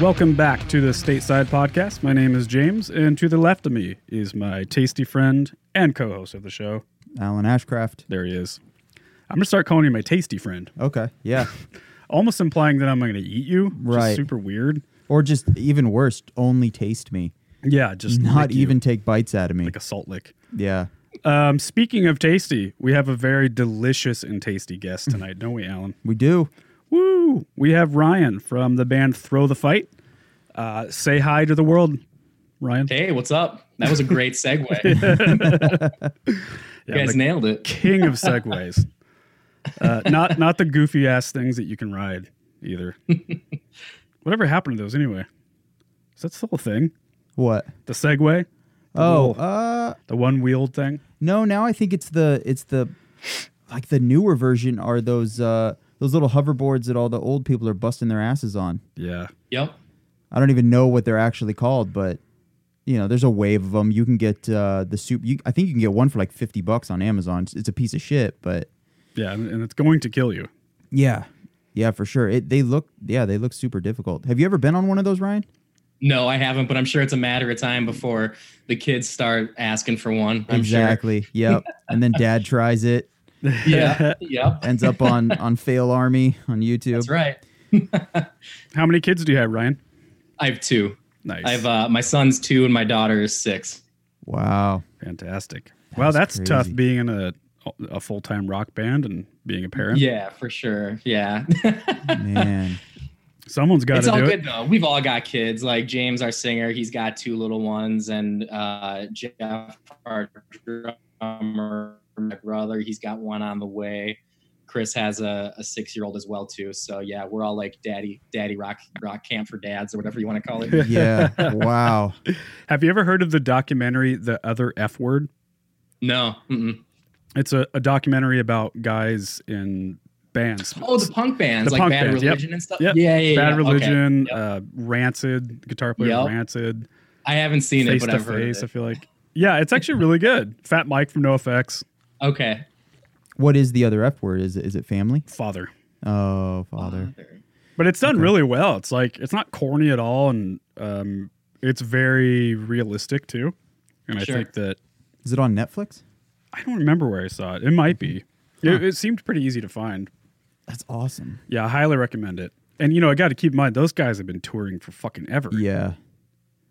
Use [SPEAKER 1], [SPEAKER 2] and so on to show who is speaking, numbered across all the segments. [SPEAKER 1] Welcome back to the Stateside Podcast. My name is James, and to the left of me is my tasty friend and co host of the show.
[SPEAKER 2] Alan Ashcraft.
[SPEAKER 1] There he is. I'm going to start calling you my tasty friend,
[SPEAKER 2] Okay, yeah.
[SPEAKER 1] almost implying that I'm going to eat you. which is
[SPEAKER 2] Right.
[SPEAKER 1] super weird.
[SPEAKER 2] or just even worse, only taste me.
[SPEAKER 1] Yeah, just
[SPEAKER 2] Not
[SPEAKER 1] lick you
[SPEAKER 2] even take bites out of me.
[SPEAKER 1] like a salt lick.
[SPEAKER 2] yeah.
[SPEAKER 1] Um, speaking of tasty, we have a very delicious and tasty
[SPEAKER 2] Mm.
[SPEAKER 1] guest tonight, don't we, Alan?
[SPEAKER 2] We do.
[SPEAKER 1] Woo! We have Ryan from the band Throw the Fight. Uh, say hi to the world, Ryan.
[SPEAKER 3] Hey, what's up? That was a great segue. you guys
[SPEAKER 1] like-
[SPEAKER 3] nailed it.
[SPEAKER 1] king of segways. Uh, not not the goofy ass things that you can ride either. Whatever happened to those anyway? Is that still a thing?
[SPEAKER 2] What?
[SPEAKER 1] The Segway,
[SPEAKER 2] Oh, uh
[SPEAKER 1] the one wheeled thing.
[SPEAKER 2] no, now I think it's the it's the like the newer version are those uh those little hoverboards that all the old people are busting their asses on.
[SPEAKER 1] Yeah,
[SPEAKER 3] Yep.
[SPEAKER 2] I don't even know what they're actually called, but you know, there's a wave of them. You can get uh the soup you I think you can get one for like 50 bucks on Amazon. It's, it's a piece of shit, but
[SPEAKER 1] yeah, and, and it's going to kill you.
[SPEAKER 2] yeah. Yeah, for sure. It they look yeah, they look super difficult. Have you ever been on one of those, Ryan?
[SPEAKER 3] No, I haven't, but I'm sure it's a matter of time before the kids start asking for one. I'm
[SPEAKER 2] exactly. Yep. And then dad tries it,
[SPEAKER 3] sure. Yeah. Yep.
[SPEAKER 2] ends up on on Fail Army on YouTube.
[SPEAKER 3] That's right.
[SPEAKER 1] How many kids do you have, Ryan?
[SPEAKER 3] I have two.
[SPEAKER 1] Nice.
[SPEAKER 3] I have uh, my son's two and my daughter is six.
[SPEAKER 2] Wow.
[SPEAKER 1] Fantastic. wow, that's tough
[SPEAKER 2] crazy.
[SPEAKER 1] being in a a full time rock band and being a parent.
[SPEAKER 3] Yeah, for sure. Yeah.
[SPEAKER 2] Man.
[SPEAKER 1] someone's got to
[SPEAKER 3] it's all
[SPEAKER 1] do
[SPEAKER 3] good
[SPEAKER 1] it.
[SPEAKER 3] though. We've all got kids. Like James, our singer, he's got two little ones, and uh, Jeff, our drummer, my brother, he's got one on the way. Chris has a, a six-year-old as well too. So yeah, we're all like daddy, daddy rock, rock camp for dads or whatever you want to call it.
[SPEAKER 2] Yeah. wow.
[SPEAKER 1] Have you ever heard of the documentary The Other F Word?
[SPEAKER 3] No. Mm-mm.
[SPEAKER 1] It's a, a documentary about guys in bands.
[SPEAKER 3] Oh, the punk bands,
[SPEAKER 1] The
[SPEAKER 3] like
[SPEAKER 1] punk
[SPEAKER 3] Bad
[SPEAKER 1] bands, yep.
[SPEAKER 3] Religion and stuff.
[SPEAKER 1] Yep.
[SPEAKER 3] Yeah, yeah, yeah.
[SPEAKER 1] Bad
[SPEAKER 3] Okay.
[SPEAKER 1] Religion,
[SPEAKER 3] Yep.
[SPEAKER 1] uh, Rancid, the guitar player
[SPEAKER 3] Yep.
[SPEAKER 1] Rancid,
[SPEAKER 3] I haven't seen it,
[SPEAKER 1] Face
[SPEAKER 3] but
[SPEAKER 1] to
[SPEAKER 3] I've heard
[SPEAKER 1] Face. I
[SPEAKER 3] of
[SPEAKER 1] feel like, yeah, it's actually really good. Fat Mike from NoFX,
[SPEAKER 3] it. Okay.
[SPEAKER 2] What is the other F word? Is it, is it family?
[SPEAKER 1] Father,
[SPEAKER 2] Oh, father.
[SPEAKER 1] but it's done really well. It's like it's not corny at all, and um, it's very realistic too. And I
[SPEAKER 3] Sure.
[SPEAKER 1] think that
[SPEAKER 2] Is it on Netflix?
[SPEAKER 1] I don't remember where I saw it. It might be. It, it seemed pretty easy to find.
[SPEAKER 2] That's awesome.
[SPEAKER 1] Yeah, I highly recommend it. And you know, I got to keep in mind those guys have been touring for fucking ever.
[SPEAKER 2] Yeah.
[SPEAKER 1] Like,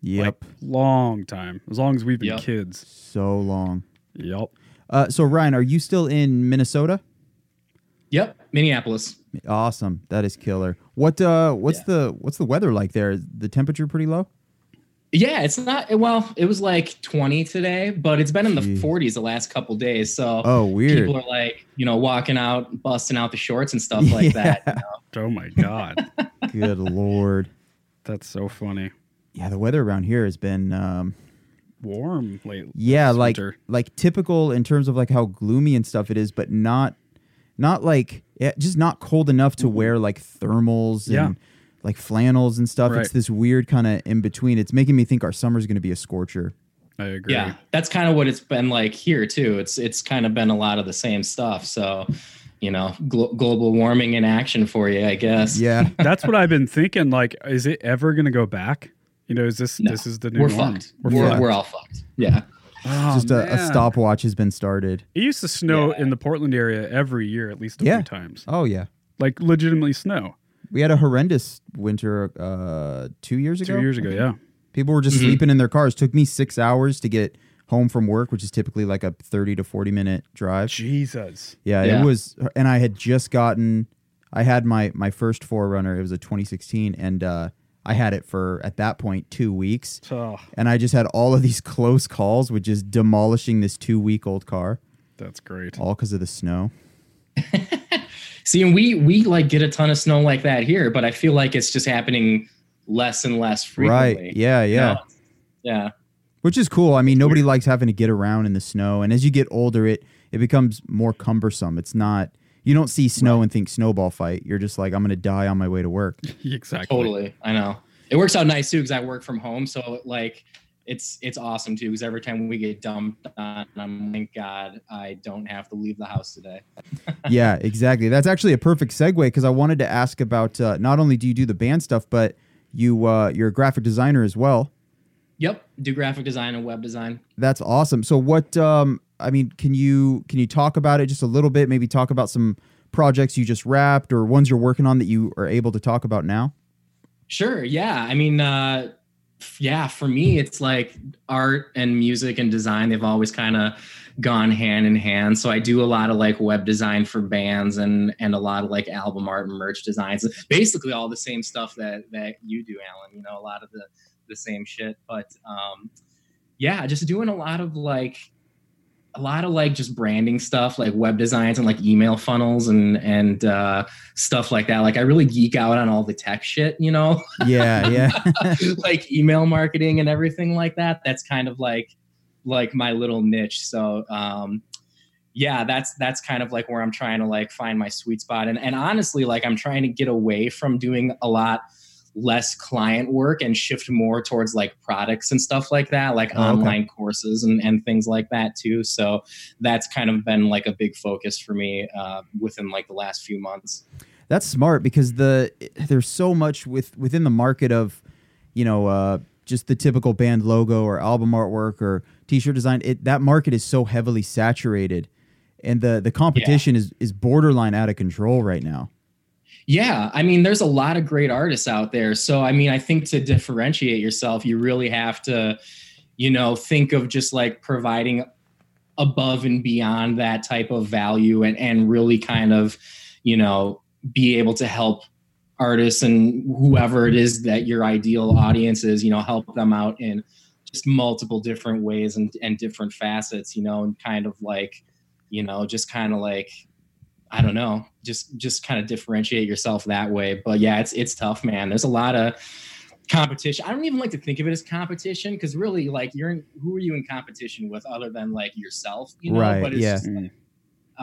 [SPEAKER 2] Yep.
[SPEAKER 1] long time. As long as we've been
[SPEAKER 3] Yep.
[SPEAKER 1] kids.
[SPEAKER 2] so long.
[SPEAKER 1] Yep.
[SPEAKER 2] Uh, so Ryan, are you still in Minnesota?
[SPEAKER 3] Yep. Minneapolis.
[SPEAKER 2] Awesome. That is killer. What uh what's
[SPEAKER 3] Yeah.
[SPEAKER 2] the what's the weather like there? Is the temperature pretty low?
[SPEAKER 3] Yeah, it's not. Well, it was like 20 today, but it's been in the
[SPEAKER 2] Jeez.
[SPEAKER 3] 40s the last couple days. So
[SPEAKER 2] Oh, weird.
[SPEAKER 3] people are like, you know, walking out, busting out the shorts and stuff like that. you know?
[SPEAKER 1] Oh my god.
[SPEAKER 2] Good lord.
[SPEAKER 1] That's so funny.
[SPEAKER 2] Yeah, the weather around here has been um
[SPEAKER 1] Warm late.
[SPEAKER 2] yeah
[SPEAKER 1] this
[SPEAKER 2] like
[SPEAKER 1] winter.
[SPEAKER 2] like typical in terms of like how gloomy and stuff it is but not not like yeah, just not cold enough to wear like thermals
[SPEAKER 1] Mm-hmm. Yeah.
[SPEAKER 2] and like flannels and stuff
[SPEAKER 1] Right.
[SPEAKER 2] it's this weird kind of in between it's making me think our summer's going to be a scorcher
[SPEAKER 1] I agree.
[SPEAKER 3] Yeah, that's kind of what it's been like here too. It's it's kind of been a lot of the same stuff. So, you know, glo- global warming in action for you, I guess.
[SPEAKER 2] yeah
[SPEAKER 1] That's what I've been thinking. Like, is it ever gonna go back? You know, is this
[SPEAKER 3] No.
[SPEAKER 1] this is the new
[SPEAKER 3] We're
[SPEAKER 1] norm?
[SPEAKER 3] fucked. We're, we're,
[SPEAKER 2] fucked.
[SPEAKER 3] all fucked. Yeah.
[SPEAKER 1] Oh,
[SPEAKER 2] just a, a
[SPEAKER 1] man.
[SPEAKER 2] stopwatch has been started
[SPEAKER 1] It used to snow
[SPEAKER 3] Yeah.
[SPEAKER 1] in the Portland area every year, at least a
[SPEAKER 2] Yeah.
[SPEAKER 1] few times.
[SPEAKER 2] oh yeah
[SPEAKER 1] Like legitimately snow.
[SPEAKER 2] we had a horrendous winter uh two years ago
[SPEAKER 1] Two years ago, yeah.
[SPEAKER 3] Mm-hmm.
[SPEAKER 2] people were just sleeping in their cars took me six hours to get home from work, which is typically like a 30 to 40 minute drive.
[SPEAKER 1] Jesus.
[SPEAKER 2] Yeah,
[SPEAKER 3] Yeah.
[SPEAKER 2] it was, and I had just gotten, I had my my first Forerunner. It was a 2016, and uh, I had it for at that point two weeks,
[SPEAKER 1] Oh,
[SPEAKER 2] and I just had all of these close calls with just demolishing this two week old car,
[SPEAKER 1] that's great.
[SPEAKER 2] all because of the snow.
[SPEAKER 3] See, and we we like get a ton of snow like that here, but I feel like it's just happening less and less frequently.
[SPEAKER 2] Right? Yeah,
[SPEAKER 3] You
[SPEAKER 2] yeah.
[SPEAKER 3] know? Yeah.
[SPEAKER 2] Which is cool. I mean, nobody likes having to get around in the snow, and as you get older, it it becomes more cumbersome. It's not. You don't see snow and think snowball fight. You're just like, I'm gonna die on my way to work.
[SPEAKER 1] exactly.
[SPEAKER 3] Totally. I know. It works out nice too because I work from home. So like it's it's awesome too because every time we get dumped on, I'm like, thank God I don't have to leave the house today.
[SPEAKER 2] yeah, exactly. That's actually a perfect segue because I wanted to ask about uh, not only do you do the band stuff, but you uh, you're a graphic designer as well.
[SPEAKER 3] Yep. Do graphic design and web design.
[SPEAKER 2] That's awesome. So what? Um, I mean, can you can you talk about it just a little bit? Maybe talk about some projects you just wrapped or ones you're working on that you are able to talk about now.
[SPEAKER 3] Sure. Yeah. I mean, uh, f- yeah, for me, it's like art and music and design, they've always kind of gone hand in hand. So I do a lot of like web design for bands and, and a lot of like album art and merch designs, basically all the same stuff that, that you do, Alan, you know, a lot of the, the same shit, but, um, yeah, just doing a lot of like, a lot of like just branding stuff, like web designs and like email funnels and, and, uh, stuff like that. Like I really geek out on all the tech shit, you know,
[SPEAKER 2] Yeah, yeah,
[SPEAKER 3] like email marketing and everything like that. That's kind of like like my little niche. So um yeah, that's that's kind of like where I'm trying to like find my sweet spot. And and honestly, like I'm trying to get away from doing a lot less client work and shift more towards like products and stuff like that, like
[SPEAKER 2] Oh, okay.
[SPEAKER 3] online courses and, and things like that too. So that's kind of been like a big focus for me uh, within like the last few months.
[SPEAKER 2] that's smart because the there's so much with within the market of, you know, uh, just the typical band logo or album artwork or t-shirt design. It that market is so heavily saturated, and the the competition is is borderline out of control right now.
[SPEAKER 3] Yeah, I mean, there's a lot of great artists out there. So, I mean, I think to differentiate yourself, you really have to, you know, think of just like providing above and beyond that type of value and, and really kind of, you know, be able to help artists and whoever it is that your ideal audience is, you know, help them out in just multiple different ways and, and different facets, you know, and kind of like, you know, just kind of like, I don't know, just just kind of differentiate yourself that way. But yeah, it's it's tough, man. There's a lot of competition. I don't even like to think of it as competition because really, like, you're in, who are you in competition with other than like yourself, you know?
[SPEAKER 2] Right,
[SPEAKER 3] But it's
[SPEAKER 1] Mm.
[SPEAKER 2] yeah.
[SPEAKER 3] just, like,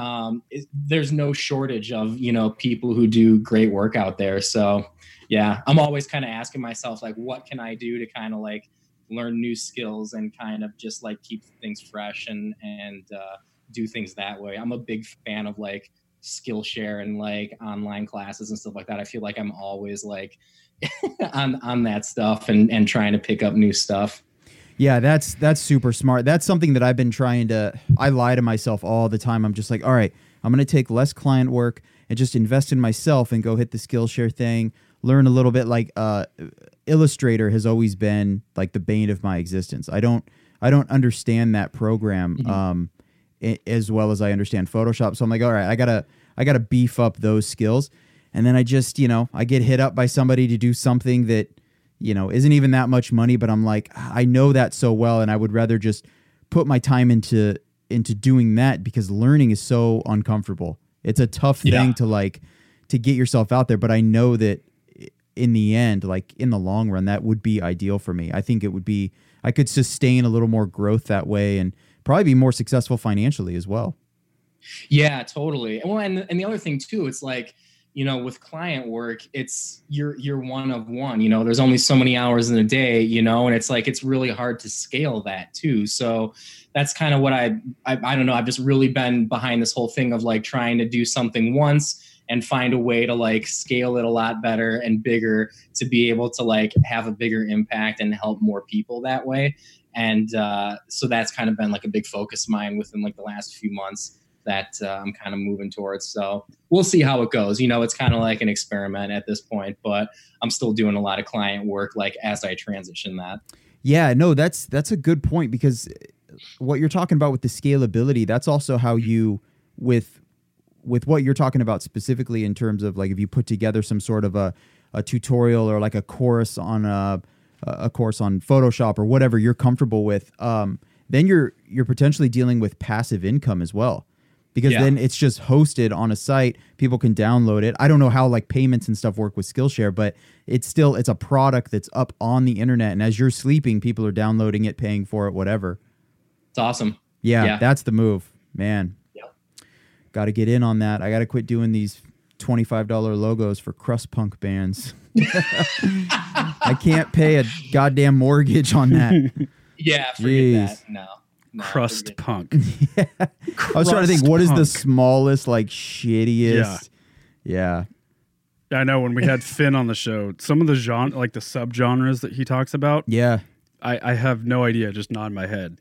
[SPEAKER 3] um, it, there's no shortage of you know people who do great work out there. So yeah, I'm always kind of asking myself like, what can I do to kind of like learn new skills and kind of just like keep things fresh and and uh, do things that way. I'm a big fan of like Skillshare and like online classes and stuff like that. I feel like I'm always like on on that stuff and and trying to pick up new stuff.
[SPEAKER 2] Yeah, that's that's super smart. That's something that I've been trying to I lie to myself all the time. I'm just like, all right, I'm gonna take less client work and just invest in myself and go hit the Skillshare thing, learn a little bit like uh Illustrator has always been like the bane of my existence. I don't I don't understand that program um i- as well as I understand Photoshop. So I'm like, all right, I gotta I gotta beef up those skills. And then I just, you know, I get hit up by somebody to do something that you know, isn't even that much money, but I'm like, I know that so well, and I would rather just put my time into into doing that because learning is so uncomfortable. It's a tough
[SPEAKER 3] Yeah.
[SPEAKER 2] thing to like to get yourself out there, but I know that i- in the end, like in the long run, that would be ideal for me. I think it would be I could sustain a little more growth that way and probably be more successful financially as well.
[SPEAKER 3] Yeah, totally. Well, and and the other thing too, it's like you know, with client work, it's you're you're one of one. You know, there's only so many hours in a day. You know, and it's like it's really hard to scale that too. So that's kind of what I I, I don't know. I've just really been behind this whole thing of like trying to do something once and find a way to like scale it a lot better and bigger to be able to like have a bigger impact and help more people that way and uh, so that's kind of been like a big focus of mine within like the last few months that uh, I'm kind of moving towards. So we'll see how it goes. You know, it's kind of like an experiment at this point, but I'm still doing a lot of client work like as I transition that.
[SPEAKER 2] Yeah, no, that's that's a good point because what you're talking about with the scalability, that's also how you with with what you're talking about specifically in terms of like if you put together some sort of a, a tutorial or like a course on a a course on Photoshop or whatever you're comfortable with, um, then you're you're potentially dealing with passive income as well. Because
[SPEAKER 3] Yeah.
[SPEAKER 2] then it's just hosted on a site, people can download it. I don't know how like payments and stuff work with Skillshare, but it's still it's a product that's up on the internet and as you're sleeping, people are downloading it, paying for it, whatever.
[SPEAKER 3] It's awesome.
[SPEAKER 2] Yeah,
[SPEAKER 3] Yeah.
[SPEAKER 2] that's the move, man.
[SPEAKER 3] Yep.
[SPEAKER 2] Got to get in on that. I got to quit doing these $25 logos for crust punk bands. I can't pay a goddamn mortgage on that.
[SPEAKER 3] Yeah, forget
[SPEAKER 2] Jeez.
[SPEAKER 3] that. No. no
[SPEAKER 1] crust
[SPEAKER 3] forget-
[SPEAKER 1] punk.
[SPEAKER 2] I was trying to think what is the smallest like
[SPEAKER 1] Yeah.
[SPEAKER 2] shittiest. Yeah.
[SPEAKER 1] I know when we had Finn on the show, some of the genre, like the subgenres that he talks about,
[SPEAKER 2] Yeah.
[SPEAKER 1] I, I have no idea. Just nod my head.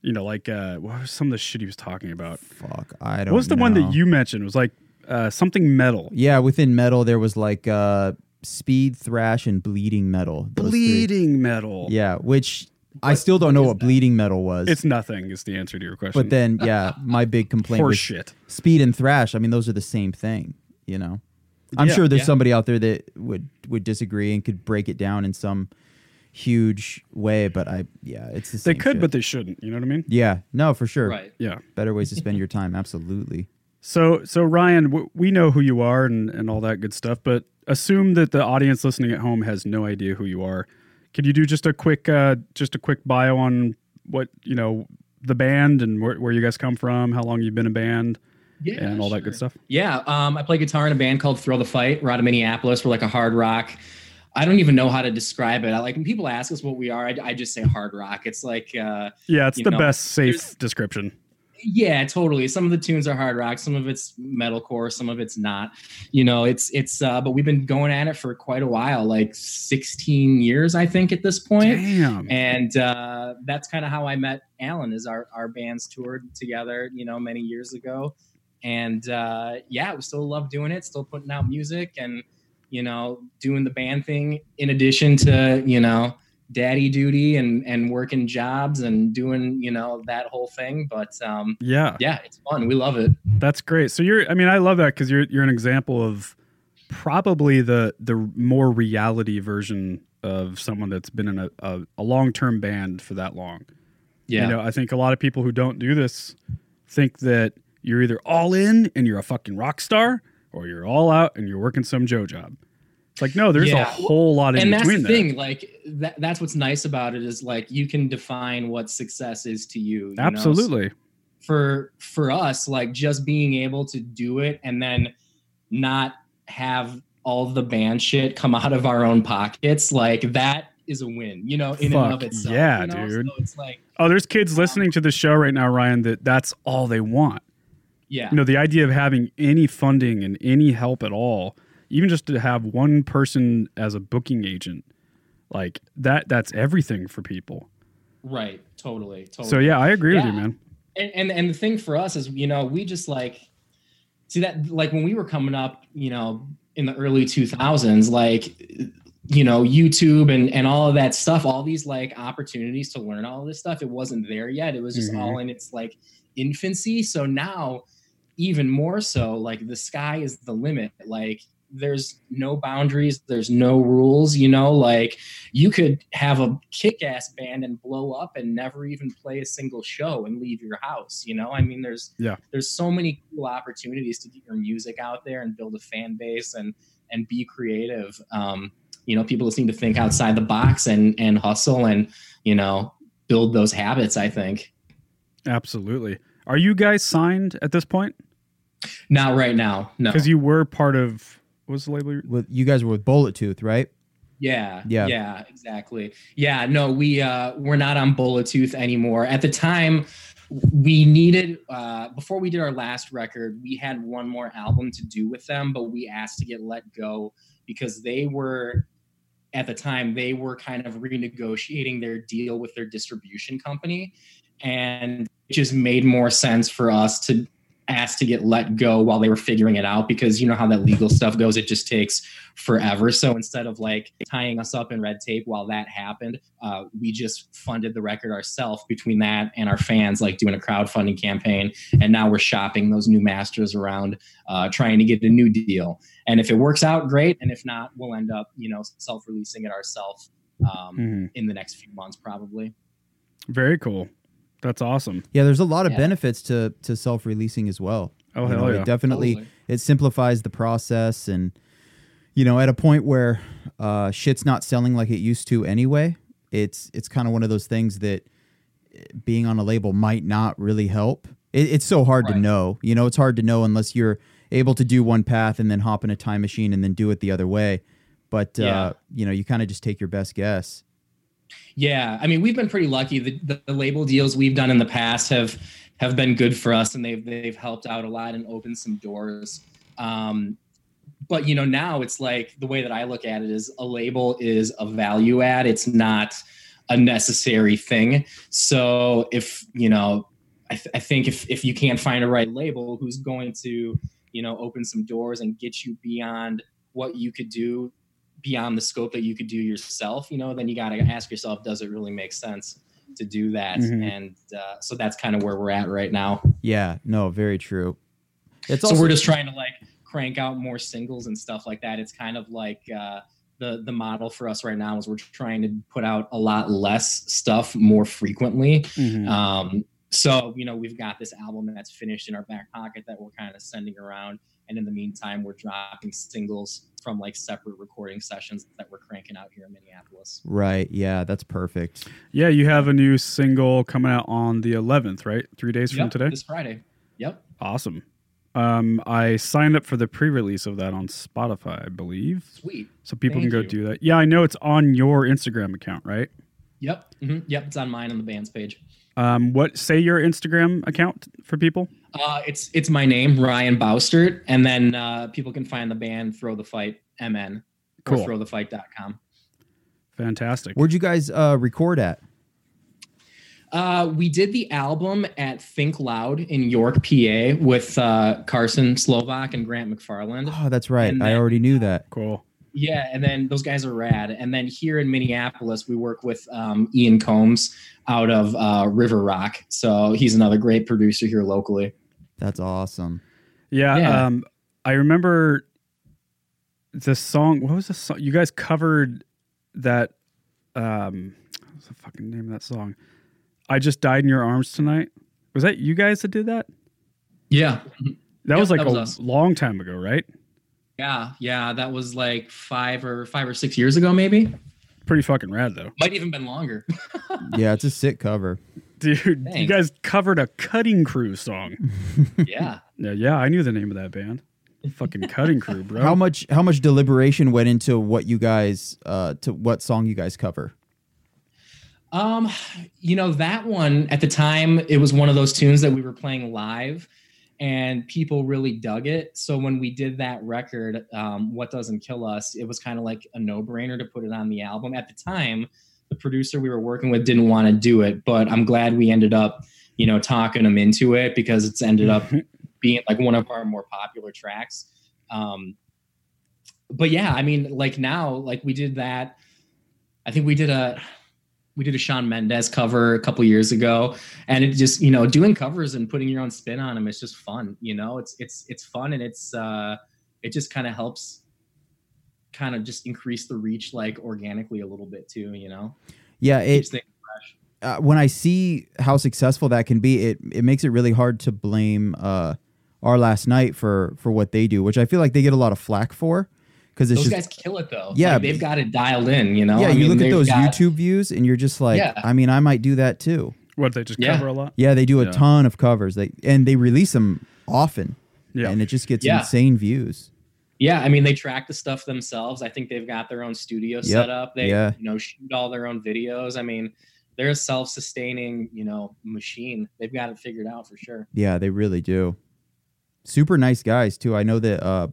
[SPEAKER 1] You know, like uh, what was some of the shit he was talking about?
[SPEAKER 2] Fuck. I don't
[SPEAKER 1] What was the one
[SPEAKER 2] know.
[SPEAKER 1] that you mentioned? It was like uh, something metal.
[SPEAKER 2] Yeah, within metal there was like uh speed thrash and bleeding metal. Those three.
[SPEAKER 1] Bleeding metal.
[SPEAKER 2] Yeah, which I still don't know what bleeding metal was.
[SPEAKER 1] It's nothing. Is the answer to your question?
[SPEAKER 2] but then yeah, my big complaint was
[SPEAKER 1] horseshit.
[SPEAKER 2] speed and thrash i mean those are the same thing you know i'm
[SPEAKER 1] Yeah,
[SPEAKER 2] sure there's
[SPEAKER 3] yeah.
[SPEAKER 2] somebody out there that would would disagree and could break it down in some huge way but i yeah it's the
[SPEAKER 1] They
[SPEAKER 2] same
[SPEAKER 1] could,
[SPEAKER 2] shit.
[SPEAKER 1] but they shouldn't. You know what I mean?
[SPEAKER 2] yeah no for sure
[SPEAKER 3] Right.
[SPEAKER 1] Yeah.
[SPEAKER 2] better ways to spend your time absolutely
[SPEAKER 1] So, so Ryan, w- we know who you are and, and all that good stuff, but assume that the audience listening at home has no idea who you are. Could you do just a quick, uh, just a quick bio on what you know, the band and where, where you guys come from, how long you've been a band,
[SPEAKER 3] Yeah,
[SPEAKER 1] and all that
[SPEAKER 3] sure.
[SPEAKER 1] good stuff?
[SPEAKER 3] Yeah, um, I play guitar in a band called Thrill the Fight. We're out of Minneapolis. We're like a hard rock. I don't even know how to describe it. I, like when people ask us what we are, I, I just say hard rock. It's like, uh,
[SPEAKER 1] Yeah, it's
[SPEAKER 3] You
[SPEAKER 1] the
[SPEAKER 3] know,
[SPEAKER 1] best
[SPEAKER 3] there's-
[SPEAKER 1] safe description.
[SPEAKER 3] yeah, totally. Some of the tunes are hard rock. Some of it's metalcore. Some of it's not. You know, it's it's. Uh, but we've been going at it for quite a while, like 16 years, I think, at this point.
[SPEAKER 1] Damn.
[SPEAKER 3] and uh, that's kind of how I met Alan. Is our our bands toured together, you know, many years ago, and uh, yeah, we still love doing it, still putting out music, and you know, doing the band thing in addition to you know, daddy duty and and working jobs and doing you know that whole thing. But um,
[SPEAKER 1] Yeah,
[SPEAKER 3] yeah, it's fun. We love it.
[SPEAKER 1] that's great. So you're, I mean, I love that because you're you're an example of probably the the more reality version of someone that's been in a, a, a long term band for that long.
[SPEAKER 3] Yeah,
[SPEAKER 1] You know, I think a lot of people who don't do this think that you're either all in and you're a fucking rock star or you're all out and you're working some Joe job. It's like, no, there's a
[SPEAKER 3] Yeah.
[SPEAKER 1] whole lot in
[SPEAKER 3] and that's the
[SPEAKER 1] between there.
[SPEAKER 3] thing like that, that's what's nice about it is like you can define what success is to you, you know? So-
[SPEAKER 1] Absolutely.
[SPEAKER 3] for for us like just being able to do it and then not have all the band shit come out of our own pockets like that is a win you know in and
[SPEAKER 1] Fuck
[SPEAKER 3] of itself
[SPEAKER 1] yeah,
[SPEAKER 3] you know?
[SPEAKER 1] dude.
[SPEAKER 3] so it's like
[SPEAKER 1] Oh, there's kids listening to the show right now, Ryan, that that's all they want.
[SPEAKER 3] yeah
[SPEAKER 1] You know, the idea of having any funding and any help at all, even just to have one person as a booking agent, like that, that's everything for people.
[SPEAKER 3] right totally totally
[SPEAKER 1] So, yeah, I agree with you,
[SPEAKER 3] Yeah.
[SPEAKER 1] man.
[SPEAKER 3] and, and and the thing for us is you know we just like see that like when we were coming up you know in the early 2000s like you know youtube and and all of that stuff all these like opportunities to learn all this stuff it wasn't there yet it was just
[SPEAKER 1] Mhm.
[SPEAKER 3] all in its like infancy so now even more so like the sky is the limit like there's no boundaries there's no rules you know like you could have a kick-ass band and blow up and never even play a single show and leave your house you know i mean there's
[SPEAKER 1] Yeah.
[SPEAKER 3] there's so many cool opportunities to get your music out there and build a fan base and and be creative um you know people just need to think outside the box and and hustle and you know build those habits i think
[SPEAKER 1] Absolutely. Are you guys signed at this point?
[SPEAKER 3] not right now no
[SPEAKER 1] because you were part of what was the label you-
[SPEAKER 2] with you guys were with bullet tooth right
[SPEAKER 3] Yeah.
[SPEAKER 2] Yeah.
[SPEAKER 3] Yeah, exactly. Yeah, no, we uh we're not on Bulletooth anymore. At the time we needed uh before we did our last record, we had one more album to do with them, but we asked to get let go because they were at the time they were kind of renegotiating their deal with their distribution company and it just made more sense for us to asked to get let go while they were figuring it out because you know how that legal stuff goes it just takes forever so instead of like tying us up in red tape while that happened uh, we just funded the record ourselves between that and our fans like doing a crowdfunding campaign and now we're shopping those new masters around uh, trying to get a new deal and if it works out great and if not we'll end up you know self-releasing it ourselves um,
[SPEAKER 1] Mhm.
[SPEAKER 3] in the next few months probably
[SPEAKER 1] Very cool. That's awesome.
[SPEAKER 2] Yeah, there's a lot of
[SPEAKER 3] Yeah.
[SPEAKER 2] benefits to to self releasing as well.
[SPEAKER 1] Oh
[SPEAKER 2] You know,
[SPEAKER 1] hell yeah.
[SPEAKER 2] It definitely
[SPEAKER 3] Totally.
[SPEAKER 2] it simplifies the process, and you know, at a point where uh, shit's not selling like it used to anyway, it's it's kind of one of those things that eh, being on a label might not really help. It, it's so hard to
[SPEAKER 3] Right.
[SPEAKER 2] know. You know, it's hard to know unless you're able to do one path and then hop in a time machine and then do it the other way. But
[SPEAKER 3] Yeah.
[SPEAKER 2] uh, you know, you kind of just take your best guess.
[SPEAKER 3] Yeah, I mean, we've been pretty lucky. The, the, the label deals we've done in the past have have been good for us, and they've they've helped out a lot and opened some doors. Um, but you know, now it's like the way that I look at it is a label is a value add. It's not a necessary thing. So if you know, I, th- I think if if you can't find a right label who's going to you know open some doors and get you beyond what you could do beyond the scope that you could do yourself, you know, then you got to ask yourself, does it really make sense to do that?
[SPEAKER 1] Mhm.
[SPEAKER 3] And uh, so that's kind of where we're at right now.
[SPEAKER 2] Yeah, no, very true. It's
[SPEAKER 3] so
[SPEAKER 2] also
[SPEAKER 3] we're just trying to like crank out more singles and stuff like that. It's kind of like uh, the the model for us right now is we're trying to put out a lot less stuff more frequently.
[SPEAKER 1] Mhm.
[SPEAKER 3] Um, so you know, we've got this album that's finished in our back pocket that we're kind of sending around, and in the meantime, we're dropping singles from like separate recording sessions that we're cranking out here in Minneapolis.
[SPEAKER 2] right. Yeah, that's perfect.
[SPEAKER 1] yeah, you have a new single coming out on the 11th, right? Three days from
[SPEAKER 3] Yep,
[SPEAKER 1] today.
[SPEAKER 3] this Friday. Yep.
[SPEAKER 1] Awesome. Um, I signed up for the pre-release of that on Spotify, I believe,
[SPEAKER 3] Sweet.
[SPEAKER 1] so people
[SPEAKER 3] Thank
[SPEAKER 1] can go
[SPEAKER 3] you.
[SPEAKER 1] do that. Yeah, I know it's on your Instagram account, right?
[SPEAKER 3] Yep. mhm, Yep. It's on mine on the band's page.
[SPEAKER 1] Um, what say your Instagram account for people?
[SPEAKER 3] Uh, it's it's my name, Ryan Boustert, and then uh, people can find the band Throw the Fight MN
[SPEAKER 1] Cool.
[SPEAKER 3] or throwthefight.com.
[SPEAKER 1] Fantastic.
[SPEAKER 2] Where'd you guys uh, record at?
[SPEAKER 3] Uh, we did the album at Think Loud in York, PA, with uh, Carson Slovak and Grant McFarland.
[SPEAKER 2] Oh, that's right.
[SPEAKER 3] And
[SPEAKER 2] I
[SPEAKER 3] then-
[SPEAKER 2] already knew that.
[SPEAKER 1] cool.
[SPEAKER 3] Yeah, and then those guys are rad. And then here in Minneapolis, we work with um, Ian Combs out of uh, River Rock. So he's another great producer here locally.
[SPEAKER 2] That's awesome.
[SPEAKER 1] Yeah,
[SPEAKER 3] Yeah.
[SPEAKER 1] Um, I remember the song. What was the song? You guys covered that. Um, what's the fucking name of that song? I just died in your arms tonight. Was that you guys that did that?
[SPEAKER 3] Yeah,
[SPEAKER 1] That
[SPEAKER 3] Yep,
[SPEAKER 1] was like
[SPEAKER 3] that was
[SPEAKER 1] a
[SPEAKER 3] us.
[SPEAKER 1] long time ago, right?
[SPEAKER 3] yeah, yeah. That was like five or five or six years ago, maybe.
[SPEAKER 1] Pretty fucking rad though,
[SPEAKER 3] Might even been longer.
[SPEAKER 2] Yeah, it's a sick cover.
[SPEAKER 1] dude. You
[SPEAKER 3] Thanks.
[SPEAKER 1] guys covered a Cutting Crew song.
[SPEAKER 3] yeah.
[SPEAKER 1] yeah, yeah, I knew the name of that band. Fucking Cutting Crew, bro.
[SPEAKER 2] How much how much deliberation went into what you guys uh to what song you guys cover?
[SPEAKER 3] Um, you know, that one at the time, it was one of those tunes that we were playing live and people really dug it. So when we did that record, um, What Doesn't Kill Us, it was kind of like a no brainer to put it on the album. At the time, the producer we were working with didn't want to do it, but I'm glad we ended up, you know, talking him into it because it's ended up being like one of our more popular tracks. Um, but yeah, I mean, like now, like we did that. I think we did a we did a Sean Mendez cover a couple years ago, and it just you know doing covers and putting your own spin on them is just fun. You know, it's it's it's fun and it's uh, it just kind of helps kind of just increase the reach like organically a little bit too. You know,
[SPEAKER 2] Yeah, it
[SPEAKER 3] Keeps things-
[SPEAKER 2] uh, when I see how successful that can be, it it makes it really hard to blame uh our last night for for what they do, which I feel like they get a lot of flack for because it's
[SPEAKER 3] those
[SPEAKER 2] just
[SPEAKER 3] guys kill it though.
[SPEAKER 2] Yeah,
[SPEAKER 3] Like, they've got it dialed in. You know,
[SPEAKER 2] yeah,
[SPEAKER 3] I
[SPEAKER 2] you
[SPEAKER 3] mean,
[SPEAKER 2] look at
[SPEAKER 3] they've
[SPEAKER 2] those
[SPEAKER 3] got-
[SPEAKER 2] YouTube views and you're just like,
[SPEAKER 3] Yeah.
[SPEAKER 2] I mean, I might do that too.
[SPEAKER 1] What they just
[SPEAKER 3] Yeah.
[SPEAKER 1] cover a lot.
[SPEAKER 2] Yeah, they do a
[SPEAKER 1] Yeah.
[SPEAKER 2] ton of covers. They and they release them often,
[SPEAKER 1] Yeah,
[SPEAKER 2] and it just gets
[SPEAKER 3] Yeah.
[SPEAKER 2] insane views.
[SPEAKER 3] Yeah, I mean they track the stuff themselves. I think they've got their own studio set up. They
[SPEAKER 2] yeah.
[SPEAKER 3] you know shoot all their own videos. I mean, they're a self-sustaining, you know, machine. They've got it figured out for sure.
[SPEAKER 2] Yeah, they really do. Super nice guys too. I know that uh,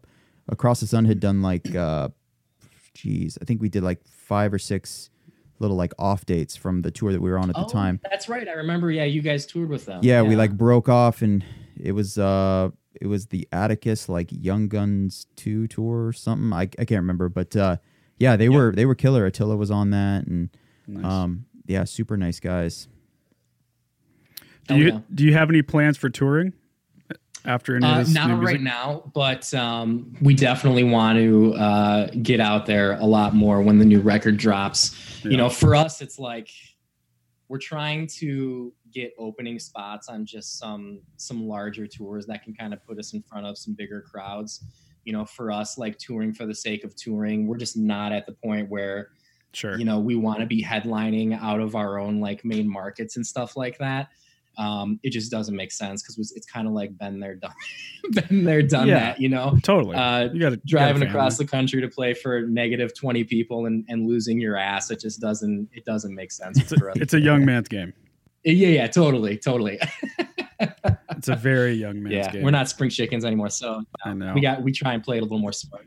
[SPEAKER 2] Across the Sun had done like, uh, geez, I think we did like five or six little like off dates from the tour that we were on at the time.
[SPEAKER 3] That's right. I remember Oh. yeah, Uh, you guys toured with them.
[SPEAKER 2] Yeah, we like broke off and It was uh it was the Atticus like Young Guns 2 tour or something. I, I can't remember, but uh yeah, they were they were killer. Attila was on that and
[SPEAKER 1] Nice.
[SPEAKER 2] um yeah, super nice guys.
[SPEAKER 1] do you
[SPEAKER 3] Hell yeah.
[SPEAKER 1] do you have any plans for touring after any
[SPEAKER 3] Uh,
[SPEAKER 1] of this
[SPEAKER 3] not
[SPEAKER 1] new
[SPEAKER 3] right
[SPEAKER 1] music?
[SPEAKER 3] now, but um, we definitely want to uh, get out there a lot more when the new record drops.
[SPEAKER 1] Yeah.
[SPEAKER 3] You know, for us, it's like we're trying to get opening spots on just some some larger tours that can kind of put us in front of some bigger crowds. You know, for us, like touring for the sake of touring, we're just not at the point where
[SPEAKER 1] Sure.
[SPEAKER 3] you know we want to be headlining out of our own like main markets and stuff like that um it just doesn't make sense because it's, it's kind of like been there done been there done
[SPEAKER 1] Yeah.
[SPEAKER 3] that you know
[SPEAKER 1] totally.
[SPEAKER 3] uh
[SPEAKER 1] you got to
[SPEAKER 3] driving across the country to play for negative 20 people and and losing your ass it just doesn't it doesn't make sense
[SPEAKER 1] It's a,
[SPEAKER 3] for us
[SPEAKER 1] it's a young man's game.
[SPEAKER 3] yeah yeah totally totally
[SPEAKER 1] It's a very young man's
[SPEAKER 3] yeah
[SPEAKER 1] game.
[SPEAKER 3] we're not spring chickens anymore so
[SPEAKER 1] I know.
[SPEAKER 3] we got we try and play it a little more smart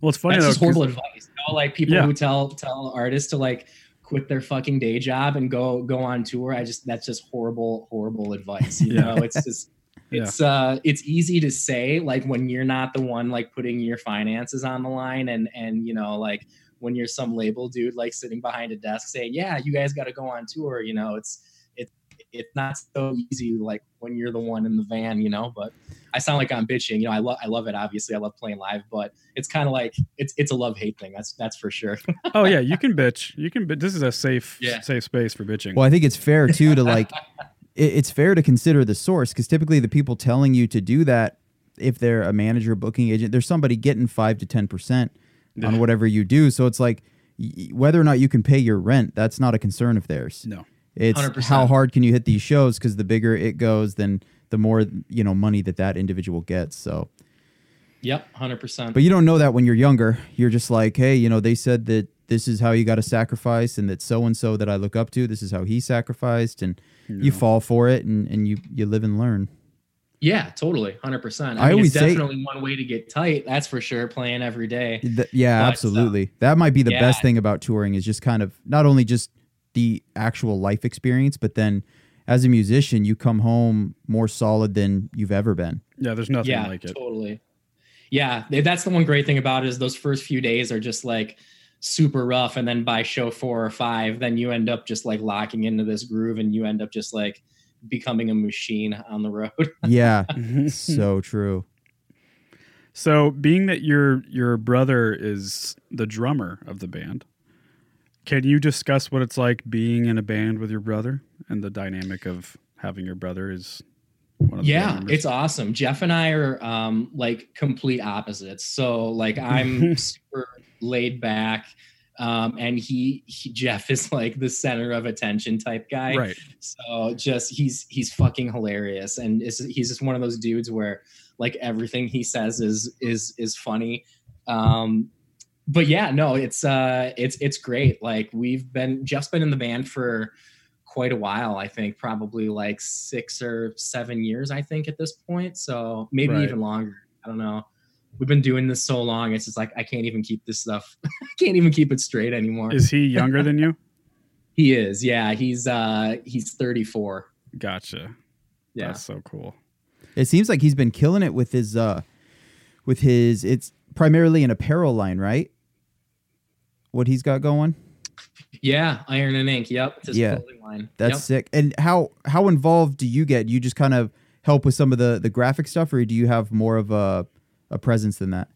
[SPEAKER 1] well, it's funny
[SPEAKER 3] That's
[SPEAKER 1] though.
[SPEAKER 3] just
[SPEAKER 1] 'cause-
[SPEAKER 3] horrible advice. You know, like people
[SPEAKER 1] Yeah.
[SPEAKER 3] who tell tell artists to like quit their fucking day job and go go on tour. I just that's just horrible, horrible advice. You
[SPEAKER 1] Yeah.
[SPEAKER 3] know, it's just
[SPEAKER 1] Yeah.
[SPEAKER 3] it's uh it's easy to say like when you're not the one like putting your finances on the line and and you know like when you're some label dude like sitting behind a desk saying yeah you guys got to go on tour you know it's it's it's not so easy like when you're the one in the van you know but I sound like I'm bitching you know I love I love it obviously I love playing live but it's kind of like it's it's a love hate thing. That's that's for sure.
[SPEAKER 1] oh yeah, you can bitch. You can. But this is a safe
[SPEAKER 3] Yeah.
[SPEAKER 1] safe space for bitching.
[SPEAKER 2] Well, I think it's fair too to like it, it's fair to consider the source because typically the people telling you to do that, if they're a manager, booking agent, there's somebody getting five to ten percent
[SPEAKER 1] Yeah.
[SPEAKER 2] on whatever you do. So it's like y- y- whether or not you can pay your rent, that's not a concern of theirs.
[SPEAKER 1] No.
[SPEAKER 2] It's
[SPEAKER 3] 100%.
[SPEAKER 2] how hard can you hit these shows because the bigger it goes, then the more you know money that that individual gets. So
[SPEAKER 3] Yep, hundred percent.
[SPEAKER 2] but you don't know that when you're younger. You're just like, hey, you know, they said that this is how you got to sacrifice, and that so and so that I look up to, this is how he sacrificed, and you fall for it, and, and you you live and learn.
[SPEAKER 3] Yeah, totally, hundred percent.
[SPEAKER 2] I
[SPEAKER 3] I, mean,
[SPEAKER 2] always
[SPEAKER 3] it's
[SPEAKER 2] say-
[SPEAKER 3] definitely one way to get tight. That's for sure. Playing every day.
[SPEAKER 2] Th- yeah,
[SPEAKER 3] But, uh,
[SPEAKER 2] absolutely. that might be the
[SPEAKER 3] yeah.
[SPEAKER 2] best thing about touring is just kind of not only just the actual life experience, but then as a musician, you come home more solid than you've ever been.
[SPEAKER 1] yeah, there's nothing
[SPEAKER 3] yeah,
[SPEAKER 1] like it.
[SPEAKER 3] totally. Yeah, th- that's the one great thing about it is those first few days are just like super rough, and then by show four or five, then you end up just like locking into this groove, and you end up just like becoming a machine on the road.
[SPEAKER 2] Yeah,
[SPEAKER 1] Mm-hmm.
[SPEAKER 2] so true.
[SPEAKER 1] So, being that your your brother is the drummer of the band, can you discuss what it's like being in a band with your brother and the dynamic of having your brother is one of the
[SPEAKER 3] yeah
[SPEAKER 1] band members?
[SPEAKER 3] it's awesome jeff and i are um like complete opposites so like i'm super laid back um and he, he jeff is like the center of attention type guy
[SPEAKER 1] right.
[SPEAKER 3] so just he's he's fucking hilarious, and it's, he's just one of those dudes where like everything he says is is is funny. Um, but yeah, no, it's uh, it's it's great. Like we've been Jeff's been in the band for quite a while. I think probably like six or seven years. I think at this point, so maybe
[SPEAKER 1] Right.
[SPEAKER 3] even longer. I don't know. We've been doing this so long. It's just like I can't even keep this stuff. I can't even keep it straight anymore.
[SPEAKER 1] Is he younger than you?
[SPEAKER 3] he is, yeah. He's uh, he's thirty four.
[SPEAKER 1] Gotcha.
[SPEAKER 3] Yeah.
[SPEAKER 1] That's so cool.
[SPEAKER 2] It seems like he's been killing it with his uh with his it's primarily an apparel line, right? What he's got going.
[SPEAKER 3] Yeah, Iron and Ink. Yep, it's his
[SPEAKER 2] Yeah.
[SPEAKER 3] clothing line.
[SPEAKER 2] That's
[SPEAKER 3] yep.
[SPEAKER 2] sick. And how how involved do you get? Do you just kind of help with some of the the graphic stuff or do you have more of a a presence than that?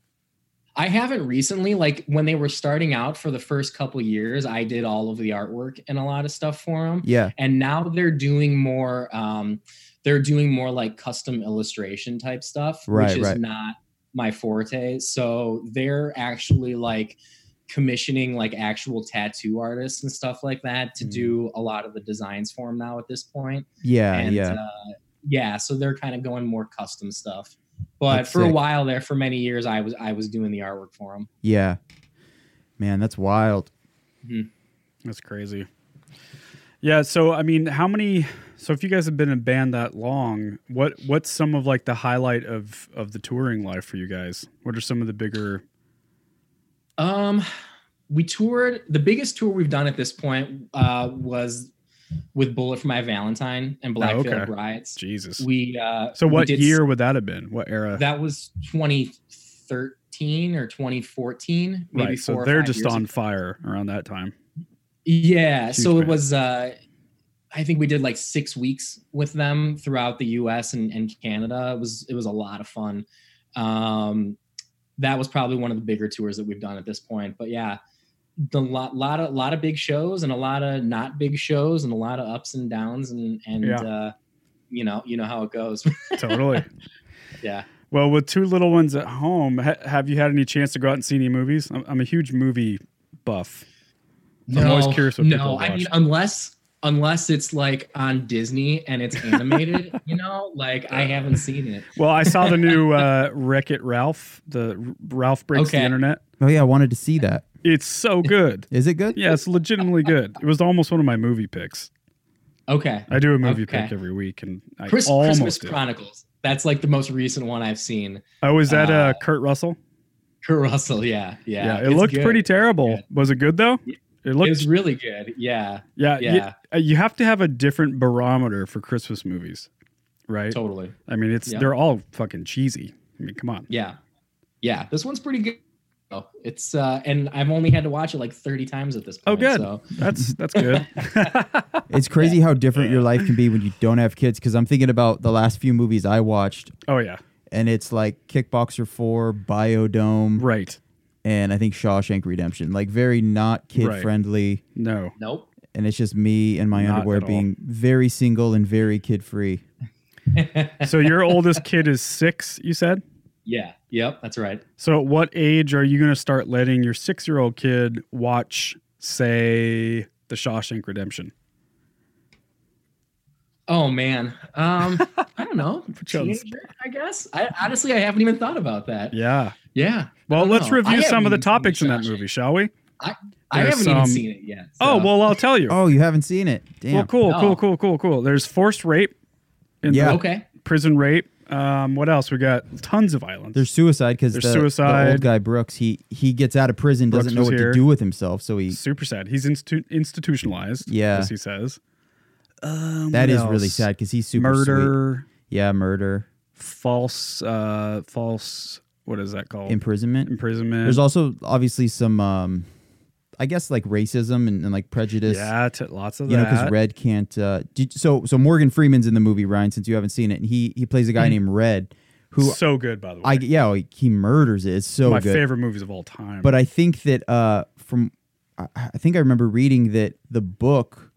[SPEAKER 3] I haven't recently. Like when they were starting out for the first couple years, I did all of the artwork and a lot of stuff for them.
[SPEAKER 2] Yeah.
[SPEAKER 3] And now they're doing more. Um, they're doing more like custom illustration type stuff,
[SPEAKER 2] Right,
[SPEAKER 3] which is
[SPEAKER 2] right.
[SPEAKER 3] not my forte. So they're actually like commissioning like actual tattoo artists and stuff like that to
[SPEAKER 2] Mm.
[SPEAKER 3] do a lot of the designs for them now at this point.
[SPEAKER 2] Yeah,
[SPEAKER 3] and
[SPEAKER 2] yeah.
[SPEAKER 3] Uh, yeah so they're kind of going more custom stuff but
[SPEAKER 2] That's
[SPEAKER 3] for a
[SPEAKER 2] sick.
[SPEAKER 3] while there for many years i was i was doing the artwork for them
[SPEAKER 2] yeah. Man, that's wild.
[SPEAKER 1] That's crazy. Yeah, so I mean, how many so if you guys have been in a band that long, what what's some of like the highlight of of the touring life for you guys? What are some of the bigger
[SPEAKER 3] um we toured the biggest tour we've done at this point uh was with Bullet for My Valentine and Blackfield
[SPEAKER 1] Oh, okay.
[SPEAKER 3] Riots.
[SPEAKER 1] Jesus.
[SPEAKER 3] We uh,
[SPEAKER 1] so
[SPEAKER 3] we
[SPEAKER 1] what
[SPEAKER 3] did
[SPEAKER 1] year would that have been? What era?
[SPEAKER 3] that was 2013 or 2014 maybe four
[SPEAKER 1] right. So
[SPEAKER 3] or
[SPEAKER 1] they're
[SPEAKER 3] five
[SPEAKER 1] just
[SPEAKER 3] years
[SPEAKER 1] on
[SPEAKER 3] ago.
[SPEAKER 1] fire around that time.
[SPEAKER 3] yeah
[SPEAKER 1] Huge
[SPEAKER 3] so it
[SPEAKER 1] band.
[SPEAKER 3] was uh i think we did like six weeks with them throughout the us and, and canada it was it was a lot of fun um that was probably one of the bigger tours that we've done at this point but yeah the lot, lot of lot of big shows and a lot of not big shows and a lot of ups and downs and and
[SPEAKER 1] Yeah.
[SPEAKER 3] uh you know you know how it goes
[SPEAKER 1] Totally.
[SPEAKER 3] yeah
[SPEAKER 1] Well, with two little ones at home, ha- have you had any chance to go out and see any movies? I'm, I'm a huge movie buff. I'm always curious what
[SPEAKER 3] no,
[SPEAKER 1] people
[SPEAKER 3] I mean
[SPEAKER 1] watch.
[SPEAKER 3] unless unless it's like on Disney and it's animated, you know, like I haven't seen it.
[SPEAKER 1] Well, I saw the new uh, Wreck It Ralph. The R- Ralph breaks the
[SPEAKER 3] Okay.
[SPEAKER 1] internet.
[SPEAKER 2] Oh yeah, I wanted to see that.
[SPEAKER 1] It's so good.
[SPEAKER 2] Is it good?
[SPEAKER 1] Yeah, it's legitimately good. It was almost one of my movie picks.
[SPEAKER 3] Okay.
[SPEAKER 1] I do a movie
[SPEAKER 3] Okay.
[SPEAKER 1] pick every week, and I
[SPEAKER 3] Chris, Christmas
[SPEAKER 1] almost. Did.
[SPEAKER 3] Chronicles. That's like the most recent one I've seen.
[SPEAKER 1] Oh, was that uh,
[SPEAKER 3] uh,
[SPEAKER 1] Kurt Russell?
[SPEAKER 3] Kurt Russell, yeah, yeah.
[SPEAKER 1] Yeah, it
[SPEAKER 3] it's
[SPEAKER 1] looked
[SPEAKER 3] good.
[SPEAKER 1] pretty terrible.
[SPEAKER 3] It's
[SPEAKER 1] Was it good though? It
[SPEAKER 3] It
[SPEAKER 1] looked. Uh,
[SPEAKER 3] was really good. Yeah,
[SPEAKER 1] yeah,
[SPEAKER 3] yeah,
[SPEAKER 1] yeah. You, have to have a different barometer for Christmas movies, right?
[SPEAKER 3] totally.
[SPEAKER 1] I mean, it's
[SPEAKER 3] Yeah.
[SPEAKER 1] they're all fucking cheesy. I mean, come on.
[SPEAKER 3] Yeah, yeah. This one's pretty good. Oh, It's uh, and I've only had to watch it like thirty times at this point.
[SPEAKER 1] Oh, good.
[SPEAKER 3] So.
[SPEAKER 1] That's that's good.
[SPEAKER 2] It's crazy how different your life can be when you don't have kids. Because I'm thinking about the last few movies I watched,
[SPEAKER 1] oh yeah,
[SPEAKER 2] and it's like Kickboxer Four, Biodome,
[SPEAKER 1] right.
[SPEAKER 2] and I think Shawshank Redemption. Like very not kid friendly,
[SPEAKER 1] No,
[SPEAKER 3] Nope.
[SPEAKER 2] and it's just me and my
[SPEAKER 1] Not
[SPEAKER 2] underwear
[SPEAKER 1] at all.
[SPEAKER 2] being very single and very kid free.
[SPEAKER 1] so your oldest kid is six. You said.
[SPEAKER 3] Yeah. Yep. That's right.
[SPEAKER 1] So at what age are you going to start letting your six-year-old kid watch, say, The Shawshank Redemption?
[SPEAKER 3] Oh man, um, I don't know.
[SPEAKER 1] Put you on the
[SPEAKER 3] Teenager, I guess. I honestly, I haven't even thought about that. Yeah.
[SPEAKER 1] Yeah. Well,
[SPEAKER 3] don't
[SPEAKER 1] let's
[SPEAKER 3] know. Oh, I
[SPEAKER 1] review some of the
[SPEAKER 3] haven't seen
[SPEAKER 1] topics in that
[SPEAKER 3] Shawshank.
[SPEAKER 1] movie, shall we?
[SPEAKER 3] I
[SPEAKER 1] There's
[SPEAKER 3] haven't even
[SPEAKER 1] some-
[SPEAKER 3] seen it yet.
[SPEAKER 1] Oh
[SPEAKER 3] so-
[SPEAKER 1] well, I'll tell you.
[SPEAKER 2] Oh, you haven't seen it? Damn.
[SPEAKER 1] well, cool,
[SPEAKER 3] No.
[SPEAKER 1] cool, cool, cool, cool. There's forced rape. In
[SPEAKER 2] Yeah.
[SPEAKER 1] the
[SPEAKER 3] Okay.
[SPEAKER 1] prison rape. Um, what else? We got tons of violence.
[SPEAKER 2] There's suicide because the,
[SPEAKER 1] There's
[SPEAKER 2] the
[SPEAKER 1] suicide.
[SPEAKER 2] old guy Brooks he he gets out of prison
[SPEAKER 1] Brooks
[SPEAKER 2] doesn't know
[SPEAKER 1] was
[SPEAKER 2] what
[SPEAKER 1] here.
[SPEAKER 2] to do with himself so he
[SPEAKER 1] super sad. He's institu- institutionalized.
[SPEAKER 2] Yeah. Um,
[SPEAKER 1] as he says.
[SPEAKER 2] that
[SPEAKER 1] what
[SPEAKER 2] is really
[SPEAKER 1] else?
[SPEAKER 2] sad because he's super sweet.
[SPEAKER 1] Murder,
[SPEAKER 2] yeah murder
[SPEAKER 1] false, uh, false. What is that called?
[SPEAKER 2] imprisonment
[SPEAKER 1] Imprisonment.
[SPEAKER 2] there's also obviously some um I guess like racism and, and like prejudice
[SPEAKER 1] yeah, t- lots of
[SPEAKER 2] you know
[SPEAKER 1] that.
[SPEAKER 2] because Red can't uh did, so so Morgan Freeman's in the movie Ryan since you haven't seen it and he he plays a guy named Red who
[SPEAKER 1] Hmm. so good by the way.
[SPEAKER 2] I yeah like, he murders it it's so
[SPEAKER 1] my
[SPEAKER 2] good
[SPEAKER 1] favorite movies of all time.
[SPEAKER 2] but I think that uh, from I, I think I remember reading that the book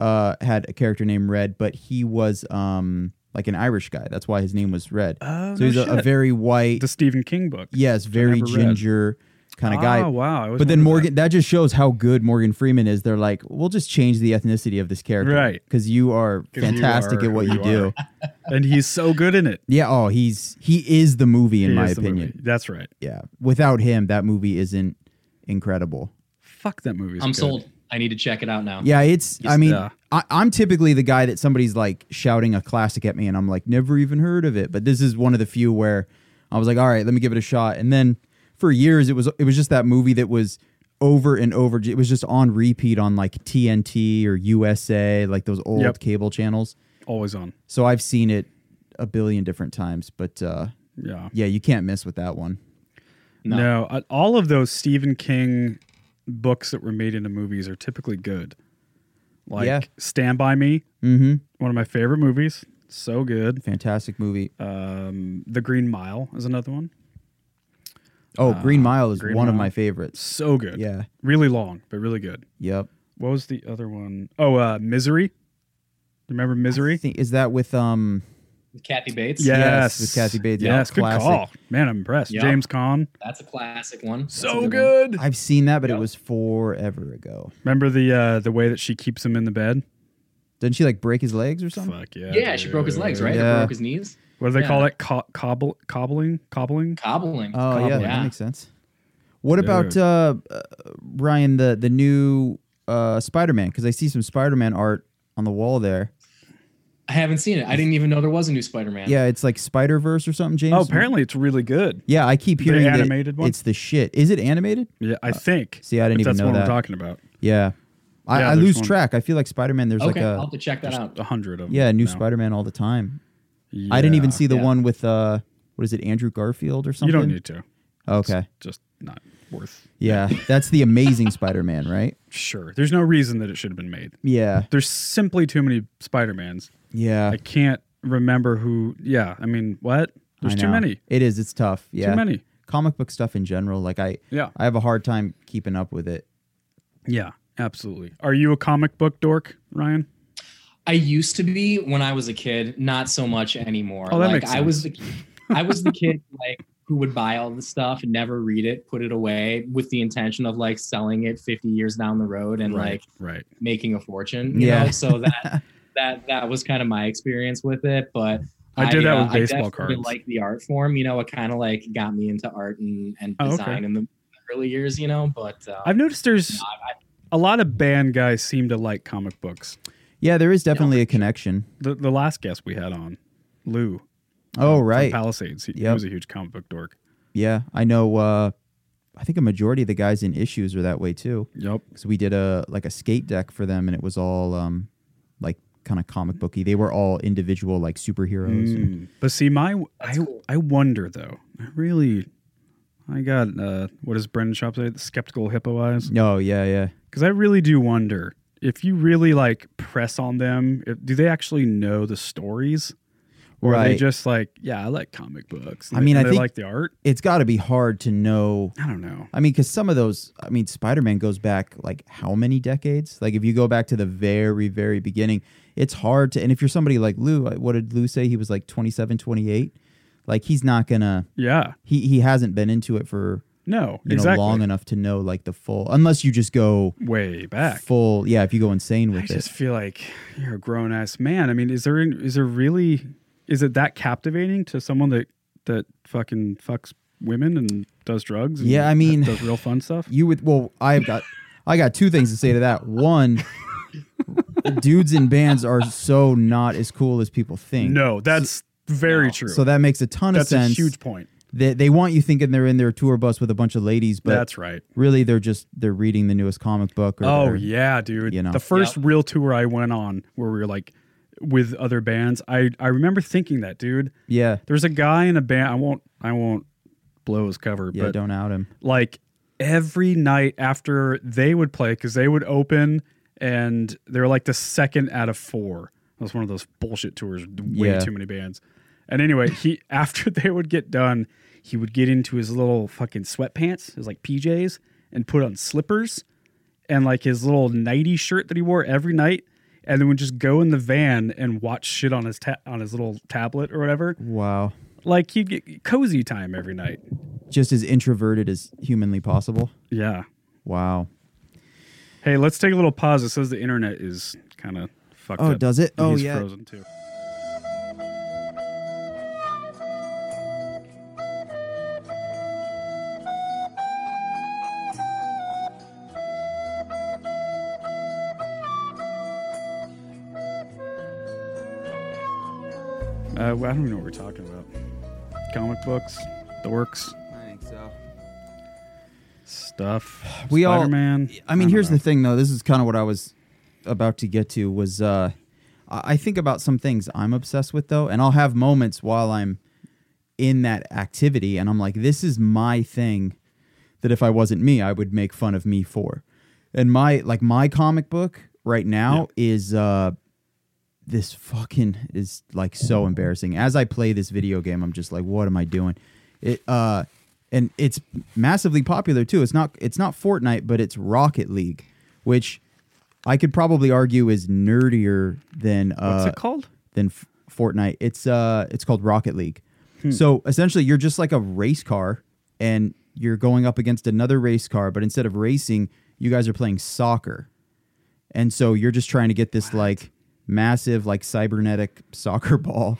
[SPEAKER 2] uh, had a character named Red, but he was um, like an Irish guy. That's why his name was Red.
[SPEAKER 1] Oh,
[SPEAKER 2] so
[SPEAKER 1] no
[SPEAKER 2] he's a, a
[SPEAKER 1] shit.
[SPEAKER 2] very white,
[SPEAKER 1] the Stephen King book.
[SPEAKER 2] yes, very
[SPEAKER 1] never read.
[SPEAKER 2] ginger kind of guy.
[SPEAKER 1] Oh wow! I always
[SPEAKER 2] But then
[SPEAKER 1] wondered
[SPEAKER 2] Morgan, that. just shows how good Morgan Freeman is. They're like, we'll just change the ethnicity of this character,
[SPEAKER 1] Right.
[SPEAKER 2] Because you are
[SPEAKER 1] 'Cause you
[SPEAKER 2] fantastic
[SPEAKER 1] are
[SPEAKER 2] at what
[SPEAKER 1] who
[SPEAKER 2] you,
[SPEAKER 1] you
[SPEAKER 2] do.
[SPEAKER 1] that. and he's so good in it.
[SPEAKER 2] Yeah. Oh, he's he is the movie in
[SPEAKER 1] He
[SPEAKER 2] my
[SPEAKER 1] is the
[SPEAKER 2] opinion.
[SPEAKER 1] movie. that's right.
[SPEAKER 2] Yeah. Without him, that movie isn't incredible.
[SPEAKER 1] Fuck that movie.
[SPEAKER 3] I'm sold. I need to check it out now.
[SPEAKER 2] Yeah, it's. I
[SPEAKER 1] Yes,
[SPEAKER 2] mean,
[SPEAKER 1] yeah.
[SPEAKER 2] I, I'm typically the guy that somebody's like shouting a classic at me, and I'm like, never even heard of it. But this is one of the few where I was like, all right, let me give it a shot. And then for years, it was it was just that movie that was over and over. It was just on repeat on like TNT or USA, like those old
[SPEAKER 1] Yep.
[SPEAKER 2] cable channels.
[SPEAKER 1] Always on.
[SPEAKER 2] So I've seen it a billion different times, but uh,
[SPEAKER 1] Yeah.
[SPEAKER 2] yeah, you can't miss with that one.
[SPEAKER 1] No, I- all of those Stephen King books that were made into movies are typically good. Like
[SPEAKER 2] Yeah.
[SPEAKER 1] Stand by Me,
[SPEAKER 2] Mm-hmm.
[SPEAKER 1] one of my favorite movies. So good.
[SPEAKER 2] Fantastic movie.
[SPEAKER 1] Um, the Green Mile is another one.
[SPEAKER 2] Oh, Green Mile is
[SPEAKER 1] Ah, Green
[SPEAKER 2] one of
[SPEAKER 1] Mile.
[SPEAKER 2] my favorites.
[SPEAKER 1] So good.
[SPEAKER 2] Yeah.
[SPEAKER 1] Really long, but really good.
[SPEAKER 2] Yep.
[SPEAKER 1] What was the other one? Oh, uh, Misery. Remember
[SPEAKER 2] I
[SPEAKER 1] Misery?
[SPEAKER 2] think- is that with um?
[SPEAKER 3] Kathy Bates.
[SPEAKER 1] Yes.
[SPEAKER 2] Yes, with Kathy Bates. Yeah,
[SPEAKER 1] Yes, good
[SPEAKER 2] classic.
[SPEAKER 1] call. Man, I'm impressed.
[SPEAKER 3] Yeah.
[SPEAKER 1] James Caan.
[SPEAKER 3] That's a classic one. That's a
[SPEAKER 1] So
[SPEAKER 3] one.
[SPEAKER 1] good.
[SPEAKER 2] I've seen that, but it
[SPEAKER 3] Yeah.
[SPEAKER 2] was forever ago.
[SPEAKER 1] Remember the uh, the way that she keeps him in the bed?
[SPEAKER 2] Didn't she like break his legs or something?
[SPEAKER 1] Fuck yeah.
[SPEAKER 3] Yeah, she broke his legs, right? Or
[SPEAKER 2] Yeah.
[SPEAKER 3] broke his knees.
[SPEAKER 1] What do they call
[SPEAKER 3] Yeah.
[SPEAKER 1] it? Co- cobble, cobbling, cobbling.
[SPEAKER 3] Cobbling.
[SPEAKER 2] Oh yeah,
[SPEAKER 1] Probably.
[SPEAKER 2] that
[SPEAKER 3] Yeah.
[SPEAKER 2] makes sense. What about
[SPEAKER 1] Dude.
[SPEAKER 2] uh, uh, Ryan the the new uh, Spider Man? Because I see some Spider Man art on the wall there.
[SPEAKER 3] I haven't seen it. I didn't even know there was a new Spider-Man.
[SPEAKER 2] Yeah, it's like Spider Verse or something. James.
[SPEAKER 1] Oh, apparently it's really good.
[SPEAKER 2] Yeah, I keep hearing that
[SPEAKER 1] animated one?
[SPEAKER 2] It's the shit. Is it animated?
[SPEAKER 1] Yeah, I think.
[SPEAKER 2] Uh, see, I didn't
[SPEAKER 1] if
[SPEAKER 2] even
[SPEAKER 1] that's
[SPEAKER 2] know
[SPEAKER 1] what
[SPEAKER 2] that.
[SPEAKER 1] we're talking about.
[SPEAKER 2] Yeah, I,
[SPEAKER 1] Yeah,
[SPEAKER 2] I
[SPEAKER 1] there's
[SPEAKER 2] lose
[SPEAKER 1] one.
[SPEAKER 2] track. I feel like Spider Man. There's
[SPEAKER 3] Okay,
[SPEAKER 2] like
[SPEAKER 3] I'll
[SPEAKER 2] a
[SPEAKER 3] have to check that
[SPEAKER 1] There's
[SPEAKER 3] out.
[SPEAKER 1] a hundred of them.
[SPEAKER 2] yeah, new
[SPEAKER 1] now.
[SPEAKER 2] Spider Man all the time. I didn't even
[SPEAKER 1] Yeah.
[SPEAKER 2] see the
[SPEAKER 3] yeah.
[SPEAKER 2] one with uh, what is it, Andrew Garfield or
[SPEAKER 1] You
[SPEAKER 2] something?
[SPEAKER 1] don't need to.
[SPEAKER 2] Okay,
[SPEAKER 1] Just not worth.
[SPEAKER 2] yeah, that's the Amazing Spider Man, right?
[SPEAKER 1] Sure. There's no reason that it should have been made.
[SPEAKER 2] Yeah,
[SPEAKER 1] There's simply too many Spider Mans.
[SPEAKER 2] yeah.
[SPEAKER 1] I can't remember who. Yeah. I mean, what? There's
[SPEAKER 2] I
[SPEAKER 1] too
[SPEAKER 2] know.
[SPEAKER 1] many.
[SPEAKER 2] It is. It's tough. Yeah,
[SPEAKER 1] Too many.
[SPEAKER 2] Comic book stuff in general, like I,
[SPEAKER 1] Yeah.
[SPEAKER 2] I have a hard time keeping up with it.
[SPEAKER 1] Yeah. Absolutely. Are you a comic book dork, Ryan?
[SPEAKER 3] I used to be when I was a kid, not so much anymore.
[SPEAKER 1] Oh, that
[SPEAKER 3] like
[SPEAKER 1] makes
[SPEAKER 3] I was the I was the kid like who would buy all the stuff and never read it, put it away with the intention of like selling it 50 years down the road and like
[SPEAKER 1] Right.
[SPEAKER 3] making a fortune, you
[SPEAKER 2] Yeah.
[SPEAKER 3] know? So that that that was kind of my experience with it, but uh,
[SPEAKER 1] I did that with
[SPEAKER 3] I
[SPEAKER 1] baseball
[SPEAKER 3] definitely
[SPEAKER 1] cards.
[SPEAKER 3] Like the art form, you know, it kind of like got me into art and, and
[SPEAKER 1] Oh, okay.
[SPEAKER 3] design in the early years, you know. But uh,
[SPEAKER 1] I've noticed there's
[SPEAKER 3] No,
[SPEAKER 1] a lot of band guys seem to like comic books.
[SPEAKER 2] Yeah, there is definitely a connection.
[SPEAKER 1] The the last guest we had on, Lou.
[SPEAKER 2] Oh,
[SPEAKER 1] from
[SPEAKER 2] right.
[SPEAKER 1] Palisades. He, he
[SPEAKER 2] Yep.
[SPEAKER 1] was a huge comic book dork.
[SPEAKER 2] Yeah, I know. Uh, I think a majority of the guys in issues are that way too.
[SPEAKER 1] Yep.
[SPEAKER 2] Because we did a like a skate deck for them, and it was all um, like kind of comic booky. They were all individual like superheroes.
[SPEAKER 1] Mm. But see, my I
[SPEAKER 3] That's cool.
[SPEAKER 1] I wonder though. I really, I got uh, what does Brendan Shop say? The skeptical hippo eyes.
[SPEAKER 2] No, Oh, yeah, yeah.
[SPEAKER 1] Because I really do wonder if you really like press on them. If, do they actually know the stories, or are they
[SPEAKER 2] Right.
[SPEAKER 1] just like, yeah, I like comic books. and
[SPEAKER 2] I
[SPEAKER 1] they-
[SPEAKER 2] mean,
[SPEAKER 1] and
[SPEAKER 2] I
[SPEAKER 1] they
[SPEAKER 2] think-
[SPEAKER 1] like the art.
[SPEAKER 2] It's got to be hard to know.
[SPEAKER 1] I don't know.
[SPEAKER 2] I mean, because some of those, I mean, Spider Man goes back like how many decades? Like, if you go back to the very, very beginning, it's hard to. And if you're somebody like Lou, I- what did Lou say? He was like 27, 28. Like, he's not going to,
[SPEAKER 1] Yeah.
[SPEAKER 2] he, he hasn't been into it for
[SPEAKER 1] No.
[SPEAKER 2] you
[SPEAKER 1] exactly.
[SPEAKER 2] know long enough to know like the full unless you just go
[SPEAKER 1] Way back.
[SPEAKER 2] full yeah if you go insane
[SPEAKER 1] I
[SPEAKER 2] with
[SPEAKER 1] just
[SPEAKER 2] this
[SPEAKER 1] feel like you're a grown ass man. I mean, is there is there really is it that captivating to someone that that fucking fucks women and does drugs? And
[SPEAKER 2] Yeah, I mean-
[SPEAKER 1] does real fun stuff.
[SPEAKER 2] you would well i've got i got two things to say to that one dudes in bands are so not as cool as people think
[SPEAKER 1] No, that's very
[SPEAKER 3] no.
[SPEAKER 1] true.
[SPEAKER 2] so that makes a ton
[SPEAKER 1] that's
[SPEAKER 2] of
[SPEAKER 1] a
[SPEAKER 2] sense
[SPEAKER 1] huge point.
[SPEAKER 2] they, they want you thinking they're in their tour bus with a bunch of ladies but
[SPEAKER 1] that's right.
[SPEAKER 2] really they're just they're reading the newest comic book or
[SPEAKER 1] Oh
[SPEAKER 2] they're-
[SPEAKER 1] yeah, dude.
[SPEAKER 2] you know.
[SPEAKER 1] the first real tour I went on where we were like with other bands, I I remember thinking that, dude.
[SPEAKER 2] yeah
[SPEAKER 1] There's a guy in a band. I won't I won't blow his cover,
[SPEAKER 2] yeah
[SPEAKER 1] but
[SPEAKER 2] don't out him
[SPEAKER 1] like every night after they would play because they would open and they're like the second out of four. That was one of those bullshit tours, way
[SPEAKER 2] Yeah.
[SPEAKER 1] too many bands. And anyway, he after they would get done, he would get into his little fucking sweatpants, his like PJs, and put on slippers and like his little nighty shirt that he wore every night, and then would just go in the van and watch shit on his ta- on his little tablet or whatever.
[SPEAKER 2] wow
[SPEAKER 1] Like he'd get cozy time every night.
[SPEAKER 2] just as introverted as humanly possible
[SPEAKER 1] Yeah.
[SPEAKER 2] wow
[SPEAKER 1] Hey, let's take a little pause. It says the internet is kind of fucked up.
[SPEAKER 2] oh does it
[SPEAKER 1] And
[SPEAKER 2] oh
[SPEAKER 1] he's
[SPEAKER 2] yeah
[SPEAKER 1] frozen too. Uh, well, I don't even know what we're talking about. Comic books, dorks,
[SPEAKER 2] i think so
[SPEAKER 1] stuff.
[SPEAKER 2] We all-
[SPEAKER 1] Spider-Man.
[SPEAKER 2] I mean,
[SPEAKER 1] don't
[SPEAKER 2] here's
[SPEAKER 1] know.
[SPEAKER 2] the thing, though. This is kind of what I was about to get to. Was uh, I I think about some things I'm obsessed with, though, and I'll have moments while I'm in that activity, and I'm like, this is my thing. That if I wasn't me, I would make fun of me for. And my like my comic book right now is uh, this fucking is like so embarrassing. As I play this video game, I'm just like, what am I doing? It uh and it's massively popular too. It's not it's not Fortnite, but it's Rocket League, which I could probably argue is nerdier than uh
[SPEAKER 1] What's it called?
[SPEAKER 2] than F- Fortnite. It's uh it's called Rocket League.
[SPEAKER 1] Hmm.
[SPEAKER 2] So essentially you're just like a race car and you're going up against another race car, but instead of racing, you guys are playing soccer. And so you're just trying to get this like massive like cybernetic soccer ball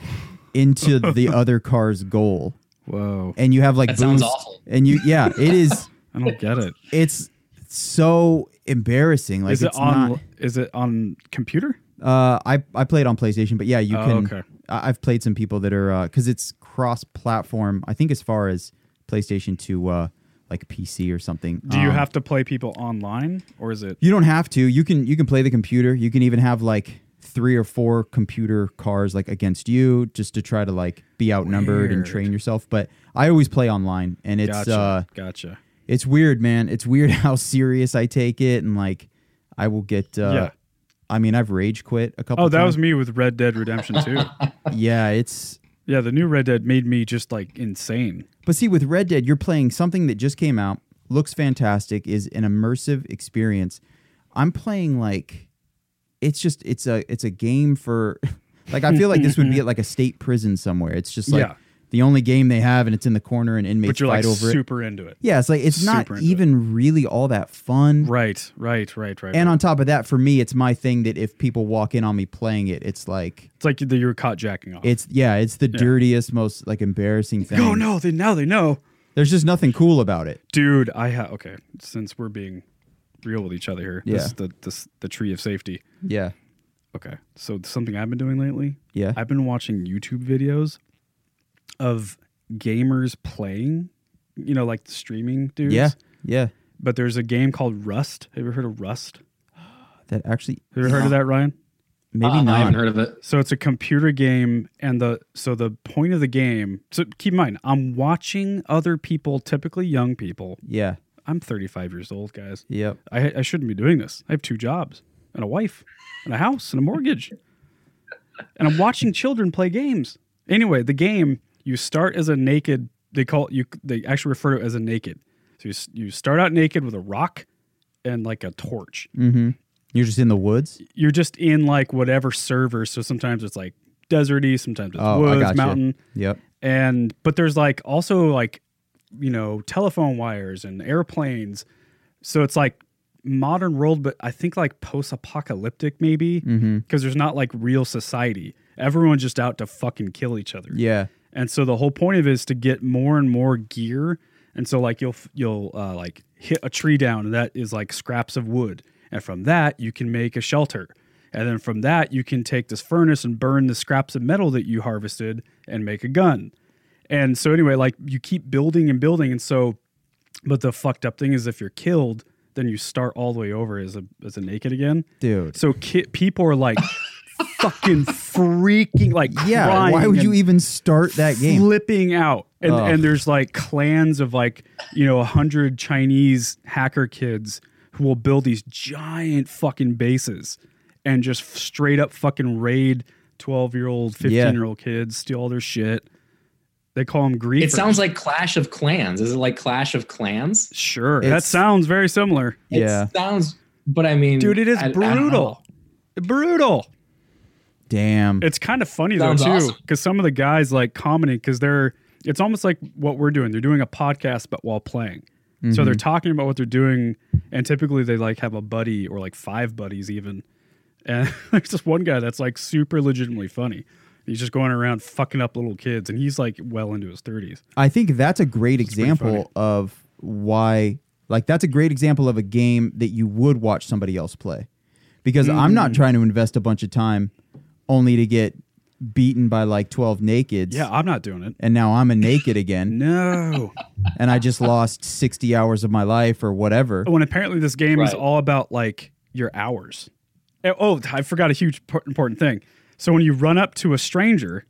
[SPEAKER 2] into the other car's goal.
[SPEAKER 1] Whoa,
[SPEAKER 2] And you have like
[SPEAKER 3] That sounds
[SPEAKER 2] boost-
[SPEAKER 3] awful.
[SPEAKER 2] And you yeah, it is
[SPEAKER 1] I don't get it.
[SPEAKER 2] it's so embarrassing. Like
[SPEAKER 1] is it
[SPEAKER 2] it's
[SPEAKER 1] on?
[SPEAKER 2] not
[SPEAKER 1] is it on computer?
[SPEAKER 2] uh, I I played on PlayStation, but yeah, you
[SPEAKER 1] Oh,
[SPEAKER 2] can.
[SPEAKER 1] okay.
[SPEAKER 2] I, I've played some people that are because it's cross-platform. I think as far as PlayStation to uh, like PC or something.
[SPEAKER 1] Do you
[SPEAKER 2] Um,
[SPEAKER 1] have to play people online or is it?
[SPEAKER 2] You don't have to. You can you can play the computer. You can even have like three or four computer cars like against you just to try to like be outnumbered and
[SPEAKER 1] Weird.
[SPEAKER 2] train yourself. But I always play online and it's
[SPEAKER 1] Gotcha.
[SPEAKER 2] uh
[SPEAKER 1] gotcha.
[SPEAKER 2] it's weird, man. It's weird how serious I take it and like I will get uh
[SPEAKER 1] Yeah.
[SPEAKER 2] I mean I've rage quit a couple
[SPEAKER 1] Oh, that was
[SPEAKER 2] times.
[SPEAKER 1] me with Red Dead Redemption 2.
[SPEAKER 2] yeah, it's
[SPEAKER 1] yeah, the new Red Dead made me just like insane.
[SPEAKER 2] But see, with Red Dead, you're playing something that just came out, looks fantastic, is an immersive experience. I'm playing like it's just it's a it's a game for like I feel like this would be at like a state prison somewhere. It's just like
[SPEAKER 1] Mm-hmm. Yeah.
[SPEAKER 2] the only game they have, and it's in the corner, and inmates
[SPEAKER 1] But you're
[SPEAKER 2] fight
[SPEAKER 1] like
[SPEAKER 2] over it.
[SPEAKER 1] super into it.
[SPEAKER 2] Yeah, it's like it's not
[SPEAKER 1] super into it.
[SPEAKER 2] even really all that fun.
[SPEAKER 1] Right, right, right, right.
[SPEAKER 2] And on top of that, for me, it's my thing that if people walk in on me playing it, it's like
[SPEAKER 1] it's like that you're caught jacking off.
[SPEAKER 2] it's yeah, it's the dirtiest, most like embarrassing thing.
[SPEAKER 1] oh no, they now they know.
[SPEAKER 2] There's just nothing cool about it.
[SPEAKER 1] Dude, I have okay, since we're being real with each other here. This
[SPEAKER 2] Yeah.
[SPEAKER 1] is the this the tree of safety.
[SPEAKER 2] Yeah.
[SPEAKER 1] Okay. So something I've been doing lately,
[SPEAKER 2] Yeah.
[SPEAKER 1] I've been watching YouTube videos of gamers playing, you know, like the streaming dudes.
[SPEAKER 2] Yeah. Yeah.
[SPEAKER 1] But there's a game called Rust. Have you ever heard of Rust?
[SPEAKER 2] That actually
[SPEAKER 1] Have you ever heard of that, Ryan? Ah,
[SPEAKER 2] Maybe
[SPEAKER 3] Uh, I
[SPEAKER 2] not.
[SPEAKER 3] haven't heard of it.
[SPEAKER 1] So it's a computer game, and the so the point of the game. So keep in mind, I'm watching other people, typically young people.
[SPEAKER 2] Yeah.
[SPEAKER 1] I'm 35 years old, guys.
[SPEAKER 2] Yep.
[SPEAKER 1] I, I shouldn't be doing this. I have two jobs and a wife and a house and a mortgage. and I'm watching children play games. Anyway, the game you start as a naked. They call it, you. They actually refer to it as a naked. So you, s- you start out naked with a rock and like a torch.
[SPEAKER 2] Mm-hmm. You're just in the woods.
[SPEAKER 1] You're just in like whatever server. So sometimes it's like deserty, sometimes it's
[SPEAKER 2] Oh, I
[SPEAKER 1] woods,
[SPEAKER 2] gotcha.
[SPEAKER 1] mountain
[SPEAKER 2] Yep.
[SPEAKER 1] and but there's like also like you know telephone wires and airplanes so it's like modern world but i think like post-apocalyptic maybe because
[SPEAKER 2] Mm-hmm.
[SPEAKER 1] there's not like real society everyone's just out to fucking kill each other
[SPEAKER 2] Yeah.
[SPEAKER 1] and so the whole point of it is to get more and more gear and so like you'll you'll uh, like hit a tree down and that is like scraps of wood and from that you can make a shelter and then from that you can take this furnace and burn the scraps of metal that you harvested and make a gun and so anyway like you keep building and building and so but the fucked up thing is if you're killed then you start all the way over as a as a naked again
[SPEAKER 2] Dude.
[SPEAKER 1] so ki- people are like fucking freaking like
[SPEAKER 2] Yeah.
[SPEAKER 1] crying
[SPEAKER 2] Why would
[SPEAKER 1] and-
[SPEAKER 2] you even start that game? Oh.
[SPEAKER 1] flipping out and,
[SPEAKER 2] Ugh.
[SPEAKER 1] and there's like clans of like you know 100 chinese hacker kids who will build these giant fucking bases and just straight up fucking raid 12 year old 15
[SPEAKER 2] Yeah.
[SPEAKER 1] year old kids steal all their shit they call them griefers.
[SPEAKER 3] It sounds like Clash of Clans. Is it like Clash of Clans?
[SPEAKER 1] sure that
[SPEAKER 2] It's-
[SPEAKER 1] sounds very similar
[SPEAKER 2] Yeah.
[SPEAKER 3] It sounds, but I mean,
[SPEAKER 1] dude it is
[SPEAKER 3] I- I don't know.
[SPEAKER 1] brutal brutal
[SPEAKER 2] Damn.
[SPEAKER 1] It's kind of funny
[SPEAKER 3] Sounds
[SPEAKER 1] though too,
[SPEAKER 3] awesome.
[SPEAKER 1] because some of the guys like commenting because they're. It's almost like what we're doing. They're doing a podcast but while playing, so they're talking about what they're doing, and typically they like have a buddy or like five buddies even, and there's just one guy that's like super legitimately funny. He's just going around fucking up little kids, and he's like well into his thirties.
[SPEAKER 2] I think that's a great
[SPEAKER 1] pretty
[SPEAKER 2] example of why. Like that's a great example of a game that you would watch somebody else play, because I'm
[SPEAKER 1] Mm.
[SPEAKER 2] not trying to invest a bunch of time, only to get beaten by like 12 nakeds.
[SPEAKER 1] Yeah, I'm not doing it.
[SPEAKER 2] And now I'm a naked again,
[SPEAKER 1] No.
[SPEAKER 2] and I just lost 60 hours of my life or whatever.
[SPEAKER 1] when apparently this game is
[SPEAKER 3] Right.
[SPEAKER 1] all about like your hours. And- Oh, I forgot a huge par- important thing. So when you run up to a stranger,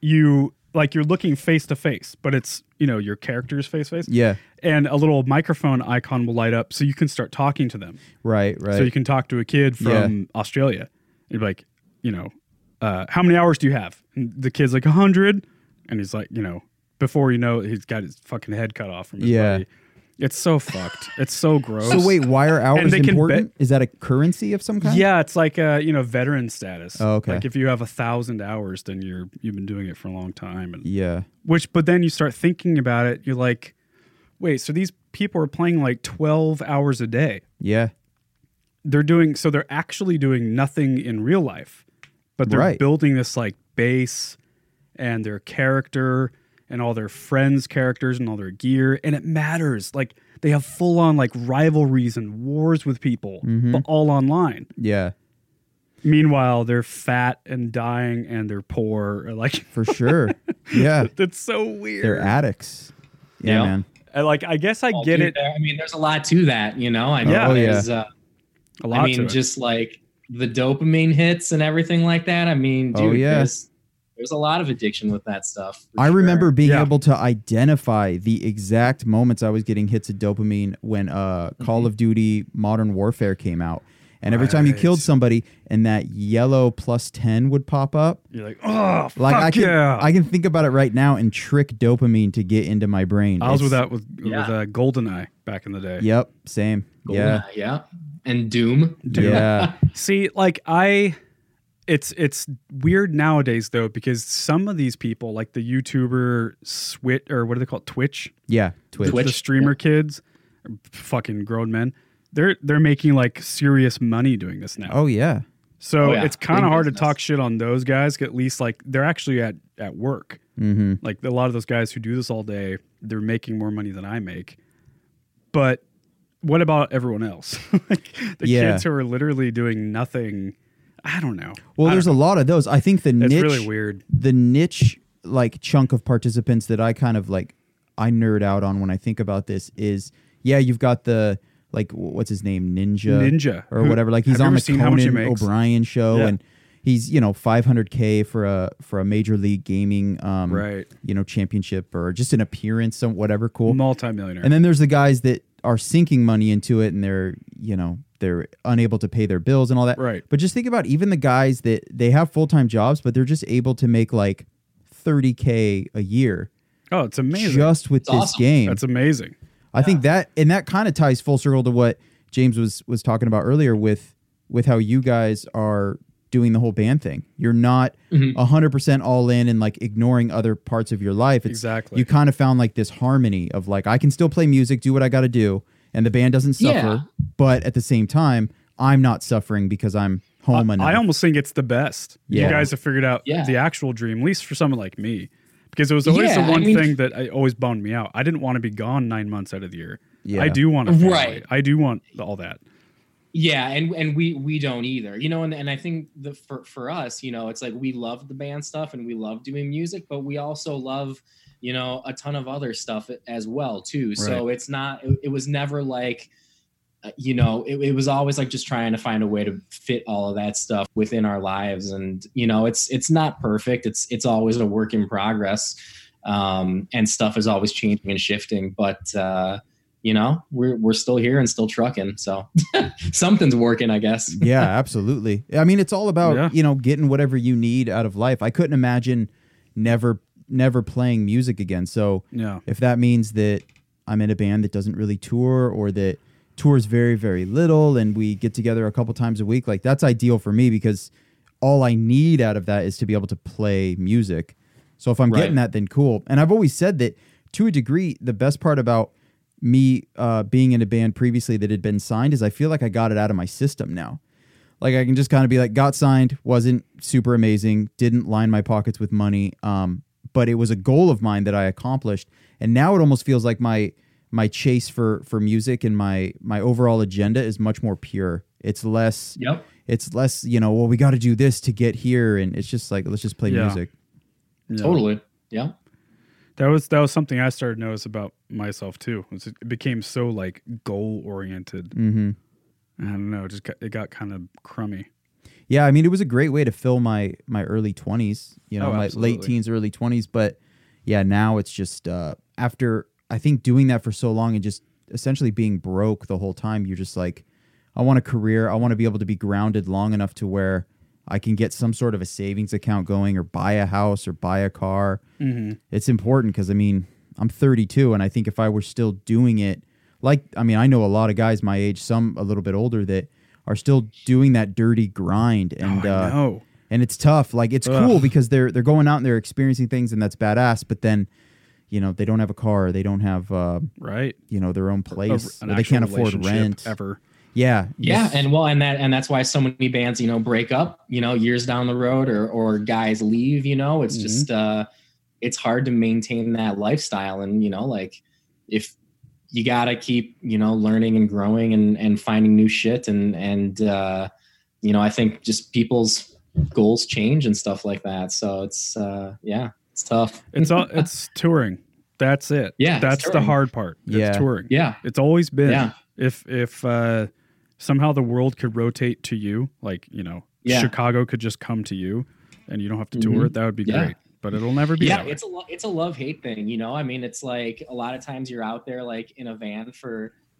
[SPEAKER 1] you like you're looking face to face, but it's you know your character's face to face.
[SPEAKER 2] Yeah.
[SPEAKER 1] And a little microphone icon will light up, so you can start talking to them.
[SPEAKER 2] Right. Right.
[SPEAKER 1] So you can talk to a kid from Australia. You're like, you know, uh, how many hours do you have? And the kid's like, a hundred. And he's like, you know, before you know, it, he's got his fucking head cut off from his
[SPEAKER 2] Yeah.
[SPEAKER 1] buddy. It's so fucked. It's so gross.
[SPEAKER 2] So wait, why are hours
[SPEAKER 1] they can
[SPEAKER 2] important? Is that a currency of some kind?
[SPEAKER 1] Yeah, it's like a you know veteran status.
[SPEAKER 2] Oh, okay.
[SPEAKER 1] Like if you have a thousand hours, then you're you've been doing it for a long time. And
[SPEAKER 2] Yeah.
[SPEAKER 1] which, but then you start thinking about it, you're like, wait, so these people are playing like twelve hours a day.
[SPEAKER 2] Yeah.
[SPEAKER 1] They're doing so they're actually doing nothing in real life, but they're
[SPEAKER 2] Right.
[SPEAKER 1] building this like base and their character and all their friends' characters and all their gear, and it matters. Like they have full on like rivalries and wars with people,
[SPEAKER 2] Mm-hmm.
[SPEAKER 1] but all online.
[SPEAKER 2] Yeah.
[SPEAKER 1] Meanwhile, they're fat and dying and they're poor. Like
[SPEAKER 2] For sure. yeah.
[SPEAKER 1] that's so weird.
[SPEAKER 2] They're addicts. Yeah,
[SPEAKER 3] Yeah.
[SPEAKER 2] man.
[SPEAKER 4] I, like I guess I
[SPEAKER 3] I'll
[SPEAKER 4] get
[SPEAKER 3] do
[SPEAKER 4] it.
[SPEAKER 3] there. I mean, there's a lot to that, you know. I mean,
[SPEAKER 1] Yeah.
[SPEAKER 2] Oh, yeah.
[SPEAKER 3] there's, uh,
[SPEAKER 1] A lot
[SPEAKER 3] I
[SPEAKER 1] to
[SPEAKER 3] mean,
[SPEAKER 1] it.
[SPEAKER 3] just like the dopamine hits and everything like that. I mean, dude,
[SPEAKER 2] Oh, yeah.
[SPEAKER 3] there's, there's a lot of addiction with that stuff. for
[SPEAKER 2] I
[SPEAKER 3] sure.
[SPEAKER 2] remember being
[SPEAKER 1] Yeah.
[SPEAKER 2] able to identify the exact moments I was getting hits of dopamine when uh, Call of Duty Modern Warfare came out. And every time you
[SPEAKER 1] Right.
[SPEAKER 2] killed somebody and that yellow plus 10 would pop up,
[SPEAKER 1] You're like, oh,
[SPEAKER 2] like
[SPEAKER 1] fuck
[SPEAKER 2] I can
[SPEAKER 1] yeah.
[SPEAKER 2] I can think about it right now and trick dopamine to get into my brain.
[SPEAKER 1] I was with
[SPEAKER 2] It's-
[SPEAKER 1] that with,
[SPEAKER 3] Yeah.
[SPEAKER 1] with uh, GoldenEye back in the day.
[SPEAKER 2] Yep, same. Yeah.
[SPEAKER 3] yeah, yeah, and Doom.
[SPEAKER 2] Yeah.
[SPEAKER 1] See, like I it's it's weird nowadays though because some of these people like the YouTuber Swit or what do they call it? Twitch,
[SPEAKER 2] Yeah, Twitch.
[SPEAKER 3] Twitch.
[SPEAKER 1] the streamer kids, fucking grown men. They're they're making like serious money doing this now.
[SPEAKER 2] Oh yeah.
[SPEAKER 1] so
[SPEAKER 3] Oh, yeah.
[SPEAKER 1] it's kind of
[SPEAKER 3] Big
[SPEAKER 1] hard to
[SPEAKER 3] business.
[SPEAKER 1] talk shit on those guys. 'cause At least like they're actually at at work.
[SPEAKER 2] Mm-hmm.
[SPEAKER 1] Like a lot of those guys who do this all day, they're making more money than I make. But what about everyone else? like the
[SPEAKER 2] Yeah.
[SPEAKER 1] kids who are literally doing nothing. I don't know.
[SPEAKER 2] Well,
[SPEAKER 1] I
[SPEAKER 2] there's
[SPEAKER 1] don't
[SPEAKER 2] a lot of those. I think the
[SPEAKER 1] know. it's
[SPEAKER 2] niche
[SPEAKER 1] really weird.
[SPEAKER 2] the niche like chunk of participants that I kind of like I nerd out on when I think about this is yeah, you've got the like wh- what's his name Ninja
[SPEAKER 1] Ninja.
[SPEAKER 2] or
[SPEAKER 1] Who-
[SPEAKER 2] whatever. Like he's
[SPEAKER 1] have you
[SPEAKER 2] on
[SPEAKER 1] ever
[SPEAKER 2] the
[SPEAKER 1] seen how much he
[SPEAKER 2] Conan
[SPEAKER 1] makes?
[SPEAKER 2] O'Brien show
[SPEAKER 1] Yeah.
[SPEAKER 2] and he's you know 500k for a for a major league gaming um
[SPEAKER 1] Right.
[SPEAKER 2] you know championship or just an appearance some whatever cool
[SPEAKER 1] Multimillionaire.
[SPEAKER 2] and then there's the guys that are sinking money into it and they're, you know, they're unable to pay their bills and all that.
[SPEAKER 1] Right.
[SPEAKER 2] But just think about even the guys that they have full time jobs, but they're just able to make like 30K a year
[SPEAKER 1] oh, it's amazing.
[SPEAKER 2] just with
[SPEAKER 3] It's
[SPEAKER 2] this
[SPEAKER 3] awesome.
[SPEAKER 2] game.
[SPEAKER 1] That's amazing.
[SPEAKER 2] I think that, and that kind of ties full circle to what James was, was talking about earlier with, with how you guys are doing the whole band thing. You're not
[SPEAKER 1] Mm-hmm.
[SPEAKER 3] Mhm.
[SPEAKER 2] 100% all in and like ignoring other parts of your life. It's,
[SPEAKER 1] Exactly.
[SPEAKER 2] you kind of found like this harmony of like I can still play music, do what I got to do, and the band doesn't suffer.
[SPEAKER 3] Yeah.
[SPEAKER 2] But at the same time, I'm not suffering because I'm home enough.
[SPEAKER 1] I almost think it's the best.
[SPEAKER 2] Yeah.
[SPEAKER 1] You guys have figured out
[SPEAKER 3] Yeah.
[SPEAKER 1] the actual dream, at least for someone like me. Because it was always
[SPEAKER 3] Yeah,
[SPEAKER 1] the
[SPEAKER 3] I
[SPEAKER 1] one
[SPEAKER 3] mean-
[SPEAKER 1] thing that I always boned me out. I didn't want to be gone nine months out of the year.
[SPEAKER 2] Yeah.
[SPEAKER 1] I do want a family.
[SPEAKER 3] Right.
[SPEAKER 1] I do want all that.
[SPEAKER 3] yeah and and we we don't either you know and, and i think the for, for us you know it's like we love the band stuff and we love doing music but we also love you know a ton of other stuff as well too so it's not it, it was never like uh, you know it, it was always like just trying to find a way to fit all of that stuff within our lives and you know it's it's not perfect it's it's always a work in progress um and stuff is always changing and shifting but uh you know we're we're still here and still trucking so something's working, I guess.
[SPEAKER 2] yeah, absolutely. I mean, it's all about
[SPEAKER 1] Yeah.
[SPEAKER 2] you know getting whatever you need out of life. I couldn't imagine never never playing music again. So
[SPEAKER 1] Yeah.
[SPEAKER 2] if that means that I'm in a band that doesn't really tour or that tours very very little and we get together a couple times a week, like that's ideal for me because all I need out of that is to be able to play music. So if I'm
[SPEAKER 3] Right.
[SPEAKER 2] getting that, then cool. And I've always said that to a degree, the best part about me uh, being in a band previously that had been signed is I feel like I got it out of my system now. Like I can just kind of be like, got signed, wasn't super amazing, didn't line my pockets with money, um, but it was a goal of mine that I accomplished, and now it almost feels like my my chase for for music and my my overall agenda is much more pure. It's less
[SPEAKER 3] Yep.
[SPEAKER 2] it's less you know well we got to do this to get here and it's just like let's just play
[SPEAKER 1] Yeah.
[SPEAKER 2] music
[SPEAKER 1] Yeah.
[SPEAKER 3] Totally. Yeah.
[SPEAKER 1] That was that was something I started to notice about myself too. was It became so like goal oriented.
[SPEAKER 2] mm-hmm.
[SPEAKER 1] I don't know, it just got, it got kind of crummy.
[SPEAKER 2] yeah i mean it was a great way to fill my my early 20s you know
[SPEAKER 1] Oh,
[SPEAKER 2] my late
[SPEAKER 1] absolutely.
[SPEAKER 2] teens early 20s but yeah now it's just uh after i think doing that for so long and just essentially being broke the whole time you're just like i want a career i want to be able to be grounded long enough to where i can get some sort of a savings account going or buy a house or buy a car
[SPEAKER 1] Mm-hmm.
[SPEAKER 2] it's important because I mean I'm 32 and I think if I were still doing it like I mean I know a lot of guys my age some a little bit older that are still doing that dirty grind and
[SPEAKER 1] oh, I
[SPEAKER 2] uh,
[SPEAKER 1] know.
[SPEAKER 2] and it's tough like it's
[SPEAKER 1] Ugh.
[SPEAKER 2] cool because they're they're going out and they're experiencing things and that's badass but then you know they don't have a car they don't have uh,
[SPEAKER 1] Right?
[SPEAKER 2] you know their own
[SPEAKER 1] A-
[SPEAKER 2] place
[SPEAKER 1] an
[SPEAKER 2] or they
[SPEAKER 1] actual
[SPEAKER 2] can't afford
[SPEAKER 1] relationship
[SPEAKER 2] rent
[SPEAKER 1] ever.
[SPEAKER 2] yeah
[SPEAKER 3] Yeah.
[SPEAKER 2] It's-
[SPEAKER 3] And well, and that and that's why so many bands, you know, break up, you know, years down the road or or guys leave, you know. It's
[SPEAKER 1] Mhm.
[SPEAKER 3] just uh it's hard to maintain that lifestyle and you know, like if you gotta keep, you know, learning and growing and and finding new shit and and uh you know, I think just people's goals change and stuff like that. So it's uh yeah, it's tough.
[SPEAKER 1] It's all it's touring. That's it.
[SPEAKER 3] Yeah,
[SPEAKER 1] that's
[SPEAKER 3] it's
[SPEAKER 1] the
[SPEAKER 3] touring.
[SPEAKER 1] hard part. It's
[SPEAKER 2] Yeah.
[SPEAKER 1] touring.
[SPEAKER 3] Yeah.
[SPEAKER 1] It's always been.
[SPEAKER 3] Yeah.
[SPEAKER 1] If if uh, somehow the world could rotate to you, like you know,
[SPEAKER 3] Yeah.
[SPEAKER 1] Chicago could just come to you, and you don't have to tour
[SPEAKER 3] Mhm.
[SPEAKER 1] it. That would be
[SPEAKER 3] Yeah.
[SPEAKER 1] great. But it'll never be.
[SPEAKER 3] yeah
[SPEAKER 1] that way.
[SPEAKER 3] it's a lo- it's a love hate thing you know i mean it's like a lot of times you're out there like in a van for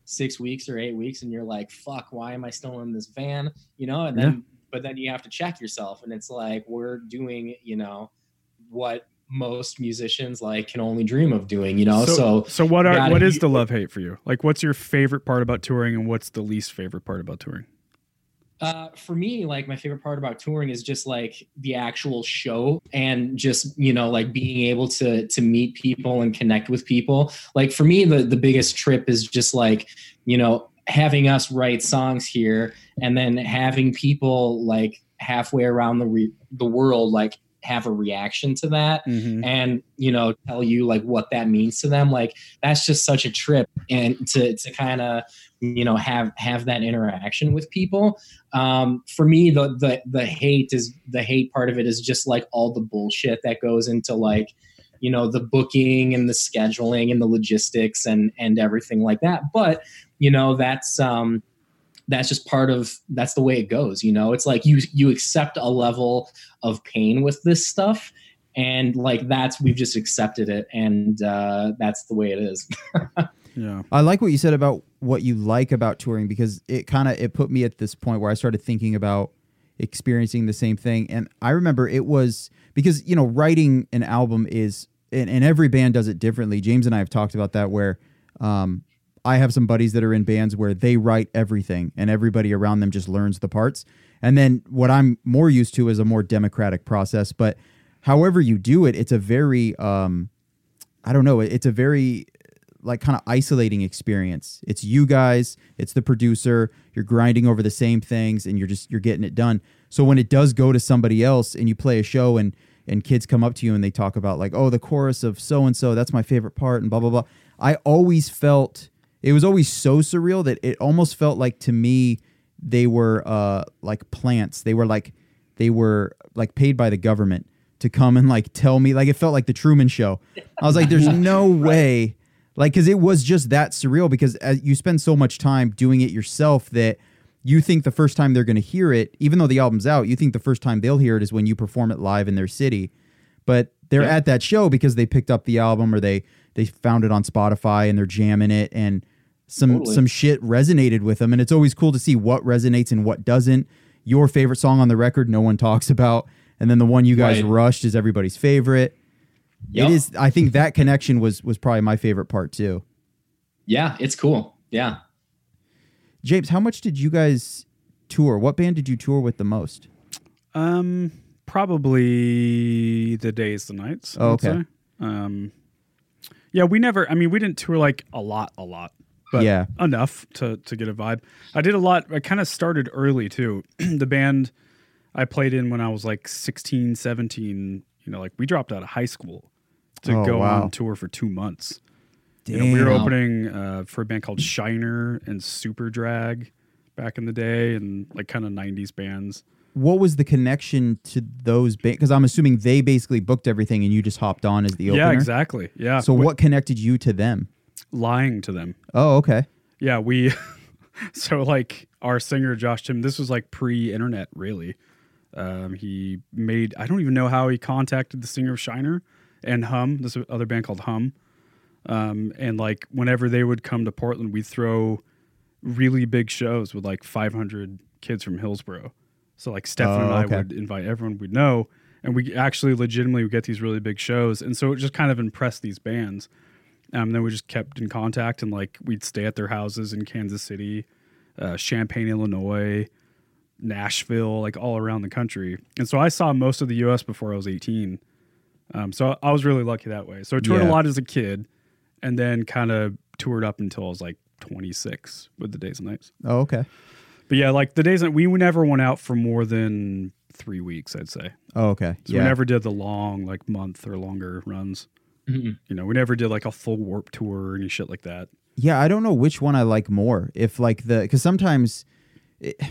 [SPEAKER 3] six weeks or eight weeks and you're like fuck why am i still in this van you know and then but then you have to check yourself and it's like we're doing you know what most musicians like can only dream of doing you know so,
[SPEAKER 1] so, so what
[SPEAKER 3] you
[SPEAKER 1] are
[SPEAKER 3] gotta
[SPEAKER 1] what is
[SPEAKER 3] be-
[SPEAKER 1] the love hate for you? Like, what's your favorite part about touring, and what's the least favorite part about touring?
[SPEAKER 3] uh, for me, like my favorite part about touring is just like the actual show and just you know like being able to to meet people and connect with people. Like for me, the the biggest trip is just like you know having us write songs here and then having people like halfway around the re- the world like have a reaction to that and you know tell you like what that means to them like that's just such a trip and to to kind of you know have have that interaction with people um for me the the the hate is the hate part of it is just like all the bullshit that goes into like you know the booking and the scheduling and the logistics and and everything like that but you know that's um that's just part of that's the way it goes you know it's like you you accept a level of pain with this stuff and like that's we've just accepted it and uh that's the way it is
[SPEAKER 1] Yeah,
[SPEAKER 2] I like what you said about what you like about touring because it kind of it put me at this point where I started thinking about experiencing the same thing and I remember it was because you know writing an album is and, and every band does it differently. James and I have talked about that where um I have some buddies that are in bands where they write everything and everybody around them just learns the parts. And then what I'm more used to is a more democratic process, but however you do it, it's a very um I don't know. It's a very like kind of isolating experience. It's you guys, it's the producer, you're grinding over the same things and you're just you're getting it done. So when it does go to somebody else and you play a show and and kids come up to you and they talk about like, "Oh, the chorus of so and so, that's my favorite part" and blah blah blah. I always felt it was always so surreal that it almost felt like to me they were uh like plants. They were like they were like paid by the government to come and like tell me like it felt like the Truman show. I was like there's no way like cuz it was just that surreal because as you spend so much time doing it yourself that you think the first time they're going to hear it even though the album's out you think the first time they'll hear it is when you perform it live in their city but they're
[SPEAKER 1] Yeah.
[SPEAKER 2] at that show because they picked up the album or they they found it on Spotify and they're jamming it and some
[SPEAKER 3] Totally.
[SPEAKER 2] some shit resonated with them and it's always cool to see what resonates and what doesn't your favorite song on the record no one talks about and then the one you guys
[SPEAKER 3] Right.
[SPEAKER 2] rushed is everybody's favorite
[SPEAKER 3] Yup.
[SPEAKER 2] it is i think that connection was was probably my favorite part too
[SPEAKER 3] yeah it's cool yeah
[SPEAKER 2] james how much did you guys tour what band did you tour with the most
[SPEAKER 1] um, probably the days, the nights. I
[SPEAKER 2] Oh,
[SPEAKER 1] would
[SPEAKER 2] okay.
[SPEAKER 1] say. Um, yeah, we never. I mean, we didn't tour like a lot, a lot, but
[SPEAKER 2] Yeah.
[SPEAKER 1] enough to to get a vibe. I did a lot. I kind of started early too. the band I played in when I was like 16, 17, You know, like we dropped out of high school to
[SPEAKER 2] Oh,
[SPEAKER 1] go
[SPEAKER 2] wow.
[SPEAKER 1] on tour for two months. You know, we were
[SPEAKER 3] Damn.
[SPEAKER 1] opening uh, for a band called Shiner and Super Drag back in the day, and like kind of '90s bands.
[SPEAKER 2] what was the connection to those bands because i'm assuming they basically booked everything and you just hopped on as the opener
[SPEAKER 1] Yeah, exactly. Yeah.
[SPEAKER 2] so
[SPEAKER 1] Wi-
[SPEAKER 2] what connected you to them
[SPEAKER 1] lying to them.
[SPEAKER 2] oh okay
[SPEAKER 1] Yeah, we. so like our singer Josh Tim, this was like pre-internet, really. Um, he made I don't even know how he contacted the singer of Shiner and Hum. This other band called Hum. Um, and like whenever they would come to Portland, we'd throw really big shows with like 500 kids from Hillsboro. So like Stefan
[SPEAKER 2] Oh,
[SPEAKER 1] and I
[SPEAKER 2] okay.
[SPEAKER 1] would invite everyone we know, and we actually legitimately would get these really big shows. And so it just kind of impressed these bands. Um, then we just kept in contact, and like we'd stay at their houses in Kansas City, uh, Champaign, Illinois, Nashville, like all around the country. And so I saw most of the U.S. before I was 18. Um, so I was really lucky that way. So I toured
[SPEAKER 2] Yeah.
[SPEAKER 1] a lot as a kid, and then kind of toured up until I was like 26 with the days and nights.
[SPEAKER 2] oh okay
[SPEAKER 1] But yeah, like the days that we never went out for more than three weeks, I'd say.
[SPEAKER 2] oh okay
[SPEAKER 1] So we never did the long, like month or longer runs.
[SPEAKER 3] Mhm.
[SPEAKER 1] You know, we never did like a full warp tour or any shit like that.
[SPEAKER 2] Yeah, I don't know which one I like more. If like the because sometimes, it, eh,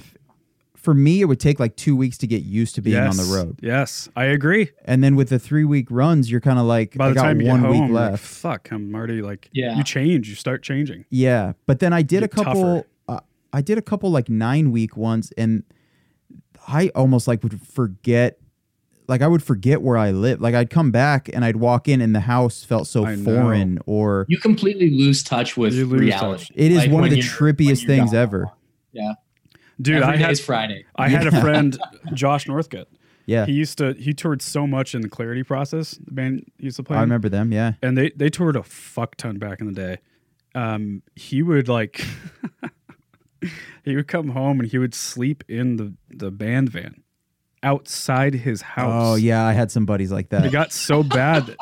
[SPEAKER 2] for me, it would take like two weeks to get used to being
[SPEAKER 1] yes,
[SPEAKER 2] on the road.
[SPEAKER 1] Yes, I agree.
[SPEAKER 2] And then with the three week runs, you're kind of like,
[SPEAKER 1] By
[SPEAKER 2] I
[SPEAKER 1] the
[SPEAKER 2] got
[SPEAKER 1] time you
[SPEAKER 2] one
[SPEAKER 1] get
[SPEAKER 2] week
[SPEAKER 1] home, you're like,
[SPEAKER 2] left.
[SPEAKER 1] fuck, I'm already like,
[SPEAKER 3] Yeah.
[SPEAKER 1] you change, you start changing.
[SPEAKER 2] Yeah, but then I did a
[SPEAKER 1] Get
[SPEAKER 2] couple. Uh, I did a couple like nine week ones, and I almost like would forget. Like I would forget where I live. Like I'd come back and I'd walk in, and the house felt so
[SPEAKER 1] I know.
[SPEAKER 2] foreign. Or
[SPEAKER 3] You completely lose touch with
[SPEAKER 1] You lose
[SPEAKER 3] reality.
[SPEAKER 1] touch.
[SPEAKER 2] it is
[SPEAKER 3] Like,
[SPEAKER 2] one of
[SPEAKER 3] when
[SPEAKER 2] the
[SPEAKER 3] you're- when
[SPEAKER 2] trippiest
[SPEAKER 3] you're
[SPEAKER 2] things
[SPEAKER 3] gone.
[SPEAKER 2] ever.
[SPEAKER 1] Dude,
[SPEAKER 3] Every
[SPEAKER 1] I
[SPEAKER 3] day
[SPEAKER 1] had
[SPEAKER 3] is Friday.
[SPEAKER 1] I had a
[SPEAKER 2] Yeah.
[SPEAKER 1] friend, Josh Northcutt.
[SPEAKER 2] Yeah,
[SPEAKER 1] He used to he toured so much in the Clarity process. The band he used to play.
[SPEAKER 2] I
[SPEAKER 1] in.
[SPEAKER 2] remember them. Yeah,
[SPEAKER 1] and they they toured a fuck ton back in the day. Um, he would like he would come home and he would sleep in the the band van outside his house.
[SPEAKER 2] Oh yeah, I had some buddies like
[SPEAKER 1] it
[SPEAKER 2] that.
[SPEAKER 1] got so bad. That,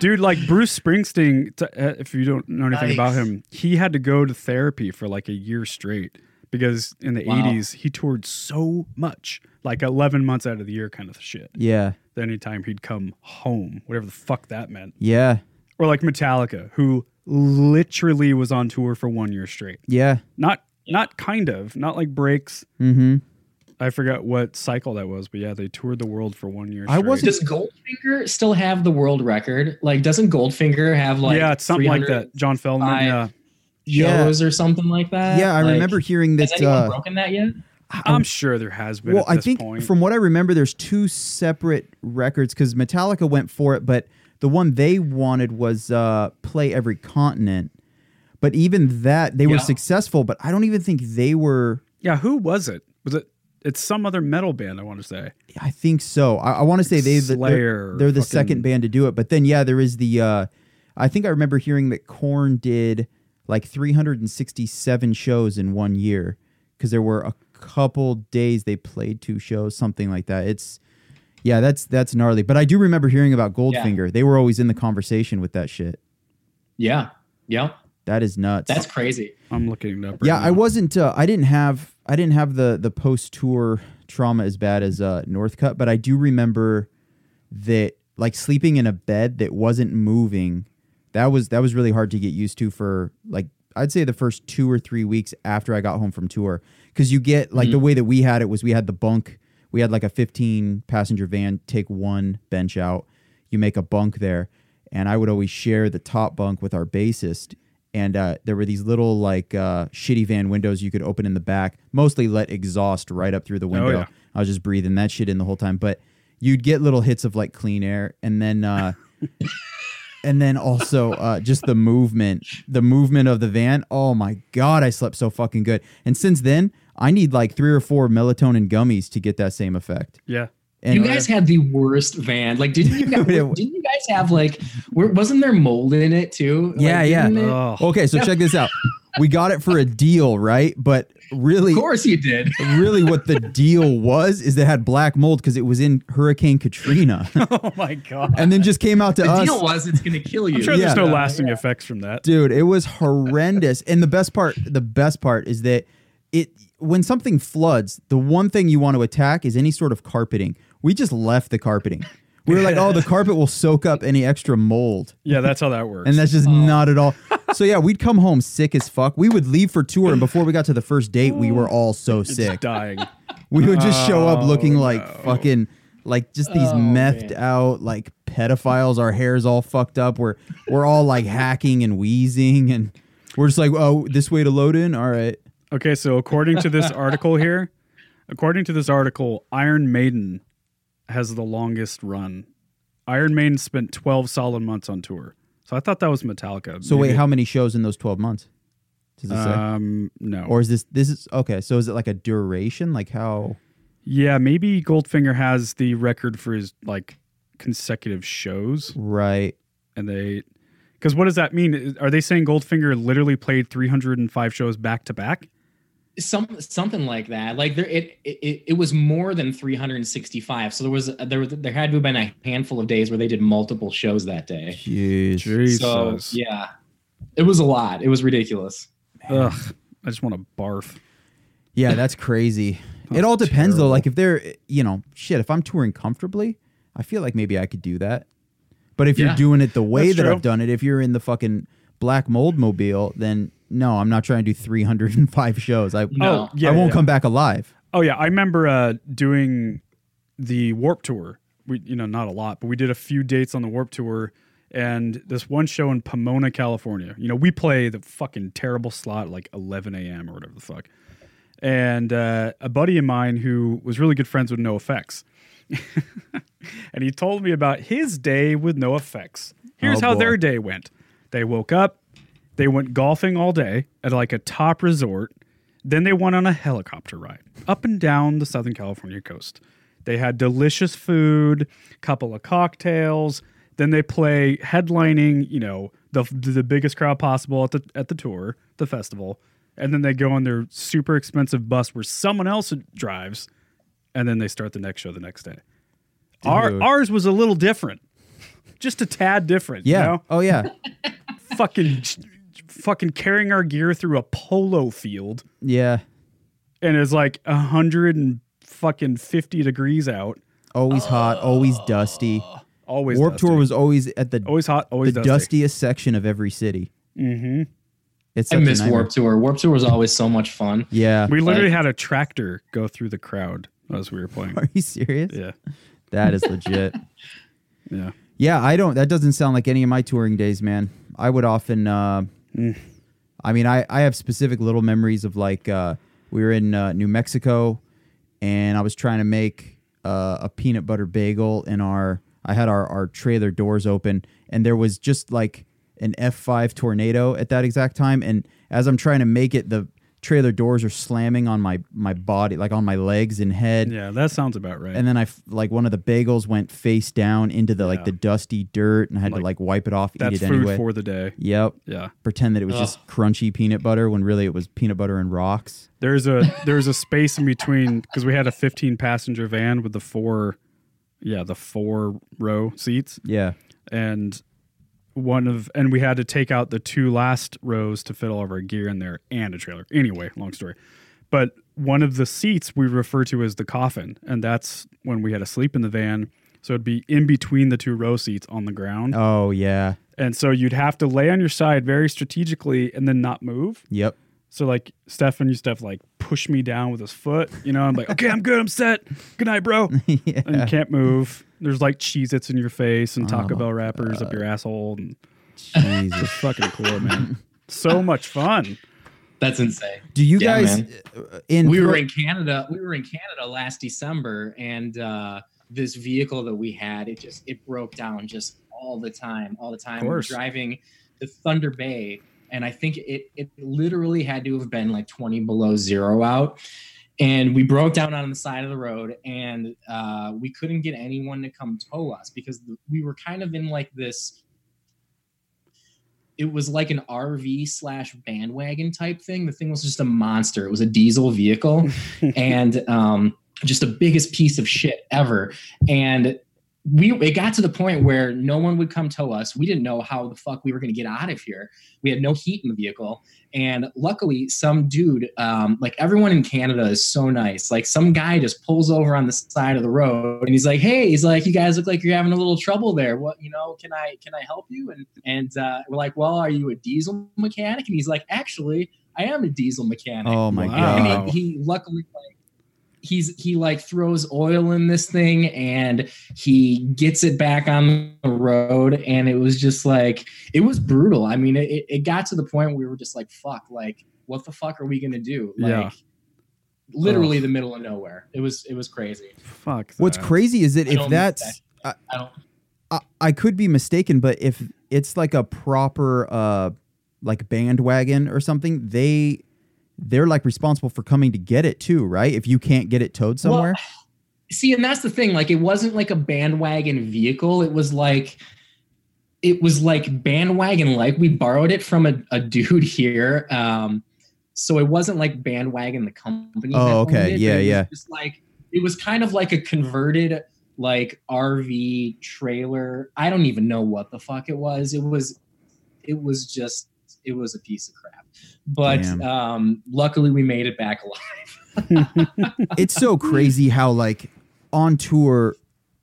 [SPEAKER 1] dude, like Bruce Springsteen, t- uh, if you don't know anything about
[SPEAKER 3] Yikes.
[SPEAKER 1] him, he had to go to therapy for like a year straight because in the
[SPEAKER 3] Wow.
[SPEAKER 1] 80s he toured so much, like 11 months out of the year kind of shit.
[SPEAKER 2] Yeah,
[SPEAKER 1] That anytime he'd come home, whatever the fuck that meant
[SPEAKER 2] yeah,
[SPEAKER 1] or like Metallica, who literally was on tour for one year straight.
[SPEAKER 2] yeah.
[SPEAKER 1] Not not kind of, not like breaks.
[SPEAKER 2] Mm-hmm.
[SPEAKER 1] I forgot what cycle that was, but yeah, they toured the world for one year.
[SPEAKER 2] I
[SPEAKER 1] straight.
[SPEAKER 2] wasn't-
[SPEAKER 3] Does Goldfinger still have the world record? Like, doesn't Goldfinger have like
[SPEAKER 1] yeah, it's something like that. John Feldman.
[SPEAKER 3] I-
[SPEAKER 1] yeah,
[SPEAKER 2] Yeah.
[SPEAKER 3] shows or something like that?
[SPEAKER 2] Yeah, I
[SPEAKER 3] Uh, Like,
[SPEAKER 2] remember hearing
[SPEAKER 3] Has
[SPEAKER 2] that.
[SPEAKER 3] anyone
[SPEAKER 2] Uh,
[SPEAKER 3] broken that yet?
[SPEAKER 1] I'm sure there has been.
[SPEAKER 2] Um, well,
[SPEAKER 1] at
[SPEAKER 2] I
[SPEAKER 1] this
[SPEAKER 2] think
[SPEAKER 1] point.
[SPEAKER 2] from what I remember, there's two separate records because Metallica went for it, but the one they wanted was uh, play every continent. But even that, they were
[SPEAKER 3] Yeah.
[SPEAKER 2] successful. But I don't even think they were.
[SPEAKER 1] yeah, who was it? Was it? It's some other metal band. I want to say.
[SPEAKER 2] I think so. I, I want to say they they're-
[SPEAKER 1] Slayer,
[SPEAKER 2] They're, the
[SPEAKER 1] fucking-
[SPEAKER 2] second band to do it. But then yeah, there is the. Uh, I think I remember hearing that Korn did like 367 shows in one year because there were a couple days they played two shows, something like that. It's yeah, that's that's gnarly. But I do remember hearing about Goldfinger. They were always in the conversation with that shit.
[SPEAKER 3] Yeah. Yeah.
[SPEAKER 2] That is nuts.
[SPEAKER 3] That's crazy.
[SPEAKER 1] I'm looking it up. Right
[SPEAKER 2] yeah. I
[SPEAKER 1] now.
[SPEAKER 2] wasn't. Uh, I didn't have. I didn't have the the post tour trauma as bad as uh, Northcutt, but I do remember that like sleeping in a bed that wasn't moving. That was that was really hard to get used to for like I'd say the first two or three weeks after I got home from tour because you get like the way that we had it was we had the bunk we had like a 15 passenger van take one bench out you make a bunk there and I would always share the top bunk with our bassist and uh, there were these little like uh, shitty van windows you could open in the back mostly let exhaust right up through the window
[SPEAKER 1] yeah.
[SPEAKER 2] I was just breathing that shit in the whole time but you'd get little hits of like clean air and then uh and then also uh just the movement the movement of the van oh my god i slept so fucking good and since then i need like three or four melatonin gummies to get that same effect
[SPEAKER 1] Yeah.
[SPEAKER 2] and
[SPEAKER 3] you guys had the worst van. Like, didn't you guys,
[SPEAKER 2] It wa-
[SPEAKER 3] didn't you guys have like, where, wasn't there mold in it too? Like,
[SPEAKER 2] Yeah, yeah. Oh.
[SPEAKER 3] didn't it-
[SPEAKER 1] Ugh.
[SPEAKER 2] okay so check this out we got it for a deal right but really
[SPEAKER 3] Of course you did.
[SPEAKER 2] really what the deal was is they had black mold because it was in hurricane katrina
[SPEAKER 1] Oh my god.
[SPEAKER 2] and then just came out to
[SPEAKER 3] The
[SPEAKER 2] us
[SPEAKER 3] deal was it's going to kill you.
[SPEAKER 1] I'm sure
[SPEAKER 2] Yeah.
[SPEAKER 1] there's no lasting effects from that.
[SPEAKER 2] dude it was horrendous and the best part the best part is that it when something floods the one thing you want to attack is any sort of carpeting we just left the carpeting we were like oh the carpet will soak up any extra mold
[SPEAKER 1] Yeah, that's how that works.
[SPEAKER 2] and that's just not at all so yeah we'd come home sick as fuck we would leave for tour and before we got to the first date we were all so
[SPEAKER 1] it's
[SPEAKER 2] sick
[SPEAKER 1] dying.
[SPEAKER 2] we would just show up
[SPEAKER 1] Oh,
[SPEAKER 2] looking like
[SPEAKER 1] no.
[SPEAKER 2] fucking like just these
[SPEAKER 3] Oh,
[SPEAKER 2] methed
[SPEAKER 3] man.
[SPEAKER 2] out like pedophiles. Our hair's all fucked up. We're we're all like hacking and wheezing and we're just like, oh, this way to load in? All right.
[SPEAKER 1] Okay, so according to this article here, according to this article, Iron Maiden has the longest run. Iron Maiden spent 12 solid months on tour. So I thought that was Metallica.
[SPEAKER 2] So
[SPEAKER 1] Maybe-
[SPEAKER 2] wait, how many shows in those twelve months? Does it say?
[SPEAKER 1] Um, no.
[SPEAKER 2] Or is this this is okay? So is it like a duration? Like how?
[SPEAKER 1] yeah, maybe Goldfinger has the record for his like consecutive shows,
[SPEAKER 2] Right.
[SPEAKER 1] and they. Because what does that mean? Are they saying Goldfinger literally played 305 shows back to back?
[SPEAKER 3] some something like that like there it, it it was more than 365 so there was there was there had to have been a handful of days where they did multiple shows that day
[SPEAKER 2] Jeez.
[SPEAKER 3] so yeah it was a lot it was ridiculous
[SPEAKER 1] Ugh, I just want to barf.
[SPEAKER 2] Yeah, that's crazy. it
[SPEAKER 1] That's
[SPEAKER 2] all depends though.
[SPEAKER 1] terrible.
[SPEAKER 2] Like if they're, you know, shit. If I'm touring comfortably, I feel like maybe I could do that. But if you're
[SPEAKER 3] Yeah.
[SPEAKER 2] doing it the way
[SPEAKER 1] That's
[SPEAKER 2] that
[SPEAKER 1] true.
[SPEAKER 2] I've done it, if you're in the fucking black mold mobile, then no, I'm not trying to do 305 shows. I
[SPEAKER 3] No.
[SPEAKER 1] Oh, yeah,
[SPEAKER 2] I won't
[SPEAKER 1] yeah.
[SPEAKER 2] come back alive.
[SPEAKER 1] Oh yeah, I remember uh, doing the Warp Tour. We, you know, not a lot, but we did a few dates on the Warp Tour, and this one show in Pomona, California. You know, we play the fucking terrible slot at, like 11 a.m. or whatever the fuck. And uh, a buddy of mine who was really good friends with No Effects, and he told me about his day with No Effects. Here's
[SPEAKER 2] Oh,
[SPEAKER 1] how
[SPEAKER 2] boy.
[SPEAKER 1] their day went. They woke up, they went golfing all day at like a top resort. Then they went on a helicopter ride up and down the Southern California coast. They had delicious food, couple of cocktails. Then they play headlining, you know, the the biggest crowd possible at the at the tour, the festival. And then they go on their super expensive bus where someone else drives, and then they start the next show the next day. Our,
[SPEAKER 2] Dude.
[SPEAKER 1] ours was a little different, just a tad different.
[SPEAKER 2] Yeah.
[SPEAKER 1] You know?
[SPEAKER 2] Oh yeah.
[SPEAKER 1] fucking fucking carrying our gear through a polo field
[SPEAKER 2] Yeah.
[SPEAKER 1] and it's like a hundred and fucking fifty degrees out.
[SPEAKER 2] Always hot. Always dusty.
[SPEAKER 1] Always
[SPEAKER 2] Warp
[SPEAKER 1] dusty.
[SPEAKER 2] Tour was always at the
[SPEAKER 1] always hot,
[SPEAKER 2] the
[SPEAKER 1] always dusty.
[SPEAKER 2] dustiest section of every city.
[SPEAKER 1] Mhm.
[SPEAKER 2] It's
[SPEAKER 3] I
[SPEAKER 2] such a
[SPEAKER 3] miss
[SPEAKER 2] nightmare.
[SPEAKER 3] Warp Tour. Warp Tour was always so much fun.
[SPEAKER 2] Yeah.
[SPEAKER 1] We literally had a tractor go through the crowd as we were playing.
[SPEAKER 2] Are you serious?
[SPEAKER 1] Yeah,
[SPEAKER 2] That is legit.
[SPEAKER 1] yeah.
[SPEAKER 2] Yeah, I don't. That doesn't sound like any of my touring days, man. I would often. Uh, I mean, I I have specific little memories of like uh, we were in uh, New Mexico, and I was trying to make uh, a peanut butter bagel in our. I had our our trailer doors open, and there was just like an F five tornado at that exact time. And as I'm trying to make it, the trailer doors are slamming on my my body, like on my legs and head
[SPEAKER 1] Yeah, that sounds about right.
[SPEAKER 2] and then I f- like one of the bagels went face down into the
[SPEAKER 1] Yeah.
[SPEAKER 2] like the dusty dirt, and I had
[SPEAKER 1] Like,
[SPEAKER 2] to like wipe it off, eat
[SPEAKER 1] That's
[SPEAKER 2] it
[SPEAKER 1] food
[SPEAKER 2] anyway.
[SPEAKER 1] for the day.
[SPEAKER 2] yep.
[SPEAKER 1] Yeah.
[SPEAKER 2] Pretend that it was just crunchy peanut butter when really it was peanut butter and rocks.
[SPEAKER 1] There's a there's a space in between because we had a 15 passenger van with the four, yeah, the four row seats.
[SPEAKER 2] Yeah.
[SPEAKER 1] and one of and we had to take out the two last rows to fit all of our gear in there and a trailer. Anyway, long story. But one of the seats we refer to as the coffin, and that's when we had to sleep in the van. So it'd be in between the two row seats on the ground.
[SPEAKER 2] Oh yeah.
[SPEAKER 1] And so you'd have to lay on your side very strategically and then not move.
[SPEAKER 2] Yep.
[SPEAKER 1] So like Stefan used to have to like push me down with his foot. You know, I'm like, okay, I'm good, I'm set. Good night, bro. And you can't move. There's like Cheez Its in your face and Taco Bell wrappers up your asshole and
[SPEAKER 2] Jesus.
[SPEAKER 1] fucking cool, man. So much fun.
[SPEAKER 3] That's insane.
[SPEAKER 2] Do you
[SPEAKER 3] Yeah,
[SPEAKER 2] guys uh, in
[SPEAKER 3] we were
[SPEAKER 2] Flor-
[SPEAKER 3] in Canada. We were in Canada last December, and uh, this vehicle that we had, it just it broke down just all the time, all the time. We were
[SPEAKER 1] course.
[SPEAKER 3] driving to Thunder Bay, and I think it it literally had to have been like twenty below zero out. And we broke down on the side of the road, and uh, we couldn't get anyone to come tow us because the, we were kind of in like this it was like an RV slash bandwagon type thing. The thing was just a monster. It was a diesel vehicle and um, just the biggest piece of shit ever. And we it got to the point where no one would come tow us. We didn't know how the fuck we were going to get out of here. We had no heat in the vehicle, and luckily, some dude, um, like everyone in Canada, is so nice. Like some guy just pulls over on the side of the road, and he's like, "Hey, he's like, you guys look like you're having a little trouble there. What, you know, can I can I help you?" And and uh, we're like, "Well, are you a diesel mechanic?" And he's like, "Actually, I am a diesel mechanic."
[SPEAKER 2] Oh my
[SPEAKER 1] Wow.
[SPEAKER 2] god.
[SPEAKER 3] and he, he luckily like he's he like throws oil in this thing and he gets it back on the road and it was just like it was brutal i mean it, it got to the point where we were just like fuck like what the fuck are we gonna do like
[SPEAKER 1] Yeah.
[SPEAKER 3] literally the middle of nowhere it was it was crazy
[SPEAKER 1] Fuck.
[SPEAKER 2] What's
[SPEAKER 1] that.
[SPEAKER 2] crazy is that
[SPEAKER 3] I
[SPEAKER 2] if
[SPEAKER 3] don't-
[SPEAKER 2] that's
[SPEAKER 3] i don't
[SPEAKER 2] I, I could be mistaken, but if it's like a proper uh like bandwagon or something, they they're like responsible for coming to get it too, right? If you can't get it towed somewhere.
[SPEAKER 3] see and that's the thing like it wasn't like a bandwagon vehicle it was like it was like bandwagon like we borrowed it from a, a dude here um so it wasn't like bandwagon the company
[SPEAKER 2] Oh,
[SPEAKER 3] that owned
[SPEAKER 2] okay.
[SPEAKER 3] it, but
[SPEAKER 2] Yeah,
[SPEAKER 3] it was
[SPEAKER 2] yeah.
[SPEAKER 3] just like it was kind of like a converted like rv trailer i don't even know what the fuck it was it was it was just it was a piece of crap but
[SPEAKER 2] Damn.
[SPEAKER 3] um luckily we made it back alive
[SPEAKER 2] it's so crazy how like on tour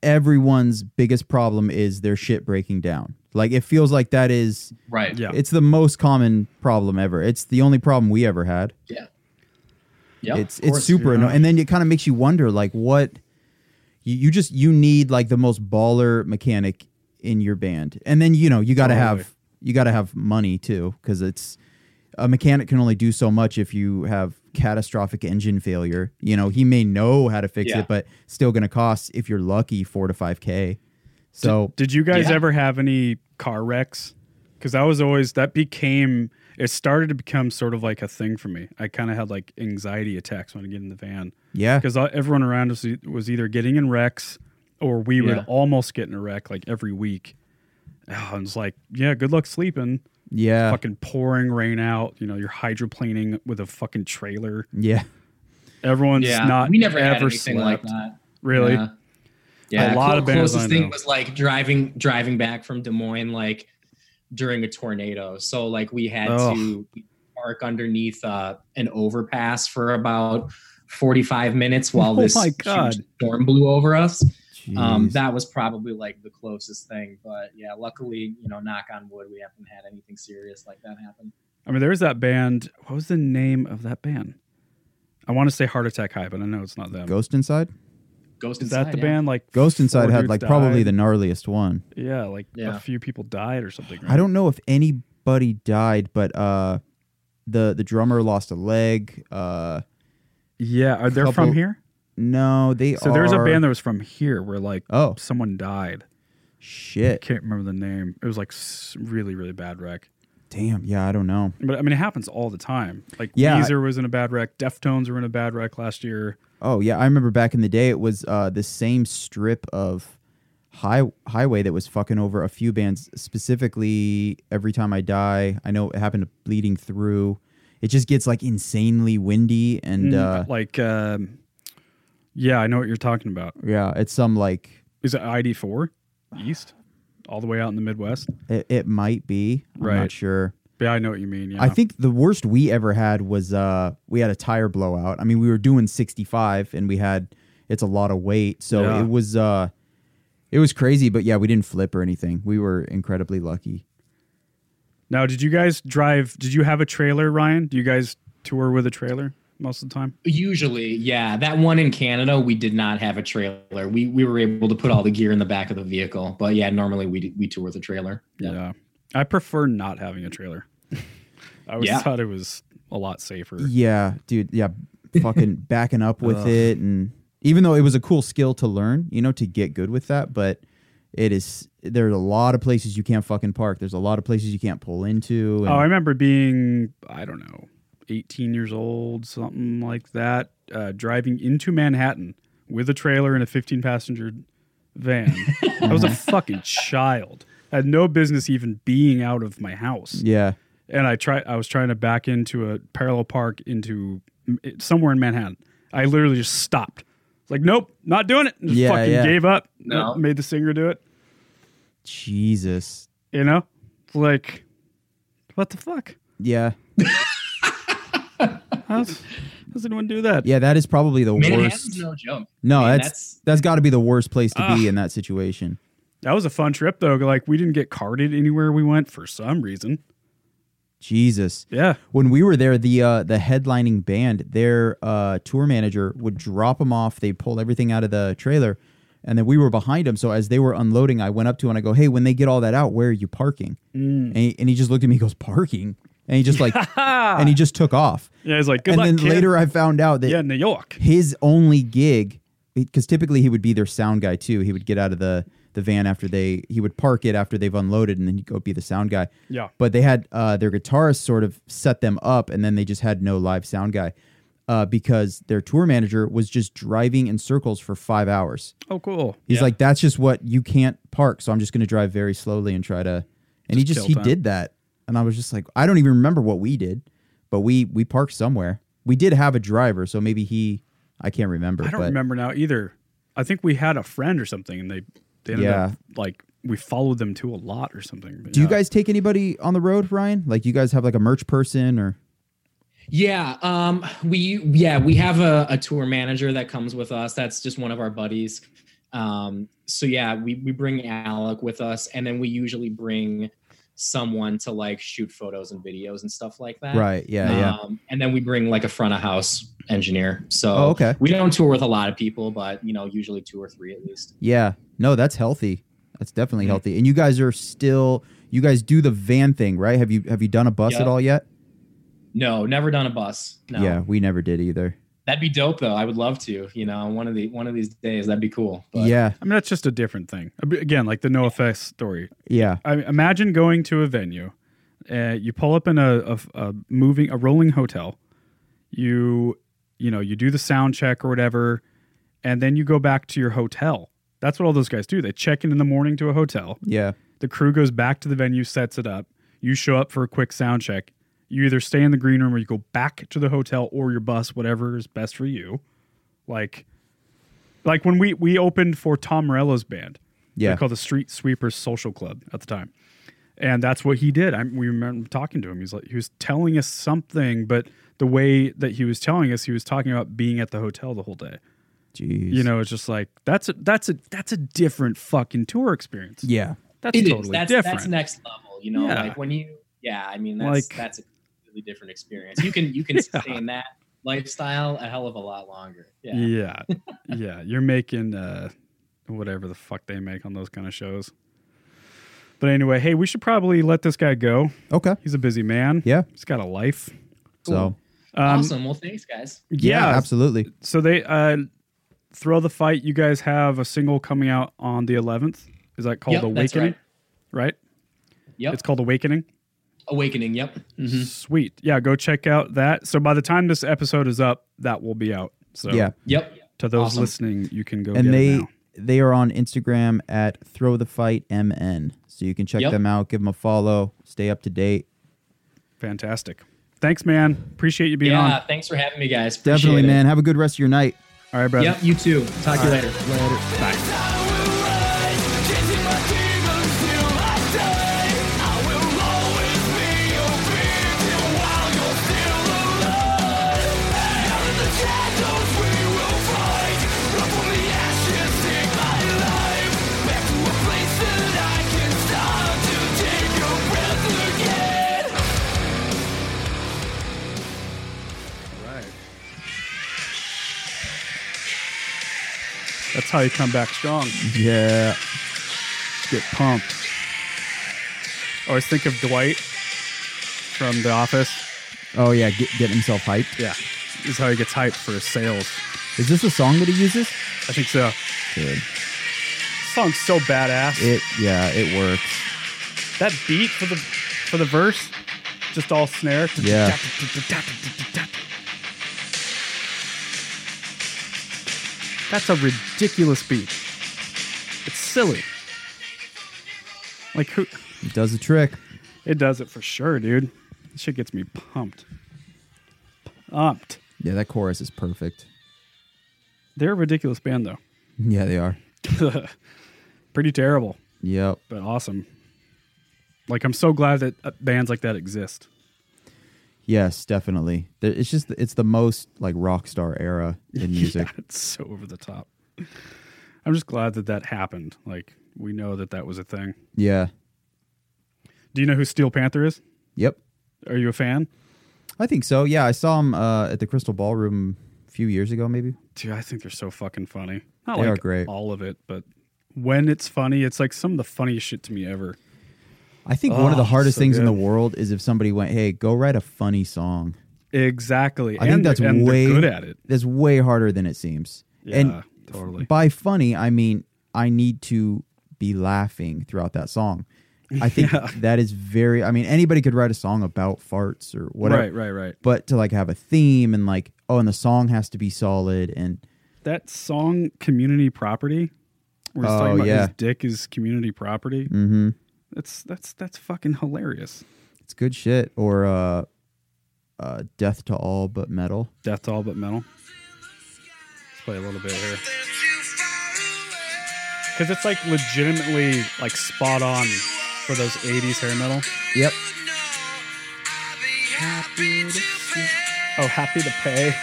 [SPEAKER 2] everyone's biggest problem is their shit breaking down like it feels like that is
[SPEAKER 3] right
[SPEAKER 1] Yeah.
[SPEAKER 2] it's the most common problem ever it's the only problem we ever had
[SPEAKER 3] Yeah,
[SPEAKER 2] it's
[SPEAKER 1] of
[SPEAKER 2] it's
[SPEAKER 1] course,
[SPEAKER 2] super
[SPEAKER 1] yeah.
[SPEAKER 2] annoying. And then it kind of makes you wonder, like, what you, you just you need like the most baller mechanic in your band, and then you know you got to
[SPEAKER 1] Totally.
[SPEAKER 2] have you got to have money too, because it's a mechanic can only do so much if you have catastrophic engine failure. You know, he may know how to fix
[SPEAKER 3] Yeah.
[SPEAKER 2] it, but still going to cost if you're lucky four to five k. So
[SPEAKER 1] Did you guys
[SPEAKER 3] Yeah.
[SPEAKER 1] ever have any car wrecks? Because that was always that became it started to become sort of like a thing for me. I kind of had like anxiety attacks when I get in the van
[SPEAKER 2] yeah,
[SPEAKER 1] because everyone around us e, was either getting in wrecks or we
[SPEAKER 3] Yeah.
[SPEAKER 1] would almost get in a wreck like every week. Oh, and it's like, yeah, good luck sleeping.
[SPEAKER 2] yeah,
[SPEAKER 1] fucking pouring rain out. You know, you're hydroplaning with a fucking trailer.
[SPEAKER 2] yeah.
[SPEAKER 1] Everyone's
[SPEAKER 3] yeah.
[SPEAKER 1] not
[SPEAKER 3] we never
[SPEAKER 1] ever
[SPEAKER 3] had anything
[SPEAKER 1] slept.
[SPEAKER 3] like that.
[SPEAKER 1] Really?
[SPEAKER 3] Yeah. Yeah,
[SPEAKER 1] A lot of
[SPEAKER 3] clo-
[SPEAKER 1] bands I
[SPEAKER 3] closest thing
[SPEAKER 1] know.
[SPEAKER 3] was like driving driving back from Des Moines like during a tornado. So like we had
[SPEAKER 1] Ugh.
[SPEAKER 3] to park underneath uh, an overpass for about 45 minutes while
[SPEAKER 1] Oh
[SPEAKER 3] this
[SPEAKER 1] my
[SPEAKER 3] huge
[SPEAKER 1] God.
[SPEAKER 3] storm blew over us. Um,
[SPEAKER 2] Jeez.
[SPEAKER 3] that was probably like the closest thing, but yeah, luckily, you know, knock on wood, we haven't had anything serious like that happen.
[SPEAKER 1] I mean, there was that band. What was the name of that band? I want to say Heart Attack High, but I know it's not them.
[SPEAKER 2] Ghost inside.
[SPEAKER 3] Ghost
[SPEAKER 1] Is
[SPEAKER 3] inside,
[SPEAKER 1] that the
[SPEAKER 3] yeah.
[SPEAKER 1] band? Like
[SPEAKER 2] Ghost Inside
[SPEAKER 1] four
[SPEAKER 2] had
[SPEAKER 1] dudes
[SPEAKER 2] like probably
[SPEAKER 1] died?
[SPEAKER 2] the gnarliest one.
[SPEAKER 1] yeah, like
[SPEAKER 3] Yeah.
[SPEAKER 1] a few people died or something. Right?
[SPEAKER 2] I don't know if anybody died, but uh, the the drummer lost a leg. Uh,
[SPEAKER 1] Yeah, are they from
[SPEAKER 2] Couple-
[SPEAKER 1] here?
[SPEAKER 2] no, they
[SPEAKER 1] So there's a
[SPEAKER 2] are-
[SPEAKER 1] band that was from here where like
[SPEAKER 2] Oh
[SPEAKER 1] someone died. I
[SPEAKER 2] shit!
[SPEAKER 1] can't remember the name. It was like s- really really bad wreck.
[SPEAKER 2] Damn. Yeah, I don't know.
[SPEAKER 1] But I mean, it happens all the time. Like
[SPEAKER 2] Yeah, I-
[SPEAKER 1] Weezer was in a bad wreck. Deftones were in a bad wreck last year.
[SPEAKER 2] Oh yeah, I remember back in the day, it was uh, the same strip of high highway that was fucking over a few bands. Specifically, every time I die, I know it happened to bleeding through. It just gets like insanely windy and
[SPEAKER 1] Mm,
[SPEAKER 2] uh,
[SPEAKER 1] like um, yeah i know what you're talking about
[SPEAKER 2] yeah, it's some like
[SPEAKER 1] is it id4 east all the way out in the midwest
[SPEAKER 2] it, it might be. I'm
[SPEAKER 1] Right.
[SPEAKER 2] not sure.
[SPEAKER 1] yeah i know what you mean yeah
[SPEAKER 2] I think the worst we ever had was uh we had a tire blowout. I mean, we were doing 65 and we had it's a lot of weight. So
[SPEAKER 1] Yeah.
[SPEAKER 2] it was uh it was crazy, but yeah, we didn't flip or anything. We were incredibly lucky.
[SPEAKER 1] now did you guys drive did you have a trailer ryan do you guys tour with a trailer most of the time
[SPEAKER 3] Usually, yeah. That one in Canada, we did not have a trailer. We we were able to put all the gear in the back of the vehicle, but yeah, normally we we tour with a trailer.
[SPEAKER 1] i prefer not having a trailer i always
[SPEAKER 3] Yeah.
[SPEAKER 1] thought it was a lot safer
[SPEAKER 2] Yeah, dude, yeah, fucking backing up with it and even though it was a cool skill to learn, you know, to get good with that, but it is there's a lot of places you can't fucking park. There's a lot of places you can't pull into. and-
[SPEAKER 1] Oh, I remember being, I don't know, 18 years old, something like that, uh, driving into Manhattan with a trailer and a 15 passenger van. I was a fucking child. I had no business even being out of my house.
[SPEAKER 2] yeah.
[SPEAKER 1] And I tried, I was trying to back into a parallel park into it- somewhere in Manhattan. I literally just stopped. It's like, nope, not doing it. Just
[SPEAKER 2] Yeah,
[SPEAKER 1] fucking
[SPEAKER 2] yeah.
[SPEAKER 1] gave up.
[SPEAKER 3] No.
[SPEAKER 1] Made the singer do it.
[SPEAKER 2] Jesus.
[SPEAKER 1] You know? It's like, what the fuck?
[SPEAKER 2] Yeah.
[SPEAKER 1] How's, how's anyone do that?
[SPEAKER 2] Yeah, that is probably the worst.
[SPEAKER 3] Manhattan's
[SPEAKER 1] uh,
[SPEAKER 3] no joke.
[SPEAKER 2] No,
[SPEAKER 3] Man,
[SPEAKER 2] that's that's got to be the worst place to be in that situation.
[SPEAKER 1] That was a fun trip though. Like we didn't get carded anywhere we went for some reason.
[SPEAKER 2] Jesus.
[SPEAKER 1] Yeah.
[SPEAKER 2] When we were there, the uh, the headlining band, their uh, tour manager would drop them off. They pulled everything out of the trailer, and then we were behind them. So as they were unloading, I went up to him and I go, "Hey, when they get all that out, where are you parking?"
[SPEAKER 1] Mm.
[SPEAKER 2] And, he, and he just looked at me. He goes, "Parking," and he just like and he just took off.
[SPEAKER 1] Yeah, he's like, good
[SPEAKER 2] and
[SPEAKER 1] luck.
[SPEAKER 2] then
[SPEAKER 1] kid.
[SPEAKER 2] later, I found out that
[SPEAKER 1] yeah, New York.
[SPEAKER 2] his only gig because typically he would be their sound guy too he would get out of the the van after they he would park it after they've unloaded and then he'd go be the sound guy
[SPEAKER 1] Yeah.
[SPEAKER 2] but they had uh, their guitarist sort of set them up and then they just had no live sound guy uh, because their tour manager was just driving in circles for five hours
[SPEAKER 1] Oh, cool.
[SPEAKER 2] he's
[SPEAKER 3] Yeah.
[SPEAKER 2] like that's just what you can't park so i'm just going to drive very slowly and try to and he
[SPEAKER 1] Just kill
[SPEAKER 2] just he
[SPEAKER 1] time.
[SPEAKER 2] did that and i was just like i don't even remember what we did but we we parked somewhere we did have a driver so maybe he i can't remember
[SPEAKER 1] I don't
[SPEAKER 2] but
[SPEAKER 1] remember now either. I think we had a friend or something, and they they ended
[SPEAKER 2] Yeah.
[SPEAKER 1] up like we followed them to a lot or something. But
[SPEAKER 2] do you
[SPEAKER 1] yeah.
[SPEAKER 2] guys take anybody on the road ryan like you guys have like a merch person or
[SPEAKER 3] Yeah, um, we yeah we have a, a tour manager that comes with us. That's just one of our buddies. Um, so yeah, we we bring Alec with us, and then we usually bring someone to like shoot photos and videos and stuff like that.
[SPEAKER 2] Right. Yeah. Yeah.
[SPEAKER 3] Um, and then we bring like a front of house engineer. So
[SPEAKER 2] Oh, okay.
[SPEAKER 3] we don't tour with a lot of people, but you know, usually two or three at least.
[SPEAKER 2] Yeah. No, that's healthy. That's
[SPEAKER 3] Mm.
[SPEAKER 2] definitely healthy. And you guys are still you guys do the van thing, right? Have you have you done a bus
[SPEAKER 3] Yeah.
[SPEAKER 2] at all yet?
[SPEAKER 3] No, never done a bus. No.
[SPEAKER 2] Yeah, we never did either.
[SPEAKER 3] That'd be dope though. I would love to, you know, one of the one of these days that'd be cool. But
[SPEAKER 2] Yeah.
[SPEAKER 1] I mean, that's just a different thing. I mean, Again, like the no effects story.
[SPEAKER 2] Yeah.
[SPEAKER 1] I imagine going to a venue. Uh, you pull up in a, a, a moving a rolling hotel. You you know you do the sound check or whatever, and then you go back to your hotel. That's what all those guys do. They check in in the morning to a hotel.
[SPEAKER 2] Yeah.
[SPEAKER 1] The crew goes back to the venue, sets it up. You show up for a quick sound check. You either stay in the green room or you go back to the hotel or your bus, whatever is best for you. Like, like when we we opened for Tom Morello's band,
[SPEAKER 2] Yeah.
[SPEAKER 1] they're called the Street Sweepers Social Club at the time, and that's what he did. I we remember talking to him. He's like he was telling us something, but the way that he was telling us, he was talking about being at the hotel the whole day.
[SPEAKER 2] Jeez.
[SPEAKER 1] You know, it's just like that's a, that's a that's a different fucking tour experience.
[SPEAKER 2] Yeah.
[SPEAKER 1] That's
[SPEAKER 3] it is.
[SPEAKER 1] totally
[SPEAKER 3] that's
[SPEAKER 1] different.
[SPEAKER 3] that's next level, you know,
[SPEAKER 1] Yeah.
[SPEAKER 3] like when you yeah, I mean that's
[SPEAKER 1] Like-
[SPEAKER 3] that's a completely different experience. You can you can
[SPEAKER 1] Yeah.
[SPEAKER 3] sustain that lifestyle a hell of a lot longer. Yeah.
[SPEAKER 1] Yeah. Yeah. You're making uh whatever the fuck they make on those kind of shows. But anyway, hey, we should probably let this guy go.
[SPEAKER 2] Okay.
[SPEAKER 1] He's a busy man.
[SPEAKER 2] Yeah.
[SPEAKER 1] He's got a life.
[SPEAKER 2] So
[SPEAKER 1] Um,
[SPEAKER 3] awesome. Well thanks guys.
[SPEAKER 1] Yeah.
[SPEAKER 2] absolutely.
[SPEAKER 1] So they uh throw the fight. You guys have a single coming out on the 11th. Is that called
[SPEAKER 3] Yep, that's
[SPEAKER 1] Awakening? Right.
[SPEAKER 3] Yep.
[SPEAKER 1] It's called Awakening.
[SPEAKER 3] Awakening, yep.
[SPEAKER 1] Mm-hmm.
[SPEAKER 3] Mhm.
[SPEAKER 1] Sweet. Yeah. Go check out that. So by the time this episode is up, that will be out. So
[SPEAKER 2] Yeah.
[SPEAKER 3] Yep.
[SPEAKER 1] to those
[SPEAKER 3] Awesome.
[SPEAKER 1] listening, you can go. get
[SPEAKER 2] And
[SPEAKER 1] it
[SPEAKER 2] they
[SPEAKER 1] now.
[SPEAKER 2] they are on Instagram at throw the fight mn. So you can check
[SPEAKER 3] Yep.
[SPEAKER 2] them out, give them a follow, stay up to date.
[SPEAKER 1] Fantastic. Thanks, man. Appreciate you being
[SPEAKER 3] yeah,
[SPEAKER 1] on.
[SPEAKER 3] thanks for having me guys. Appreciate
[SPEAKER 2] Definitely,
[SPEAKER 3] it.
[SPEAKER 2] man. Have a good rest of your night.
[SPEAKER 1] All right, brother.
[SPEAKER 3] Yep, you too. Talk to you later.
[SPEAKER 1] That's how you come back strong.
[SPEAKER 2] Yeah.
[SPEAKER 1] Get pumped. I always think of Dwight from The Office.
[SPEAKER 2] Oh yeah, get, get himself hyped.
[SPEAKER 1] Yeah. This is how he gets hyped for his sales.
[SPEAKER 2] Is this a song that he uses?
[SPEAKER 1] I think so.
[SPEAKER 2] Dude,
[SPEAKER 1] This song's so badass.
[SPEAKER 2] it yeah, it works.
[SPEAKER 1] that beat for the for the verse, just all snare.
[SPEAKER 2] Yeah.
[SPEAKER 1] That's a ridiculous beat. It's silly. Like who
[SPEAKER 2] It does the trick.
[SPEAKER 1] It does it for sure, dude. This shit gets me pumped. Pumped.
[SPEAKER 2] Yeah, that chorus is perfect.
[SPEAKER 1] They're a ridiculous band though.
[SPEAKER 2] Yeah, they are.
[SPEAKER 1] Pretty terrible,
[SPEAKER 2] Yep.
[SPEAKER 1] but awesome. Like I'm so glad that uh, bands like that exist.
[SPEAKER 2] Yes, definitely. There- It's just it's the most like rock star era in music.
[SPEAKER 1] It's so over the top. I'm just glad that that happened. Like we know that that was a thing.
[SPEAKER 2] yeah.
[SPEAKER 1] Do you know who Steel Panther is?
[SPEAKER 2] Yep.
[SPEAKER 1] Are you a fan?
[SPEAKER 2] I think so. Yeah, I saw him uh, at the Crystal Ballroom a few years ago, maybe.
[SPEAKER 1] Dude, I think they're so fucking funny. Not
[SPEAKER 2] They
[SPEAKER 1] like
[SPEAKER 2] are great.
[SPEAKER 1] all of it, but when it's funny, it's like some of the funniest shit to me ever.
[SPEAKER 2] I think one of the
[SPEAKER 1] Oh,
[SPEAKER 2] hardest
[SPEAKER 1] so
[SPEAKER 2] things in
[SPEAKER 1] good.
[SPEAKER 2] the world is if somebody went, "Hey, go write a funny song."
[SPEAKER 1] Exactly.
[SPEAKER 2] I
[SPEAKER 1] and
[SPEAKER 2] think that's
[SPEAKER 1] and they're
[SPEAKER 2] way
[SPEAKER 1] good at it.
[SPEAKER 2] That's way harder than it seems.
[SPEAKER 1] Yeah,
[SPEAKER 2] and
[SPEAKER 1] totally.
[SPEAKER 2] by funny, I mean I need to be laughing throughout that song. I think that is very. I mean, anybody could write a song about farts or whatever,
[SPEAKER 1] Right, right, right.
[SPEAKER 2] but to like have a theme and like, oh, and the song has to be solid and
[SPEAKER 1] That song, Community Property, where he's
[SPEAKER 2] Oh,
[SPEAKER 1] talking about
[SPEAKER 2] yeah.
[SPEAKER 1] his dick is community property. Mm-hmm. That's that's that's fucking hilarious.
[SPEAKER 2] it's good shit. Or uh, uh, death to all but metal.
[SPEAKER 1] Death to all but metal. Let's play a little bit here. Because it's like legitimately like spot on for those 80s hair metal.
[SPEAKER 2] Yep.
[SPEAKER 1] Oh, happy to pay.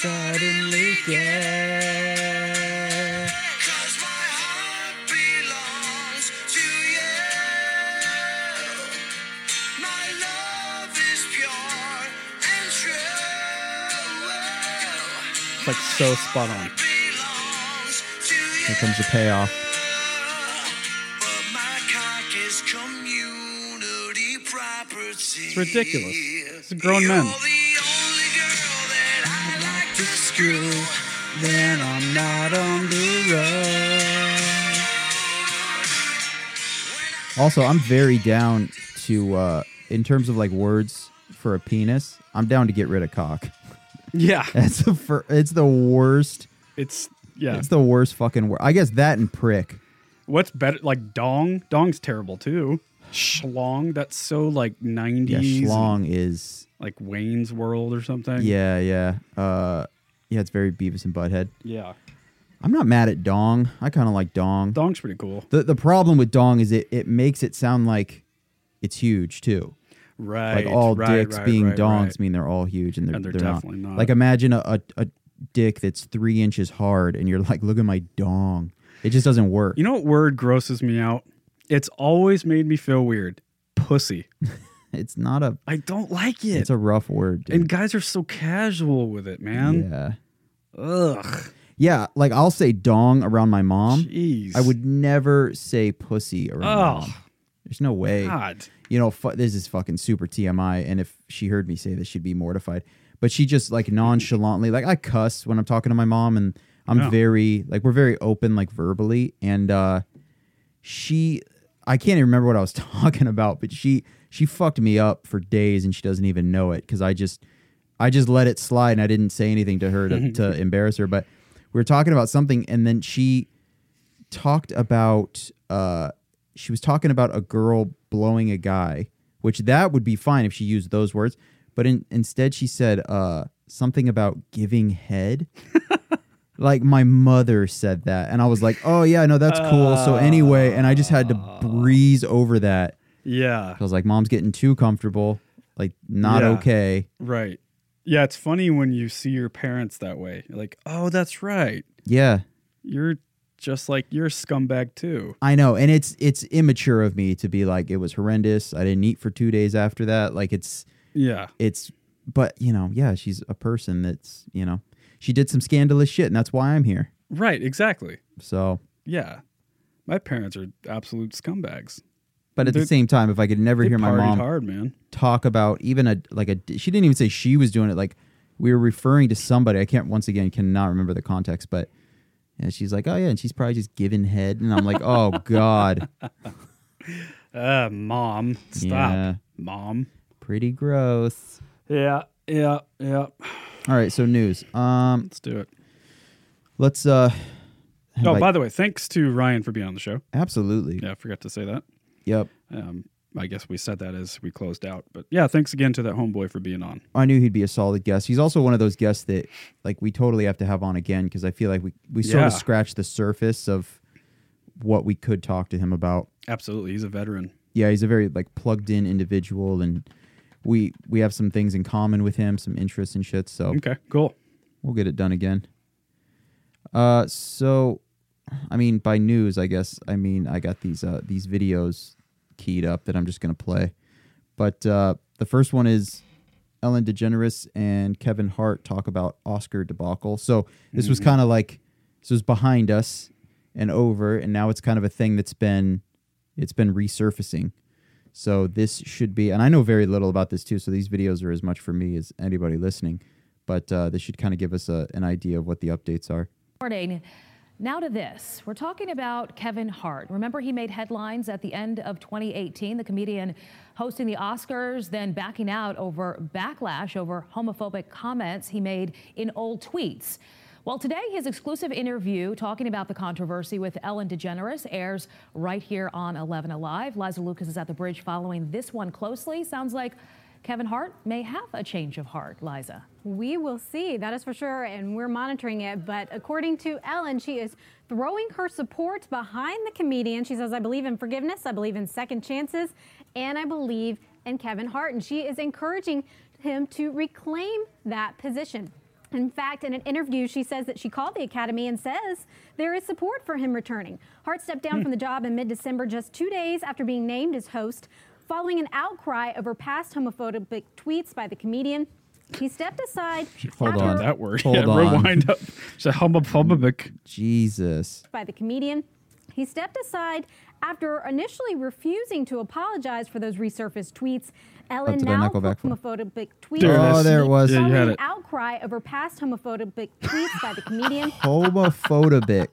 [SPEAKER 4] Suddenly, yeah.
[SPEAKER 1] like so spot on.
[SPEAKER 2] Here comes the payoff.
[SPEAKER 4] It's
[SPEAKER 1] ridiculous. It's grown men. Then I'm not on the road.
[SPEAKER 2] Also, I'm very down to uh in terms of like words for a penis. I'm down to get rid of cock.
[SPEAKER 1] Yeah,
[SPEAKER 2] That's the fir- it's the worst.
[SPEAKER 1] it's yeah.
[SPEAKER 2] It's the worst fucking word. I guess that and prick.
[SPEAKER 1] What's better? Like dong. Dong's terrible too. Schlong. That's so like
[SPEAKER 2] Yeah,
[SPEAKER 1] nineties.
[SPEAKER 2] schlong is
[SPEAKER 1] Like Wayne's World or something.
[SPEAKER 2] yeah, yeah. Uh yeah, it's very Beavis and Butthead.
[SPEAKER 1] Yeah.
[SPEAKER 2] I'm not mad at dong. I kind of like dong.
[SPEAKER 1] Dong's pretty cool.
[SPEAKER 2] The the problem with dong is it it makes it sound like it's huge too.
[SPEAKER 1] Right.
[SPEAKER 2] Like all
[SPEAKER 1] right,
[SPEAKER 2] dicks
[SPEAKER 1] right,
[SPEAKER 2] being
[SPEAKER 1] right,
[SPEAKER 2] dongs
[SPEAKER 1] right.
[SPEAKER 2] mean they're all huge and they're,
[SPEAKER 1] And they're definitely not.
[SPEAKER 2] Like imagine a, a, a dick that's three inches hard and you're like, look at my dong. It just doesn't work.
[SPEAKER 1] You know what word grosses me out? It's always made me feel weird. Pussy.
[SPEAKER 2] it's not a.
[SPEAKER 1] I don't like it.
[SPEAKER 2] It's a rough word.
[SPEAKER 1] and
[SPEAKER 2] Dude.
[SPEAKER 1] guys are so casual with it, man.
[SPEAKER 2] yeah.
[SPEAKER 1] Ugh.
[SPEAKER 2] Yeah. Like I'll say dong around my mom.
[SPEAKER 1] Jeez.
[SPEAKER 2] I would never say pussy around. my
[SPEAKER 1] Oh.
[SPEAKER 2] mom. There's no way.
[SPEAKER 1] God.
[SPEAKER 2] you know, fu- this is fucking super TMI. And if she heard me say this, she'd be mortified. But she just like nonchalantly, like I cuss when I'm talking to my mom, and I'm
[SPEAKER 1] Yeah.
[SPEAKER 2] very like we're very open like verbally. And uh she, I can't even remember what I was talking about, but she she fucked me up for days, and she doesn't even know it because I just I just let it slide, and I didn't say anything to her to, to embarrass her. But we were talking about something, and then she talked about uh she was talking about a girl blowing a guy which that would be fine if she used those words but in, instead she said uh something about giving head like my mother said that and i was like oh yeah no that's cool so anyway and i just had to breeze over that
[SPEAKER 1] Yeah.
[SPEAKER 2] i was like mom's getting too comfortable like not
[SPEAKER 1] Yeah.
[SPEAKER 2] okay
[SPEAKER 1] Right. Yeah, it's funny when you see your parents that way. You're like, oh, that's right.
[SPEAKER 2] yeah
[SPEAKER 1] You're just like you're a scumbag too.
[SPEAKER 2] I know, and it's it's immature of me to be like it was horrendous. I didn't eat for two days after that. Like it's
[SPEAKER 1] Yeah.
[SPEAKER 2] it's but you know yeah she's a person that's you know she did some scandalous shit and that's why i'm here
[SPEAKER 1] Right. Exactly.
[SPEAKER 2] so
[SPEAKER 1] Yeah. My parents are absolute scumbags.
[SPEAKER 2] but at the
[SPEAKER 1] They-
[SPEAKER 2] same time if i could never
[SPEAKER 1] They
[SPEAKER 2] hear my
[SPEAKER 1] partied
[SPEAKER 2] mom
[SPEAKER 1] hard, man.
[SPEAKER 2] talk about even a like a she didn't even say she was doing it like we were referring to somebody i can't once again cannot remember the context but and she's like oh yeah and she's probably just giving head and i'm like oh god
[SPEAKER 1] Uh, mom, stop,
[SPEAKER 2] Yeah.
[SPEAKER 1] mom.
[SPEAKER 2] pretty gross
[SPEAKER 1] Yeah, yeah, yeah.
[SPEAKER 2] all right so news um
[SPEAKER 1] Let's do it.
[SPEAKER 2] let's uh
[SPEAKER 1] Oh,
[SPEAKER 2] invite-
[SPEAKER 1] by the way, thanks to Ryan for being on the show.
[SPEAKER 2] absolutely
[SPEAKER 1] Yeah, I forgot to say that.
[SPEAKER 2] yep
[SPEAKER 1] Um, I guess we said that as we closed out, but yeah, thanks again to that homeboy for being on.
[SPEAKER 2] I knew he'd be a solid guest. He's also one of those guests that like we totally have to have on again because I feel like we we sort
[SPEAKER 1] Yeah.
[SPEAKER 2] of scratched the surface of what we could talk to him about.
[SPEAKER 1] Absolutely, he's a veteran.
[SPEAKER 2] Yeah, he's a very like plugged in individual and we we have some things in common with him, some interests and shit, so
[SPEAKER 1] Okay, cool.
[SPEAKER 2] we'll get it done again. Uh so I mean by news, I guess I mean I got these uh these videos keyed up that I'm just gonna play. But uh the first one is Ellen DeGeneres and Kevin Hart talk about Oscar debacle. So this was kind of like this was behind us and over, and now it's kind of a thing that's been it's been resurfacing. So this should be, and I know very little about this too. So these videos are as much for me as anybody listening, but uh, this should kind of give us a, an idea of what the updates are.
[SPEAKER 5] morning. Now to this. We're talking about Kevin Hart. Remember, he made headlines at the end of 2018, the comedian hosting the Oscars, then backing out over backlash over homophobic comments he made in old tweets. Well, today, his exclusive interview talking about the controversy with Ellen DeGeneres airs right here on 11 Alive. Liza Lucas is at the bridge following this one closely. Sounds like Kevin Hart may have a change of heart, Liza.
[SPEAKER 6] We will see, that is for sure, and we're monitoring it. But according to Ellen, she is throwing her support behind the comedian. She says, I believe in forgiveness, I believe in second chances, and I believe in Kevin Hart. And she is encouraging him to reclaim that position. In fact, in an interview, she says that she called the Academy and says there is support for him returning. Hart stepped down from the job in mid December, just two days after being named as host, following an outcry over past homophobic tweets by the comedian. He stepped aside
[SPEAKER 2] Hold
[SPEAKER 6] after-
[SPEAKER 2] on.
[SPEAKER 1] That word.
[SPEAKER 2] Hold
[SPEAKER 1] yeah,
[SPEAKER 2] on.
[SPEAKER 1] Rewind up. It's a hubbub hubbabic.
[SPEAKER 2] Jesus.
[SPEAKER 6] by the comedian. He stepped aside after initially refusing to apologize for those resurfaced tweets. Ellen
[SPEAKER 2] did I
[SPEAKER 6] now
[SPEAKER 2] not go
[SPEAKER 6] booked
[SPEAKER 2] back for?
[SPEAKER 6] homophobic tweets.
[SPEAKER 1] There it is. Oh,
[SPEAKER 2] there it was.
[SPEAKER 1] Yeah, you
[SPEAKER 6] following
[SPEAKER 1] had
[SPEAKER 6] an
[SPEAKER 1] it.
[SPEAKER 6] outcry over past homophobic tweets by the comedian.
[SPEAKER 2] Homophobic.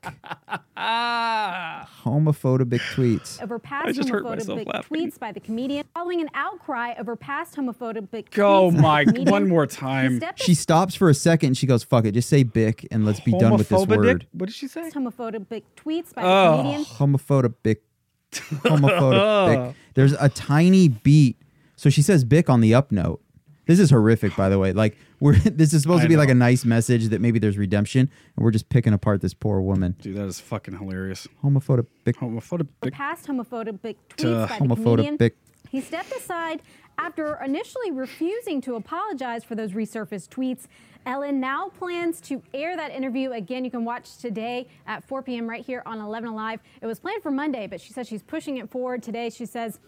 [SPEAKER 2] Homophobic tweets.
[SPEAKER 6] Over past
[SPEAKER 1] I just hurt myself
[SPEAKER 6] homophobic
[SPEAKER 1] laughing.
[SPEAKER 6] tweets by the comedian. Following an outcry over past homophobic
[SPEAKER 1] Oh
[SPEAKER 6] tweets by
[SPEAKER 1] my!
[SPEAKER 6] the comedian.
[SPEAKER 1] One more
[SPEAKER 6] He
[SPEAKER 1] time.
[SPEAKER 6] stepped
[SPEAKER 2] She stops for a second and she goes, fuck it, just say bick and let's be done with this
[SPEAKER 1] Homophobic?
[SPEAKER 2] word.
[SPEAKER 1] What did she say?
[SPEAKER 6] aside homophobic tweets by
[SPEAKER 1] Oh.
[SPEAKER 6] the comedian.
[SPEAKER 2] Homophobic. Homophobic. There's a tiny beat. So she says bick on the up note. This is horrific, by the way. Like we're this is supposed
[SPEAKER 1] I
[SPEAKER 2] to be like
[SPEAKER 1] know.
[SPEAKER 2] a nice message that maybe there's redemption, and we're just picking apart this poor woman.
[SPEAKER 1] Dude, that is fucking hilarious.
[SPEAKER 2] Homophobic.
[SPEAKER 1] Homophobic.
[SPEAKER 6] past homophobic tweets
[SPEAKER 1] To
[SPEAKER 6] by the comedian.
[SPEAKER 2] Homophobic.
[SPEAKER 6] He stepped aside after initially refusing to apologize for those resurfaced tweets. Ellen now plans to air that interview again. You can watch today at 4 p.m. right here on 11 Alive. It was planned for Monday, but she says she's pushing it forward today. She says,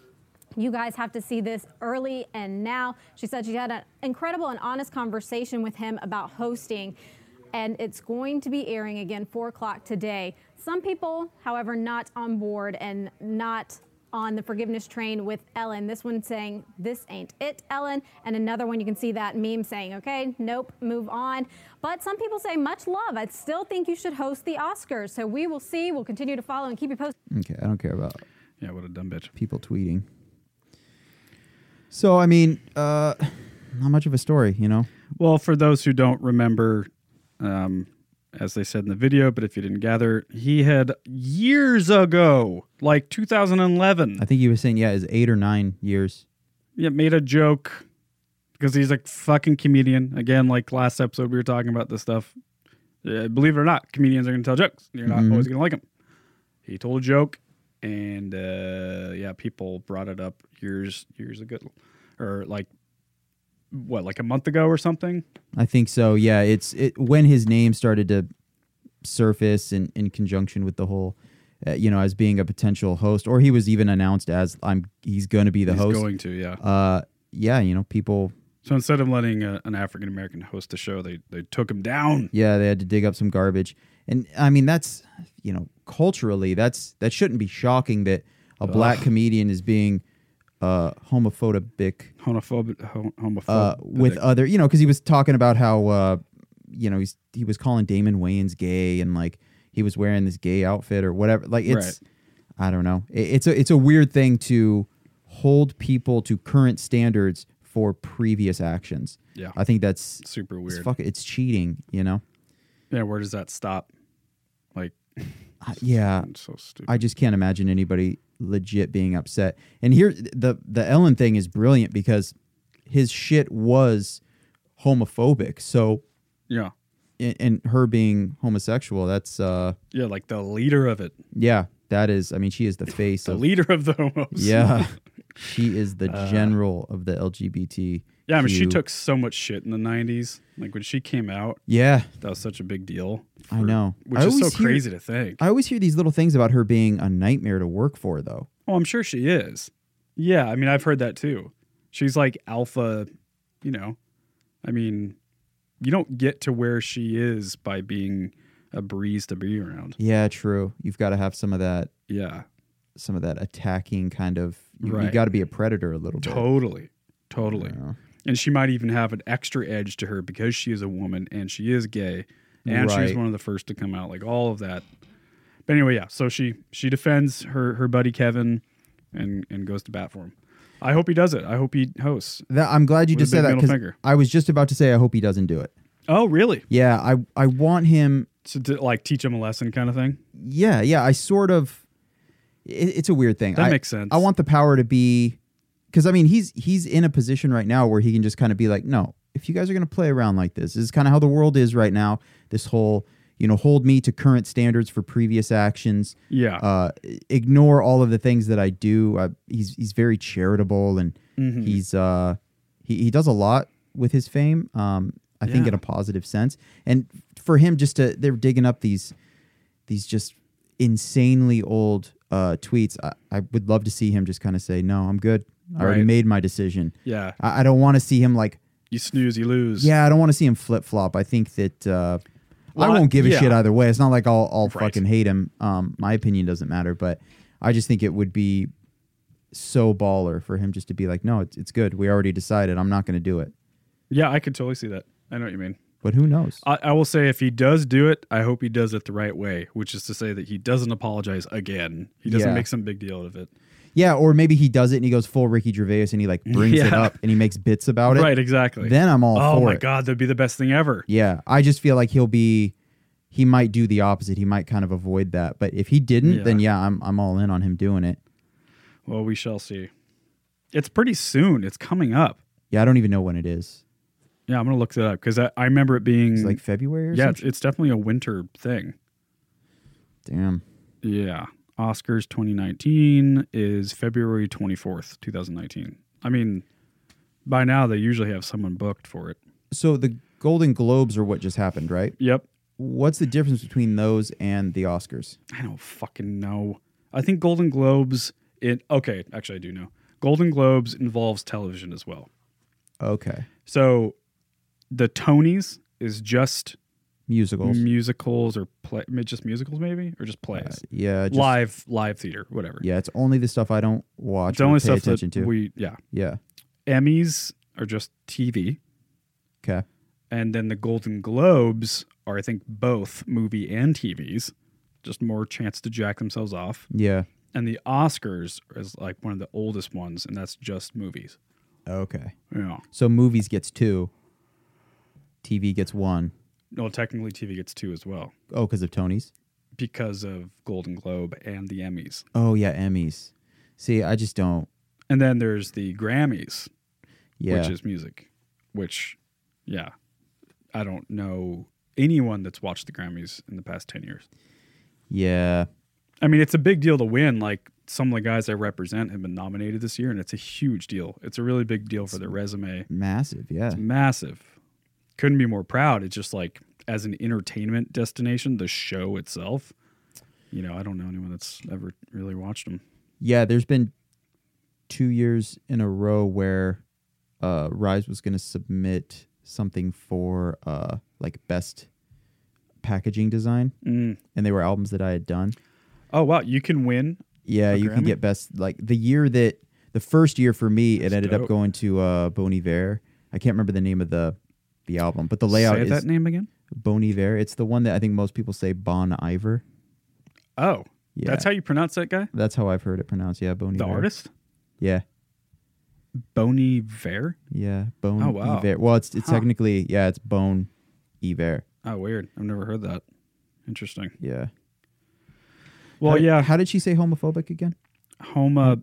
[SPEAKER 6] you guys have to see this early and now. She said she had an incredible and honest conversation with him about hosting, and it's going to be airing again 4 o'clock today. Some people, however, not on board and not on the forgiveness train with Ellen. This one saying, This ain't it, Ellen. And another one, you can see that meme saying, Okay, nope, move on. But some people say, Much love. I still think you should host the Oscars. So we will see. We'll continue to follow and keep you posted.
[SPEAKER 2] Okay, I don't care about
[SPEAKER 1] Yeah, what a dumb bitch.
[SPEAKER 2] people tweeting. So I mean, uh, not much of a story, you know.
[SPEAKER 1] Well, for those who don't remember, um, as they said in the video, but if you didn't gather, he had years ago, like 2011,
[SPEAKER 2] I think you were saying, yeah, it's eight or nine years.
[SPEAKER 1] yeah, made a joke because he's a fucking comedian. Again, like last episode, we were talking about this stuff. Uh, believe it or not, comedians are going to tell jokes. You're not always going to like them. He told a joke, and uh, yeah, people brought it up years, years ago, or like what, like a month ago or something.
[SPEAKER 2] I think so. Yeah, it's it when his name started to surface in in conjunction with the whole, uh, you know, as being a potential host, or he was even announced as I'm. He's going to be the
[SPEAKER 1] he's
[SPEAKER 2] host.
[SPEAKER 1] going to, yeah.
[SPEAKER 2] uh, yeah, you know, people.
[SPEAKER 1] So instead of letting a, an African American host the show, they they took him down.
[SPEAKER 2] Yeah, they had to dig up some garbage, and I mean that's you know culturally that's that shouldn't be shocking that a black comedian is being uh homophobic
[SPEAKER 1] Homophobic, hom- homophobic.
[SPEAKER 2] uh, with other, you know, because he was talking about how, uh, you know, he's he was calling Damon Wayans gay and like he was wearing this gay outfit or whatever. Like it's, I don't know. It, it's a it's a weird thing to hold people to current standards for previous actions.
[SPEAKER 1] Yeah.
[SPEAKER 2] I think that's
[SPEAKER 1] super
[SPEAKER 2] it's
[SPEAKER 1] weird.
[SPEAKER 2] fuck, it's cheating. You know.
[SPEAKER 1] yeah, where does that stop? Like,
[SPEAKER 2] I- yeah.
[SPEAKER 1] it's so stupid.
[SPEAKER 2] I just can't imagine anybody legit being upset. And here the the Ellen thing is brilliant because his shit was homophobic. So
[SPEAKER 1] yeah,
[SPEAKER 2] and, and her being homosexual that's uh
[SPEAKER 1] yeah, like the leader of it,
[SPEAKER 2] yeah that is i mean she is the face
[SPEAKER 1] the
[SPEAKER 2] of
[SPEAKER 1] leader of the homos.
[SPEAKER 2] yeah she is the general of the lgbt
[SPEAKER 1] Uh, yeah. I mean, she took so much shit in the '90s. Like when she came out,
[SPEAKER 2] yeah
[SPEAKER 1] that was such a big deal.
[SPEAKER 2] I know.
[SPEAKER 1] which
[SPEAKER 2] I
[SPEAKER 1] is so
[SPEAKER 2] always hear-
[SPEAKER 1] crazy to think.
[SPEAKER 2] i always hear these little things about her being a nightmare to work for though
[SPEAKER 1] oh, I'm sure she is. Yeah, I mean, I've heard that too. She's like alpha, you know. I mean, you don't get to where she is by being a breeze to be around.
[SPEAKER 2] yeah true you've got to have some of that
[SPEAKER 1] Yeah,
[SPEAKER 2] some of that attacking kind of you,
[SPEAKER 1] Right.
[SPEAKER 2] got to be a predator a little bit
[SPEAKER 1] totally, totally.
[SPEAKER 2] Yeah.
[SPEAKER 1] And she might even have an extra edge to her because she is a woman and she is gay, and she's
[SPEAKER 2] Right.
[SPEAKER 1] one of the first to come out. Like all of that. But anyway, yeah. So she she defends her her buddy Kevin, and and goes to bat for him. I hope he does it. I hope he hosts.
[SPEAKER 2] that, i'm glad you
[SPEAKER 1] With a
[SPEAKER 2] just said
[SPEAKER 1] big
[SPEAKER 2] that
[SPEAKER 1] middle
[SPEAKER 2] 'cause
[SPEAKER 1] finger.
[SPEAKER 2] i was just about to say i hope he doesn't do it
[SPEAKER 1] Oh, really?
[SPEAKER 2] yeah i i want him
[SPEAKER 1] to, to like teach him a lesson kind of thing.
[SPEAKER 2] yeah yeah i sort of it, it's a weird thing
[SPEAKER 1] That
[SPEAKER 2] I-
[SPEAKER 1] makes sense.
[SPEAKER 2] i want the power to be because i mean he's he's in a position right now where he can just kind of be like no if you guys are going to play around like this this is kind of how the world is right now this whole you know hold me to current standards for previous actions
[SPEAKER 1] Yeah.
[SPEAKER 2] uh ignore all of the things that i do I, he's he's very charitable and
[SPEAKER 1] Mm-hmm.
[SPEAKER 2] he's uh he, he does a lot with his fame um i think
[SPEAKER 1] Yeah.
[SPEAKER 2] in a positive sense and for him just to they're digging up these these just insanely old uh, tweets. I, I would love to see him just kind of say, "No, I'm good. I already
[SPEAKER 1] Right.
[SPEAKER 2] made my decision."
[SPEAKER 1] yeah.
[SPEAKER 2] I, I don't want to see him like
[SPEAKER 1] you snooze, you lose.
[SPEAKER 2] Yeah, I don't want to see him flip flop. I think that uh, I
[SPEAKER 1] Well, I-
[SPEAKER 2] won't give a
[SPEAKER 1] yeah.
[SPEAKER 2] shit either way. It's not like I'll, I'll
[SPEAKER 1] Right.
[SPEAKER 2] fucking hate him. Um, my opinion doesn't matter, but I just think it would be so baller for him just to be like, no, it's, it's good. We already decided. I'm not going to do it.
[SPEAKER 1] yeah, I could totally see that. I know what you mean.
[SPEAKER 2] But who knows?
[SPEAKER 1] I, I will say, if he does do it, I hope he does it the right way, which is to say that he doesn't apologize again. He doesn't
[SPEAKER 2] Yeah.
[SPEAKER 1] make some big deal out of it.
[SPEAKER 2] yeah, or maybe he does it and he goes full Ricky Gervais and he like brings it
[SPEAKER 1] Yeah.
[SPEAKER 2] up and he makes bits about it.
[SPEAKER 1] Right, exactly.
[SPEAKER 2] Then I'm all
[SPEAKER 1] oh
[SPEAKER 2] for
[SPEAKER 1] my
[SPEAKER 2] it.
[SPEAKER 1] god, that'd be the best thing ever.
[SPEAKER 2] Yeah, I just feel like he'll be. He might do the opposite. He might kind of avoid that. But if he didn't,
[SPEAKER 1] Yeah.
[SPEAKER 2] then yeah, I'm I'm all in on him doing it.
[SPEAKER 1] Well, we shall see. It's pretty soon. It's coming up.
[SPEAKER 2] Yeah, I don't even know when it is.
[SPEAKER 1] Yeah, I'm gonna look that up because I, I remember it being
[SPEAKER 2] It's like February or
[SPEAKER 1] Mm. yeah, it's,
[SPEAKER 2] something.
[SPEAKER 1] it's definitely a winter thing.
[SPEAKER 2] Damn.
[SPEAKER 1] Yeah, Oscars 2019 is February 24th, 2019. I mean, by now they usually have someone booked for it.
[SPEAKER 2] So the Golden Globes are what just happened, right?
[SPEAKER 1] Yep,
[SPEAKER 2] What's the difference between those and the Oscars?
[SPEAKER 1] I don't fucking know. I think Golden Globes. It okay, actually, I do know. Golden Globes involves television as well.
[SPEAKER 2] Okay.
[SPEAKER 1] So the Tonys is just
[SPEAKER 2] Musicals. Uh,
[SPEAKER 1] musicals or play, ma- just musicals maybe, or just plays,
[SPEAKER 2] yeah. Just,
[SPEAKER 1] live live theater, whatever.
[SPEAKER 2] Yeah, it's only the stuff I don't watch.
[SPEAKER 1] it's the only
[SPEAKER 2] or pay
[SPEAKER 1] stuff
[SPEAKER 2] attention
[SPEAKER 1] that
[SPEAKER 2] to.
[SPEAKER 1] we yeah.
[SPEAKER 2] yeah.
[SPEAKER 1] Emmys are just TV,
[SPEAKER 2] Okay.
[SPEAKER 1] and then the Golden Globes are I think both movie and TVs, just more chance to jack themselves off.
[SPEAKER 2] Yeah.
[SPEAKER 1] And the Oscars is like one of the oldest ones, and that's just movies.
[SPEAKER 2] Okay.
[SPEAKER 1] Yeah.
[SPEAKER 2] So movies gets two. TV gets one.
[SPEAKER 1] Well, technically TV gets two as well
[SPEAKER 2] Oh, because of Tony's.
[SPEAKER 1] because of Golden Globe and the Emmys.
[SPEAKER 2] Oh yeah, Emmys. See, I just don't.
[SPEAKER 1] And then there's the Grammys,
[SPEAKER 2] Yeah.
[SPEAKER 1] which is music, which, yeah, I don't know anyone that's watched the Grammys in the past 10 years.
[SPEAKER 2] yeah.
[SPEAKER 1] I mean, it's a big deal to win. Like, some of the guys I represent have been nominated this year, and it's a huge deal. It's a really big deal for their resume.
[SPEAKER 2] Massive. Yeah.
[SPEAKER 1] It's massive. Couldn't be more proud. It's just like, as an entertainment destination, the show itself, you know, I don't know anyone that's ever really watched them.
[SPEAKER 2] Yeah. There's been two years in a row where uh, Rise was going to submit something for uh, like best packaging design,
[SPEAKER 1] Mm.
[SPEAKER 2] and they were albums that I had done.
[SPEAKER 1] Oh, wow. You can win.
[SPEAKER 2] Yeah,
[SPEAKER 1] A
[SPEAKER 2] you can
[SPEAKER 1] Grammy?
[SPEAKER 2] get best like the year that the first year for me it
[SPEAKER 1] That's
[SPEAKER 2] ended up
[SPEAKER 1] dope.
[SPEAKER 2] going to uh Bon Iver. I can't remember the name of the the album, but the layout
[SPEAKER 1] Say
[SPEAKER 2] is
[SPEAKER 1] that name again.
[SPEAKER 2] Bon Iver. It's the one that I think most people say Bon Iver.
[SPEAKER 1] Oh,
[SPEAKER 2] Yeah.
[SPEAKER 1] that's how you pronounce that guy?
[SPEAKER 2] That's how I've heard it pronounced. Yeah, Bon
[SPEAKER 1] The
[SPEAKER 2] Iver.
[SPEAKER 1] artist?
[SPEAKER 2] Yeah.
[SPEAKER 1] Boney Ver?
[SPEAKER 2] Yeah, Bon
[SPEAKER 1] Oh, wow.
[SPEAKER 2] Iver. Well, it's it's
[SPEAKER 1] Huh.
[SPEAKER 2] technically yeah, it's Bon Iver.
[SPEAKER 1] Oh, weird. I've never heard that. Interesting.
[SPEAKER 2] Yeah.
[SPEAKER 1] Well,
[SPEAKER 2] How-
[SPEAKER 1] yeah,
[SPEAKER 2] How did she say homophobic again?
[SPEAKER 1] Homa,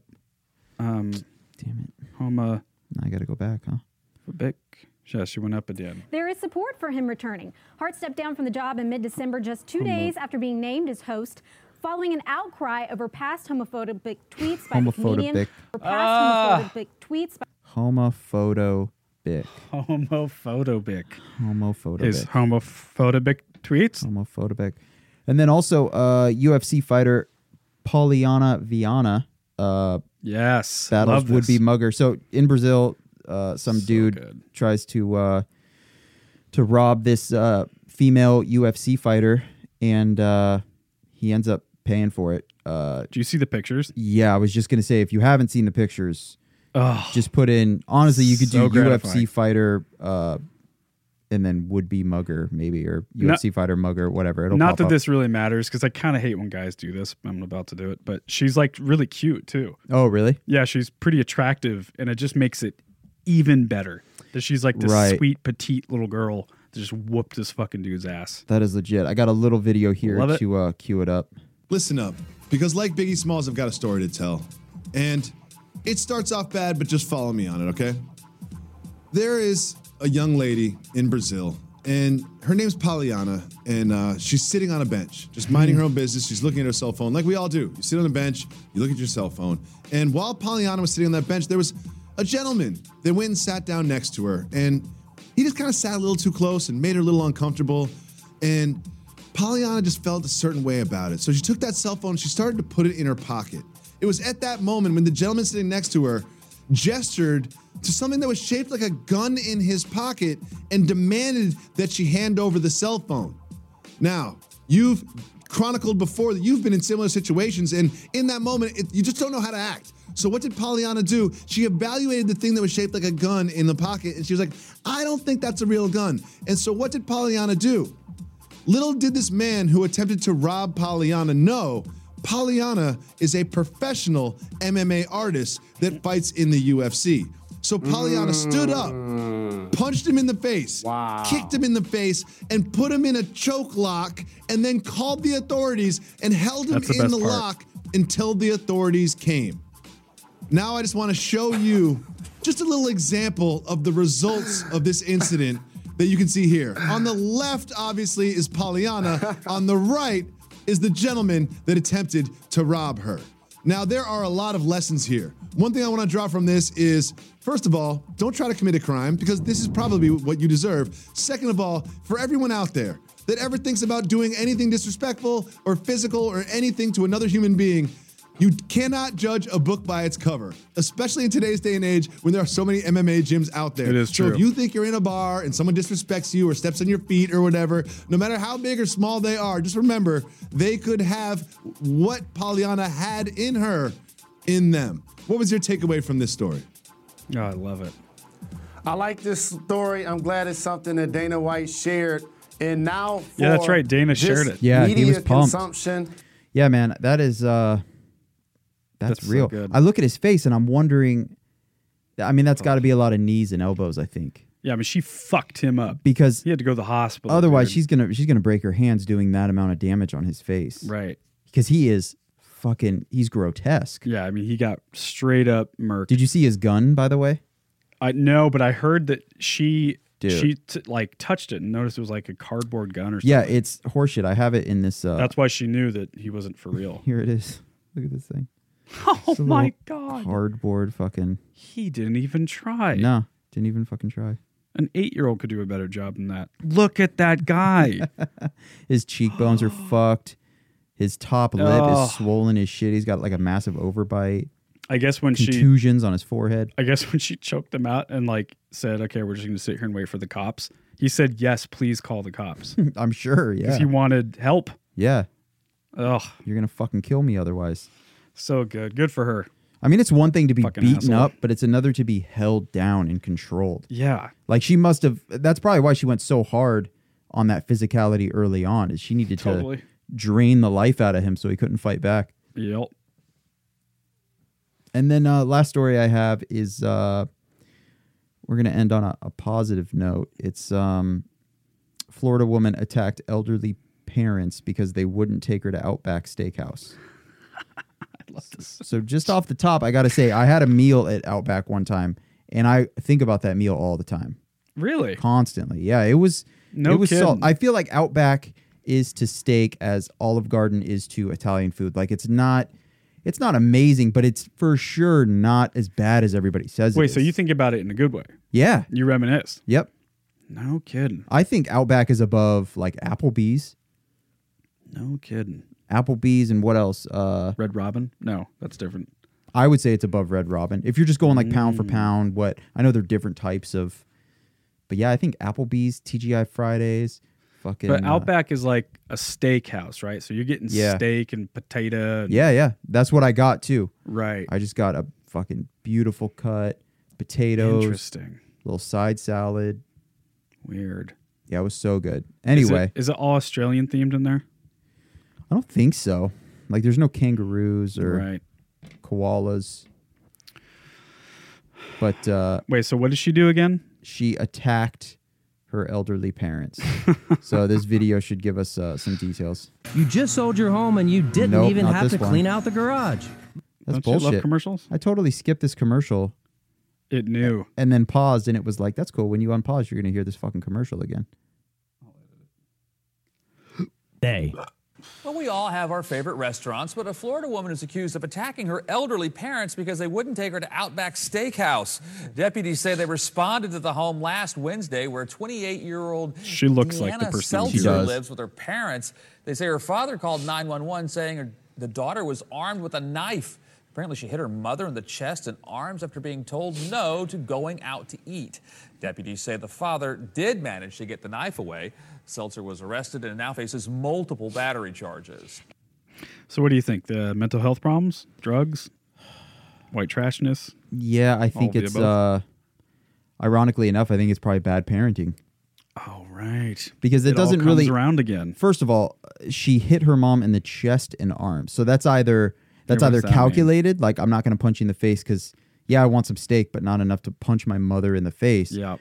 [SPEAKER 1] um,
[SPEAKER 2] Damn it.
[SPEAKER 1] Homa
[SPEAKER 2] Now I got to go back, huh?
[SPEAKER 1] Bick. Yeah, she went up again.
[SPEAKER 6] There is support for him returning. Hart stepped down from the job in mid December, just
[SPEAKER 1] Oh,
[SPEAKER 6] two days after being named as host, following an outcry over past homophobic tweets by the comedian.
[SPEAKER 2] Homophobic.
[SPEAKER 6] Over past homophobic tweets by
[SPEAKER 2] Homophobic.
[SPEAKER 1] Homophotobic.
[SPEAKER 2] Homophobic.
[SPEAKER 1] His homophotobic tweets?
[SPEAKER 2] homophobic. And then also uh, UFC fighter Poliana Viana uh,
[SPEAKER 1] Yes.
[SPEAKER 2] battles
[SPEAKER 1] Love
[SPEAKER 2] would be
[SPEAKER 1] this.
[SPEAKER 2] mugger. So in Brazil, uh, some
[SPEAKER 1] So
[SPEAKER 2] dude
[SPEAKER 1] good.
[SPEAKER 2] tries to uh, to rob this uh, female UFC fighter, and uh, he ends up paying for it. Uh,
[SPEAKER 1] Do you see the pictures?
[SPEAKER 2] yeah, I was just gonna say if you haven't seen the pictures,
[SPEAKER 1] Oh,
[SPEAKER 2] just put in. Honestly, you could
[SPEAKER 1] So
[SPEAKER 2] do
[SPEAKER 1] gratifying.
[SPEAKER 2] UFC fighter. Uh, and then would be mugger maybe or
[SPEAKER 1] No-
[SPEAKER 2] UFC fighter mugger whatever it'll
[SPEAKER 1] not
[SPEAKER 2] pop
[SPEAKER 1] that
[SPEAKER 2] up.
[SPEAKER 1] this really matters because I kind of hate when guys do this. but I'm about to do it, but she's like really cute too.
[SPEAKER 2] oh really
[SPEAKER 1] Yeah, she's pretty attractive, and it just makes it even better that she's like this
[SPEAKER 2] Right.
[SPEAKER 1] sweet petite little girl that just whooped this fucking dude's ass.
[SPEAKER 2] That is legit. I got a little video
[SPEAKER 1] Love
[SPEAKER 2] here
[SPEAKER 1] it.
[SPEAKER 2] to uh, cue it up.
[SPEAKER 7] Listen up, because like Biggie Smalls, I've got a story to tell. And it starts off bad, but just follow me on it, okay? There is a young lady in Brazil, and her name's Poliana, and uh, she's sitting on a bench, just minding her own business. She's looking at her cell phone, like we all do. You sit on a bench, you look at your cell phone. And while Poliana was sitting on that bench, there was a gentleman that went and sat down next to her, and he just kind of sat a little too close and made her a little uncomfortable. And Pollyanna just felt a certain way about it. So she took that cell phone, she started to put it in her pocket. It was at that moment when the gentleman sitting next to her gestured to something that was shaped like a gun in his pocket and demanded that she hand over the cell phone. Now, you've chronicled before that you've been in similar situations, and in that moment, it, you just don't know how to act. So, what did Pollyanna do? She evaluated the thing that was shaped like a gun in the pocket, and she was like, I don't think that's a real gun. And so, what did Pollyanna do? Little did this man who attempted to rob Pollyanna know Pollyanna is a professional MMA artist that fights in the UFC. So Pollyanna stood up, punched him in the face, kicked him in the face, and put him in a choke lock, and then called the authorities and held him
[SPEAKER 1] That's the
[SPEAKER 7] in
[SPEAKER 1] best
[SPEAKER 7] the
[SPEAKER 1] part.
[SPEAKER 7] lock until the authorities came. Now I just want to show you just a little example of the results of this incident that you can see here. On the left, obviously, is Pollyanna. On the right is the gentleman that attempted to rob her. Now, there are a lot of lessons here. One thing I want to draw from this is first of all, don't try to commit a crime because this is probably what you deserve. Second of all, for everyone out there that ever thinks about doing anything disrespectful or physical or anything to another human being, you cannot judge a book by its cover, especially in today's day and age when there are so many MMA gyms out there.
[SPEAKER 1] It is
[SPEAKER 7] so if
[SPEAKER 1] true.
[SPEAKER 7] you think you're in a bar and someone disrespects you or steps on your feet or whatever, no matter how big or small they are, just remember they could have what Pollyanna had in her in them. What was your takeaway from this story?
[SPEAKER 1] Oh, I love it.
[SPEAKER 8] I like this story. I'm glad it's something that Dana White shared. And now, for
[SPEAKER 1] Yeah, that's right. Dana
[SPEAKER 8] this
[SPEAKER 1] shared it.
[SPEAKER 2] Yeah, he
[SPEAKER 8] media
[SPEAKER 2] was pumped.
[SPEAKER 8] consumption.
[SPEAKER 2] Yeah, man, that is uh that's,
[SPEAKER 1] That's so
[SPEAKER 2] real.
[SPEAKER 1] good. Oh,
[SPEAKER 2] I look at his face and I'm wondering I mean, that's got to be a lot of knees and elbows, I think.
[SPEAKER 1] Yeah, I mean, she fucked him up.
[SPEAKER 2] Because
[SPEAKER 1] He had to go to the hospital.
[SPEAKER 2] otherwise
[SPEAKER 1] dude.
[SPEAKER 2] she's going to she's going to break her hands doing that amount of damage on his face.
[SPEAKER 1] right.
[SPEAKER 2] Cuz he is fucking he's grotesque.
[SPEAKER 1] Yeah, I mean, he got straight up murked.
[SPEAKER 2] Did you see his gun by the way?
[SPEAKER 1] I no, but I heard that she
[SPEAKER 2] Dude.
[SPEAKER 1] she t- like touched it and noticed it was like a cardboard gun or something.
[SPEAKER 2] Yeah, it's horseshit. I have it in this uh
[SPEAKER 1] That's why she knew that he wasn't for real.
[SPEAKER 2] here it is. Look at this thing.
[SPEAKER 1] oh
[SPEAKER 2] It's a
[SPEAKER 1] my
[SPEAKER 2] little
[SPEAKER 1] god.
[SPEAKER 2] Cardboard fucking.
[SPEAKER 1] He didn't even try.
[SPEAKER 2] No, didn't even fucking try.
[SPEAKER 1] An 8-year-old could do a better job than that. Look at that guy.
[SPEAKER 2] His cheekbones are fucked. His top lip
[SPEAKER 1] Oh.
[SPEAKER 2] is swollen as shit. He's got like a massive overbite.
[SPEAKER 1] I guess when she
[SPEAKER 2] Contusions on his forehead.
[SPEAKER 1] I guess when she choked him out and like said, "Okay, we're just going to sit here and wait for the cops." He said, "Yes, please call the cops." Cuz
[SPEAKER 2] I'm sure. Yeah.
[SPEAKER 1] he wanted help.
[SPEAKER 2] yeah.
[SPEAKER 1] Ugh,
[SPEAKER 2] You're going to fucking kill me otherwise.
[SPEAKER 1] so good. Good for her.
[SPEAKER 2] I mean, it's one thing to be
[SPEAKER 1] Fucking
[SPEAKER 2] beaten
[SPEAKER 1] asshole.
[SPEAKER 2] up, but it's another to be held down and controlled.
[SPEAKER 1] Yeah.
[SPEAKER 2] Like she must have, that's probably why she went so hard on that physicality early on, is she needed
[SPEAKER 1] Totally.
[SPEAKER 2] to drain the life out of him so he couldn't fight back.
[SPEAKER 1] Yep.
[SPEAKER 2] And then uh, last story I have is uh, we're going to end on a, a positive note. It's um, Florida woman attacked elderly parents because they wouldn't take her to Outback Steakhouse.
[SPEAKER 1] I love this.
[SPEAKER 2] So just off the top, I got to say I had a meal at Outback one time, and I think about that meal all the time,
[SPEAKER 1] Really?
[SPEAKER 2] constantly. Yeah, it was
[SPEAKER 1] No
[SPEAKER 2] it was salt.
[SPEAKER 1] kidding.
[SPEAKER 2] I feel like Outback is to steak as Olive Garden is to Italian food. Like it's not. It's not amazing, but it's for sure not as bad as everybody says. it
[SPEAKER 1] Wait, so
[SPEAKER 2] is.
[SPEAKER 1] you think about it in a good way.
[SPEAKER 2] Yeah.
[SPEAKER 1] You reminisce.
[SPEAKER 2] Yep.
[SPEAKER 1] No kidding.
[SPEAKER 2] I think Outback is above like Applebee's.
[SPEAKER 1] No kidding.
[SPEAKER 2] Applebee's and what else? Uh,
[SPEAKER 1] Red Robin? No, that's different.
[SPEAKER 2] I would say it's above Red Robin. If you're just going like pound for
[SPEAKER 1] Mm.
[SPEAKER 2] pound, what I know they're different types of, but yeah, I think Applebee's, TGI Fridays, fucking.
[SPEAKER 1] But
[SPEAKER 2] uh,
[SPEAKER 1] Outback is like a steakhouse, right? So you're getting
[SPEAKER 2] Yeah.
[SPEAKER 1] steak and potato. and-
[SPEAKER 2] yeah, yeah, that's what I got too.
[SPEAKER 1] Right.
[SPEAKER 2] I just got a fucking beautiful cut, potatoes,
[SPEAKER 1] Interesting.
[SPEAKER 2] little side salad.
[SPEAKER 1] Weird.
[SPEAKER 2] Yeah, it was so
[SPEAKER 1] Is
[SPEAKER 2] good.
[SPEAKER 1] it-
[SPEAKER 2] Anyway,
[SPEAKER 1] is it all Australian themed in there?
[SPEAKER 2] I don't think so. Like, there's no kangaroos or
[SPEAKER 1] Right.
[SPEAKER 2] koalas. But uh,
[SPEAKER 1] Wait, so what does she do again?
[SPEAKER 2] she attacked her elderly parents. so this video should give us uh, some details.
[SPEAKER 9] You just sold your home and you didn't
[SPEAKER 2] Nope,
[SPEAKER 9] even
[SPEAKER 2] not
[SPEAKER 9] have
[SPEAKER 2] this
[SPEAKER 9] to
[SPEAKER 2] one.
[SPEAKER 9] clean out the garage.
[SPEAKER 2] That's
[SPEAKER 1] Don't you love
[SPEAKER 2] bullshit.
[SPEAKER 1] commercials?
[SPEAKER 2] I totally skipped this commercial
[SPEAKER 1] It knew.
[SPEAKER 2] and then paused, and it was like, "That's cool." When you unpause, you're gonna hear this fucking commercial again.
[SPEAKER 9] Day.
[SPEAKER 10] Well, we all have our favorite restaurants, but a Florida woman is accused of attacking her elderly parents because they wouldn't take her to Outback Steakhouse. Deputies say they responded to the home last Wednesday where 28 year old
[SPEAKER 1] She looks like the person who
[SPEAKER 2] She
[SPEAKER 10] Seltzer
[SPEAKER 2] does.
[SPEAKER 10] lives with her parents. They say her father called 911 saying her, the daughter was armed with a knife. Apparently, she hit her mother in the chest and arms after being told no to going out to eat. Deputies say the father did manage to get the knife away. Seltzer was arrested and now faces multiple battery charges.
[SPEAKER 1] So, what do you think? The mental health problems, drugs, white trashness.
[SPEAKER 2] Yeah, I think
[SPEAKER 1] All of the
[SPEAKER 2] it's
[SPEAKER 1] above?
[SPEAKER 2] uh ironically enough, I think it's probably bad parenting.
[SPEAKER 1] All right.
[SPEAKER 2] Because it,
[SPEAKER 1] all
[SPEAKER 2] doesn't
[SPEAKER 1] comes
[SPEAKER 2] really
[SPEAKER 1] around again.
[SPEAKER 2] First of all, she hit her mom in the chest and arms. So that's either that's
[SPEAKER 1] Yeah, what does
[SPEAKER 2] either
[SPEAKER 1] that mean?
[SPEAKER 2] calculated, like I'm not going to punch you in the face cuz yeah, I want some steak, but not enough to punch my mother in the face.
[SPEAKER 1] Yeah.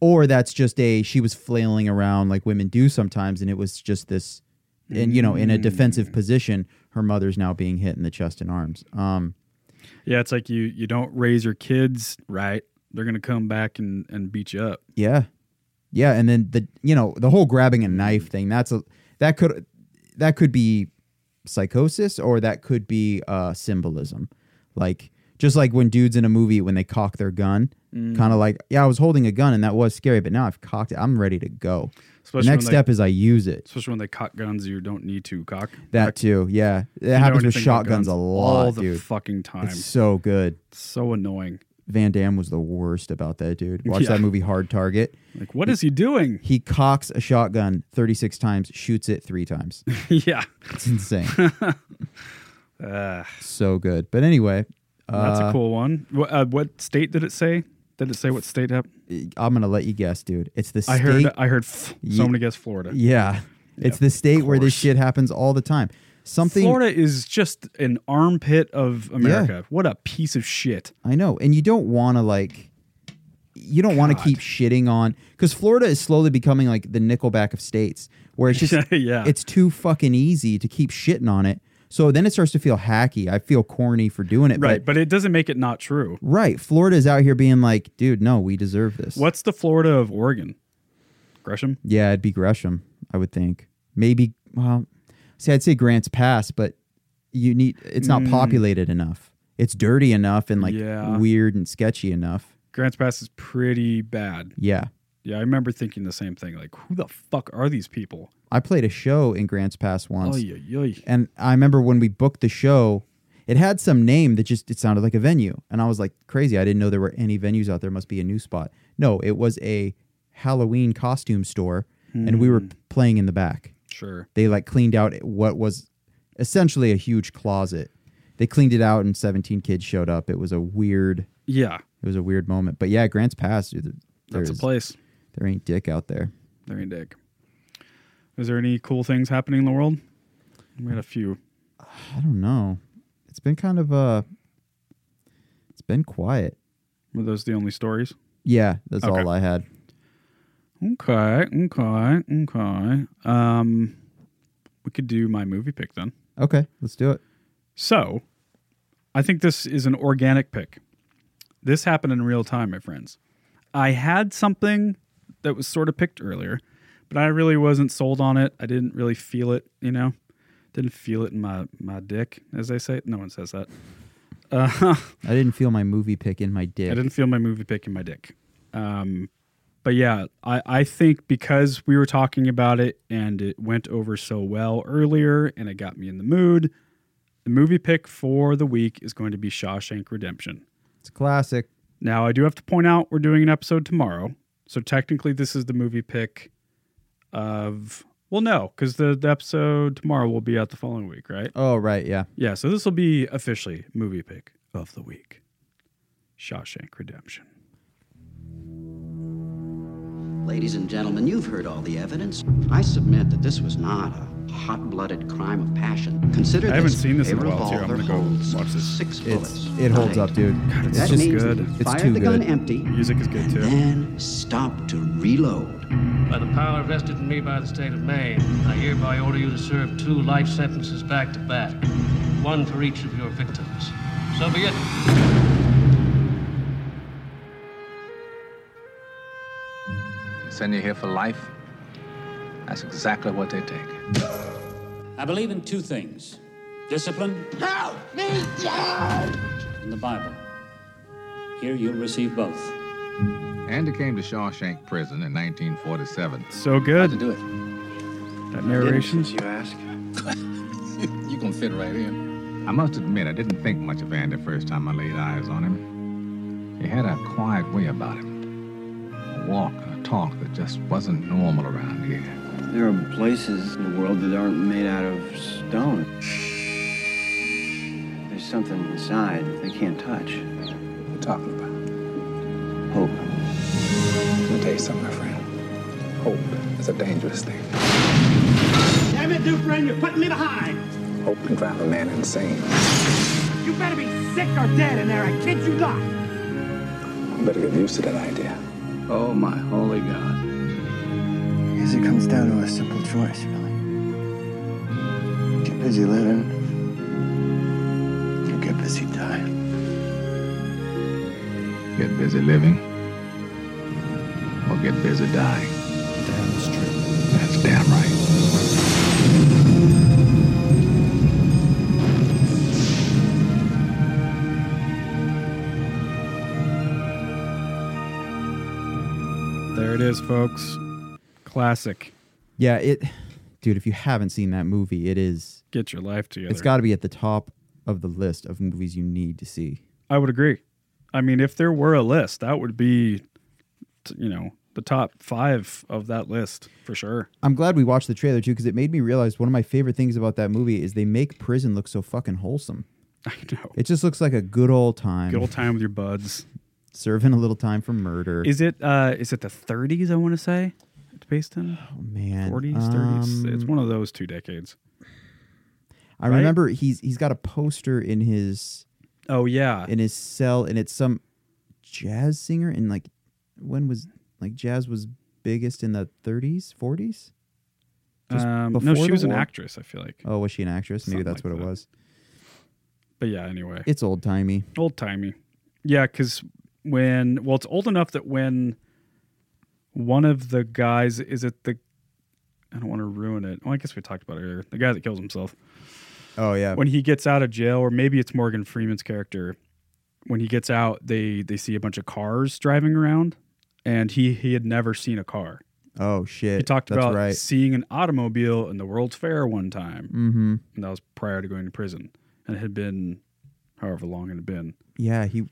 [SPEAKER 2] Or that's just a she was flailing around like women do sometimes and it was just this and you know, in a
[SPEAKER 1] Mm.
[SPEAKER 2] defensive position, her mother's now being hit in the chest and arms. Um
[SPEAKER 1] Yeah, it's like you you don't raise your kids right. They're gonna come back and and beat you up.
[SPEAKER 2] Yeah. Yeah, and then the you know, the whole grabbing a knife thing, that's a that could that could be psychosis or that could be uh symbolism. Like just like when dudes in a movie when they cock their gun,
[SPEAKER 1] Mm.
[SPEAKER 2] kind of like, yeah, I was holding a gun and that was scary, but now I've cocked it. I'm ready to go.
[SPEAKER 1] Especially
[SPEAKER 2] the next
[SPEAKER 1] when they-
[SPEAKER 2] step is I use it.
[SPEAKER 1] Especially when they cock guns, you don't need to cock.
[SPEAKER 2] That too. Yeah. It happens with shotguns a lot,
[SPEAKER 1] all the
[SPEAKER 2] dude.
[SPEAKER 1] fucking time.
[SPEAKER 2] It's so good.
[SPEAKER 1] so annoying.
[SPEAKER 2] Van Damme was the worst about that, dude. Watch
[SPEAKER 1] Yeah.
[SPEAKER 2] that movie Hard Target.
[SPEAKER 1] Like, what is he doing?
[SPEAKER 2] He cocks a shotgun 36 times, shoots it three times.
[SPEAKER 1] yeah.
[SPEAKER 2] It's insane.
[SPEAKER 1] Uh,
[SPEAKER 2] so good. But anyway,
[SPEAKER 1] that's
[SPEAKER 2] uh,
[SPEAKER 1] a cool one. What, uh, what state did it say? Did it say what state? Hap-
[SPEAKER 2] I'm going to let you guess, dude. It's the state.
[SPEAKER 1] I heard. I heard. F-
[SPEAKER 2] Ye-
[SPEAKER 1] so I'm gonna guess Florida.
[SPEAKER 2] Yeah. It's the state where this shit happens all the time. Something
[SPEAKER 1] Florida is just an armpit of America. What a piece of shit.
[SPEAKER 2] I know. And you don't want to like you don't want to keep shitting on cuz Florida is slowly becoming like the Nickelback of states where it's just
[SPEAKER 1] Yeah.
[SPEAKER 2] it's too fucking easy to keep shitting on it. So then it starts to feel hacky. I feel corny for doing it.
[SPEAKER 1] Right,
[SPEAKER 2] But,
[SPEAKER 1] but it doesn't make it not true.
[SPEAKER 2] right. Florida's out here being like, dude, no, we deserve this.
[SPEAKER 1] What's the Florida of Oregon? Gresham?
[SPEAKER 2] Yeah, it'd be Gresham, I would think. Maybe well, see, I'd say Grants Pass, but you need it's not
[SPEAKER 1] Mm.
[SPEAKER 2] populated enough. It's dirty enough and like
[SPEAKER 1] Yeah.
[SPEAKER 2] weird and sketchy enough.
[SPEAKER 1] Grants Pass is pretty bad.
[SPEAKER 2] Yeah.
[SPEAKER 1] Yeah, I remember thinking the same thing. Like, who the fuck are these people?
[SPEAKER 2] I played a show in Grants Pass once.
[SPEAKER 1] Oy, oy, oy.
[SPEAKER 2] And I remember when we booked the show, it had some name that just it sounded like a venue. And I was like, crazy. I didn't know there were any venues out there. Must be a new spot. No, it was a Halloween costume store and we were
[SPEAKER 1] Hmm.
[SPEAKER 2] playing in the back.
[SPEAKER 1] Sure.
[SPEAKER 2] They like cleaned out what was essentially a huge closet. They cleaned it out and 17 kids showed up. It was a weird
[SPEAKER 1] Yeah,
[SPEAKER 2] it was a weird moment. But yeah, Grants Pass, dude, there-
[SPEAKER 1] that's a
[SPEAKER 2] there's-
[SPEAKER 1] place.
[SPEAKER 2] There ain't dick out there.
[SPEAKER 1] There ain't dick. Is there any cool things happening in the world? We had a few.
[SPEAKER 2] I don't know. It's been kind of uh it's been quiet.
[SPEAKER 1] Were those the only stories?
[SPEAKER 2] Yeah, that's
[SPEAKER 1] Okay.
[SPEAKER 2] all I had.
[SPEAKER 1] Okay, okay, okay. Um, we could do my movie pick then.
[SPEAKER 2] Okay, let's do it.
[SPEAKER 1] So, I think this is an organic pick. This happened in real time, my friends. I had something that was sort of picked earlier, but I really wasn't sold on it. I didn't really feel it, you know. Didn't feel it in my my dick, as they say. No one says that. Uh,
[SPEAKER 2] I didn't feel my movie pick in my dick.
[SPEAKER 1] I didn't feel my movie pick in my dick. Um, but yeah, I, I think because we were talking about it and it went over so well earlier and it got me in the mood, the movie pick for the week is going to be Shawshank Redemption.
[SPEAKER 2] It's a classic.
[SPEAKER 1] Now, I do have to point out we're doing an episode tomorrow. So technically, this is the movie pick of. Well, no, because the, the episode tomorrow will be out the following week, right?
[SPEAKER 2] Oh right, yeah.
[SPEAKER 1] Yeah, so this will be officially movie pick of the week Shawshank Redemption.
[SPEAKER 11] Ladies and gentlemen, you've heard all the evidence. I submit that this was not a hot-blooded crime of passion. Consider
[SPEAKER 1] I haven't
[SPEAKER 11] this
[SPEAKER 1] seen this
[SPEAKER 11] a
[SPEAKER 1] in a while, too. I'm
[SPEAKER 11] revolver
[SPEAKER 1] gonna go
[SPEAKER 11] holds six bullets.
[SPEAKER 2] It holds up, dude.
[SPEAKER 11] That
[SPEAKER 2] it's just
[SPEAKER 11] means
[SPEAKER 2] good.
[SPEAKER 11] you
[SPEAKER 2] It's
[SPEAKER 11] fired
[SPEAKER 2] too
[SPEAKER 11] the gun
[SPEAKER 2] good.
[SPEAKER 11] empty.
[SPEAKER 1] Music is good too.
[SPEAKER 11] Then stop to reload.
[SPEAKER 12] By the power vested in me by the state of Maine, I hereby order you to serve two life sentences back to back, one for each of your victims. So be it.
[SPEAKER 13] Send you here for life. That's exactly what they take.
[SPEAKER 14] I believe in two things discipline
[SPEAKER 4] Help me
[SPEAKER 14] and the Bible. Here you'll receive both.
[SPEAKER 13] Andy came to Shawshank Prison in 1947.
[SPEAKER 1] So good.
[SPEAKER 13] to do it.
[SPEAKER 1] That narration.
[SPEAKER 13] you ask. you gonna fit right in. I must admit, I didn't think much of Andy the first time I laid eyes on him. He had a quiet way about him. A walk, a talk that just wasn't normal around here.
[SPEAKER 15] There are places in the world that aren't made out of stone. There's something inside that they can't touch.
[SPEAKER 13] What are talking about?
[SPEAKER 15] Hope.
[SPEAKER 13] Let me tell you something, my friend. Hope is a dangerous thing.
[SPEAKER 16] Damn it, Dufresne, you're putting me behind.
[SPEAKER 13] Hope can drive a man insane.
[SPEAKER 16] You better be sick or dead in there. I kid you not.
[SPEAKER 13] I better get used to that idea.
[SPEAKER 15] Oh my holy God. I guess it comes down to a simple choice, really. Get busy living, or get busy dying.
[SPEAKER 13] Get busy living, or get busy dying.
[SPEAKER 15] That's true.
[SPEAKER 13] That's damn right.
[SPEAKER 1] There it is, folks. Classic.
[SPEAKER 2] Yeah, it, dude. If you haven't seen that movie, it is.
[SPEAKER 1] Get your life together.
[SPEAKER 2] It's got to be at the top of the list of movies you need to see.
[SPEAKER 1] I would agree. I mean, if there were a list, that would be, t- you know, the top five of that list for sure.
[SPEAKER 2] I'm glad we watched the trailer too because it made me realize one of my favorite things about that movie is they make prison look so fucking wholesome.
[SPEAKER 1] I know.
[SPEAKER 2] It just looks like a good old time.
[SPEAKER 1] Good old time with your buds.
[SPEAKER 2] Serving a little time for murder.
[SPEAKER 1] Is it uh is it the 30s? I want to say it's based in. Oh
[SPEAKER 2] man,
[SPEAKER 1] 40s, 30s. it's
[SPEAKER 2] Um,
[SPEAKER 1] one of those two decades.
[SPEAKER 2] I
[SPEAKER 1] right?
[SPEAKER 2] remember he's he's got a poster in his
[SPEAKER 1] Oh yeah,
[SPEAKER 2] in his cell, and it's some jazz singer. And like, when was like jazz was biggest in the 30s, 40s? Just
[SPEAKER 1] Um, no,
[SPEAKER 2] before
[SPEAKER 1] she
[SPEAKER 2] the
[SPEAKER 1] was an
[SPEAKER 2] war?
[SPEAKER 1] actress. I feel like,
[SPEAKER 2] Oh, was she an actress? Maybe
[SPEAKER 1] Something
[SPEAKER 2] that's
[SPEAKER 1] like
[SPEAKER 2] what it
[SPEAKER 1] that.
[SPEAKER 2] was.
[SPEAKER 1] but yeah. Anyway,
[SPEAKER 2] It's old timey.
[SPEAKER 1] old timey. Yeah, because when well, it's old enough that when one of the guys is it the I don't want to ruin it. Well, I guess we talked about it earlier. The guy that kills himself
[SPEAKER 2] Oh yeah.
[SPEAKER 1] when he gets out of jail, or maybe it's Morgan Freeman's character. When he gets out, they they see a bunch of cars driving around, and he he had never seen a car.
[SPEAKER 2] oh shit.
[SPEAKER 1] He talked
[SPEAKER 2] that's
[SPEAKER 1] about
[SPEAKER 2] right.
[SPEAKER 1] seeing an automobile in the World's Fair one time,
[SPEAKER 2] Mhm.
[SPEAKER 1] and that was prior to going to prison, and it had been however long it had been.
[SPEAKER 2] Yeah, he.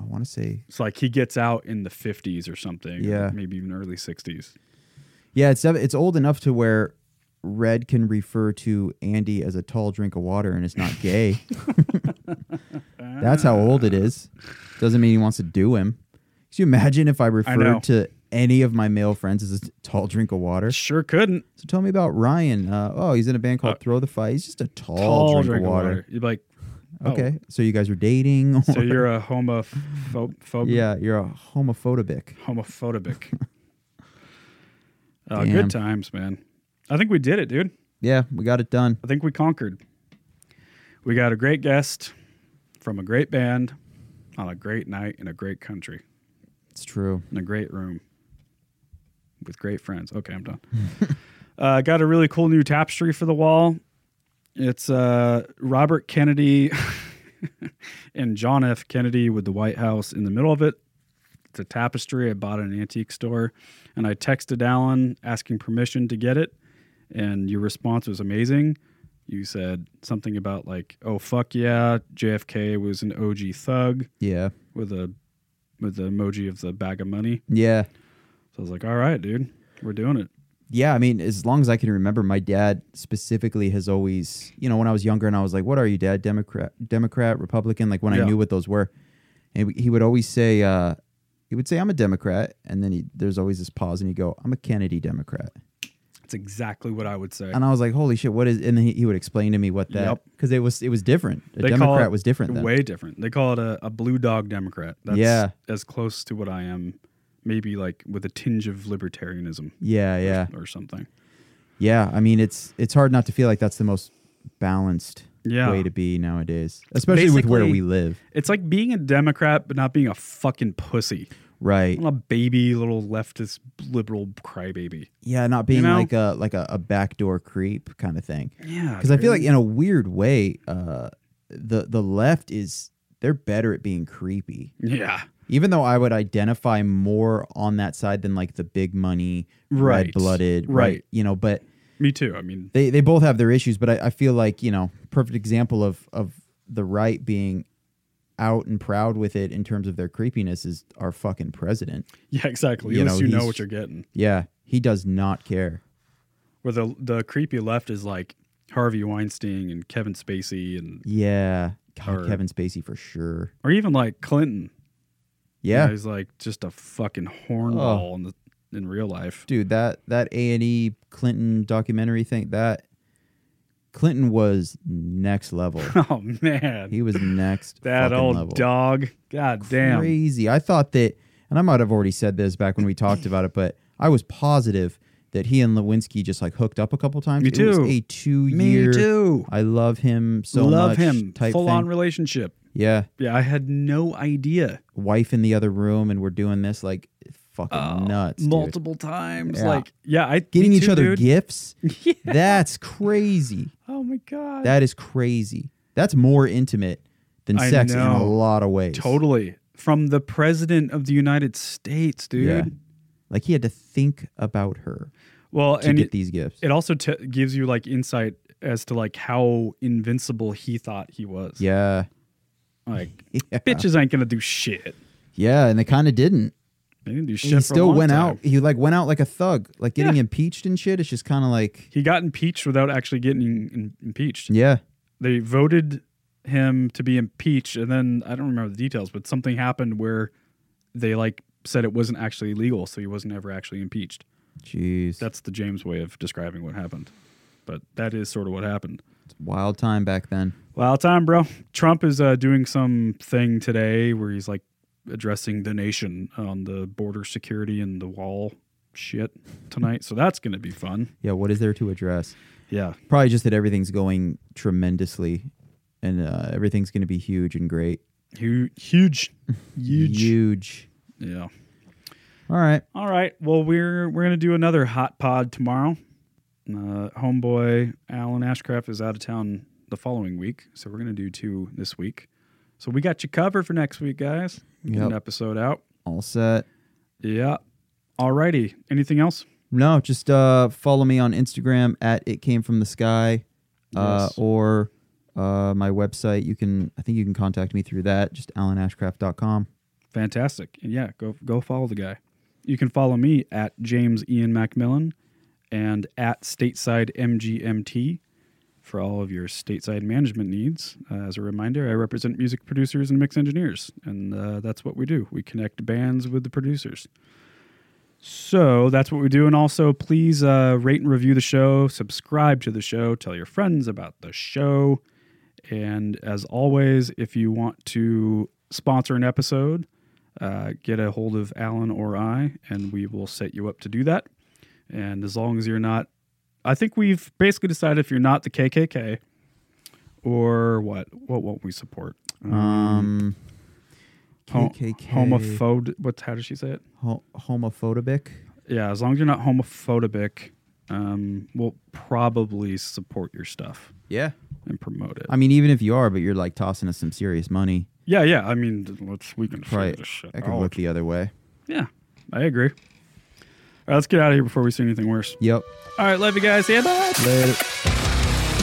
[SPEAKER 2] I want to say.
[SPEAKER 1] It's like he gets out in the fifties or something, or
[SPEAKER 2] Yeah.
[SPEAKER 1] maybe even early sixties.
[SPEAKER 2] Yeah, it's it's old enough to where Red can refer to Andy as a tall drink of water, and it's not gay. That's how old it is. Doesn't mean he wants to do him. Could you imagine if I
[SPEAKER 1] know.
[SPEAKER 2] referred to any of my male friends as a tall drink of water?
[SPEAKER 1] Sure couldn't.
[SPEAKER 2] So tell me about Ryan. Uh, oh, he's in a band called Throw the Fight. He's just a tall, drink, of water.
[SPEAKER 1] You're like, oh,
[SPEAKER 2] Okay, so you guys were dating? Or,
[SPEAKER 1] so you're a homophobe.
[SPEAKER 2] yeah, you're a homophobic.
[SPEAKER 1] homophobic. uh,
[SPEAKER 2] Damn.
[SPEAKER 1] good times, man. I think we did it, dude.
[SPEAKER 2] Yeah, we got it done.
[SPEAKER 1] I think we conquered. We got a great guest from a great band on a great night in a great country
[SPEAKER 2] It's true.
[SPEAKER 1] in a great room with great friends. Okay, I'm done. uh, got a really cool new tapestry for the wall. It's uh, Robert Kennedy and John F. Kennedy with the White House in the middle of it. It's a tapestry I bought at an antique store, and I texted Alan asking permission to get it, and your response was amazing. You said something about like, "Oh fuck yeah, JFK was an OG thug."
[SPEAKER 2] Yeah,
[SPEAKER 1] with a with the emoji of the bag of money.
[SPEAKER 2] yeah.
[SPEAKER 1] So I was like, all right, dude, we're doing it.
[SPEAKER 2] yeah, I mean, as long as I can remember, my dad specifically has always, you know, when I was younger and I was like, what are you, dad? Democrat, Democrat, Republican? Like when
[SPEAKER 1] Yeah.
[SPEAKER 2] I knew what those were. And he would always say, uh, he would say, I'm a Democrat. And then he, there's always this pause and he'd go, I'm a Kennedy Democrat.
[SPEAKER 1] That's exactly what I would say.
[SPEAKER 2] And I was like, holy shit, what is, and then he, he would explain to me what that,
[SPEAKER 1] Yep.
[SPEAKER 2] because it was, it was different. A
[SPEAKER 1] They call
[SPEAKER 2] Democrat
[SPEAKER 1] it
[SPEAKER 2] was different then.
[SPEAKER 1] Way different. They call it a, a blue dog Democrat. That's
[SPEAKER 2] Yeah.
[SPEAKER 1] as close to what I am, maybe like with a tinge of libertarianism
[SPEAKER 2] Yeah, yeah.
[SPEAKER 1] or something.
[SPEAKER 2] Yeah. I mean, it's, it's hard not to feel like that's the most balanced
[SPEAKER 1] Yeah.
[SPEAKER 2] way to be nowadays, especially with where
[SPEAKER 1] Basically-
[SPEAKER 2] we live.
[SPEAKER 1] It's like being a Democrat, but not being a fucking pussy.
[SPEAKER 2] Right.
[SPEAKER 1] I'm a baby little leftist liberal crybaby.
[SPEAKER 2] Yeah, not being
[SPEAKER 1] know?
[SPEAKER 2] like a like a, a backdoor creep kind of thing.
[SPEAKER 1] Yeah,
[SPEAKER 2] because I feel like
[SPEAKER 1] dude.
[SPEAKER 2] in a weird way, uh, the the left is they're better at being creepy.
[SPEAKER 1] Yeah.
[SPEAKER 2] Even though I would identify more on that side than like the big money,
[SPEAKER 1] Right.
[SPEAKER 2] red blooded,
[SPEAKER 1] Right.
[SPEAKER 2] You know, but
[SPEAKER 1] Me too. I mean,
[SPEAKER 2] they they both have their issues. But I, I feel like you know, perfect example of of the right being out and proud with it in terms of their creepiness is our fucking president.
[SPEAKER 1] Yeah, exactly. At least you know
[SPEAKER 2] he's-
[SPEAKER 1] what you're getting.
[SPEAKER 2] Yeah, he does not care.
[SPEAKER 1] Where the the creepy left is like Harvey Weinstein and Kevin Spacey and
[SPEAKER 2] Yeah, God,
[SPEAKER 1] Or-
[SPEAKER 2] Kevin Spacey for sure.
[SPEAKER 1] or even like Clinton.
[SPEAKER 2] Yeah. Oh.
[SPEAKER 1] he's like just a fucking hornball in the in real life.
[SPEAKER 2] dude that that a&e clinton documentary thing that clinton was next level
[SPEAKER 1] Oh man,
[SPEAKER 2] he was next
[SPEAKER 1] that
[SPEAKER 2] fucking
[SPEAKER 1] old
[SPEAKER 2] level.
[SPEAKER 1] dog. God damn.
[SPEAKER 2] crazy i thought that and i might have already said this back when we talked about it but i was positive that he and lewinsky just like hooked up a couple times
[SPEAKER 1] Me
[SPEAKER 2] It was
[SPEAKER 1] too.
[SPEAKER 2] a two
[SPEAKER 1] Me
[SPEAKER 2] year
[SPEAKER 1] too.
[SPEAKER 2] i love him so
[SPEAKER 1] Love
[SPEAKER 2] much
[SPEAKER 1] him.
[SPEAKER 2] type
[SPEAKER 1] Full on
[SPEAKER 2] thing.
[SPEAKER 1] relationship.
[SPEAKER 2] yeah
[SPEAKER 1] Yeah, I had no idea.
[SPEAKER 2] wife in the other room and we're doing this like fucking nuts dude.
[SPEAKER 1] Oh, Multiple times.
[SPEAKER 2] Yeah.
[SPEAKER 1] Like, yeah, I
[SPEAKER 2] getting
[SPEAKER 1] me
[SPEAKER 2] each
[SPEAKER 1] too,
[SPEAKER 2] other
[SPEAKER 1] dude.
[SPEAKER 2] gifts that's crazy
[SPEAKER 1] Oh my god.
[SPEAKER 2] That is crazy. That's more intimate than
[SPEAKER 1] I
[SPEAKER 2] sex in a
[SPEAKER 1] know.
[SPEAKER 2] lot of ways.
[SPEAKER 1] Totally. From the president of the United States, dude.
[SPEAKER 2] Yeah. Like he had to think about her
[SPEAKER 1] Well,
[SPEAKER 2] to
[SPEAKER 1] and
[SPEAKER 2] get
[SPEAKER 1] it,
[SPEAKER 2] these gifts.
[SPEAKER 1] it also t- gives you like insight as to like how invincible he thought he was.
[SPEAKER 2] Yeah.
[SPEAKER 1] Like bitches ain't gonna do shit.
[SPEAKER 2] Yeah, and they kind of didn't.
[SPEAKER 1] They didn't do shit.
[SPEAKER 2] He
[SPEAKER 1] for a
[SPEAKER 2] still
[SPEAKER 1] long
[SPEAKER 2] went
[SPEAKER 1] time.
[SPEAKER 2] out. He like went out like a thug. Like getting
[SPEAKER 1] Yeah.
[SPEAKER 2] impeached and shit. It's just kind of like
[SPEAKER 1] He got impeached without actually getting in- impeached.
[SPEAKER 2] yeah,
[SPEAKER 1] They voted him to be impeached, and then I don't remember the details, but something happened where they like said it wasn't actually legal, so he wasn't ever actually impeached.
[SPEAKER 2] jeez,
[SPEAKER 1] That's the James way of describing what happened. But that is sort of what happened.
[SPEAKER 2] wild time back then.
[SPEAKER 1] Well, time, bro. Trump is uh, doing some thing today where he's like addressing the nation on the border security and the wall shit tonight. so that's going to be fun.
[SPEAKER 2] Yeah, what is there to address?
[SPEAKER 1] Yeah.
[SPEAKER 2] Probably just that everything's going tremendously, and uh, everything's going to be huge and great.
[SPEAKER 1] Hu- Huge. Huge.
[SPEAKER 2] Huge.
[SPEAKER 1] Yeah.
[SPEAKER 2] All right.
[SPEAKER 1] All right. Well, we're we're gonna do another hot pod tomorrow. Uh, homeboy Alan Ashcraft is out of town the following week, so we're gonna do two this week. So we got you covered for next week, guys. Get
[SPEAKER 2] Yep.
[SPEAKER 1] an episode out.
[SPEAKER 2] All set.
[SPEAKER 1] Yeah. All righty. Anything else?
[SPEAKER 2] No, just uh, follow me on Instagram at it came from the sky, uh,
[SPEAKER 1] Yes.
[SPEAKER 2] or uh, my website. You can, I think you can contact me through that. Just alanashcraft.com.
[SPEAKER 1] Fantastic. And yeah, go go follow the guy. You can follow me at James Ian Macmillan and at Stateside MGMT for all of your stateside management needs. Uh, as a reminder, I represent music producers and mix engineers, and uh, that's what we do. We connect bands with the producers. So that's what we do. And also, please uh, rate and review the show, subscribe to the show, tell your friends about the show. And as always, if you want to sponsor an episode, uh, get a hold of Alan or I, and we will set you up to do that. And as long as you're not, I think we've basically decided if you're not the KKK or what, what won't we support? Uh,
[SPEAKER 2] Um,
[SPEAKER 1] ho-
[SPEAKER 2] KKK.
[SPEAKER 1] homophobe. What's how does she say it?
[SPEAKER 2] Ho- homophobic.
[SPEAKER 1] Yeah, as long as you're not homophobic, um, we'll probably support your stuff
[SPEAKER 2] Yeah.
[SPEAKER 1] and promote it.
[SPEAKER 2] I mean, even if you are, but you're like tossing us some serious money,
[SPEAKER 1] yeah, yeah. I mean, let's we can figure
[SPEAKER 2] right?
[SPEAKER 1] this shit
[SPEAKER 2] That could
[SPEAKER 1] out.
[SPEAKER 2] look the other way.
[SPEAKER 1] Yeah, I agree. All right, let's get out of here before we see anything worse.
[SPEAKER 2] Yep.
[SPEAKER 1] All right, love you guys. Yeah, bye.
[SPEAKER 2] Later.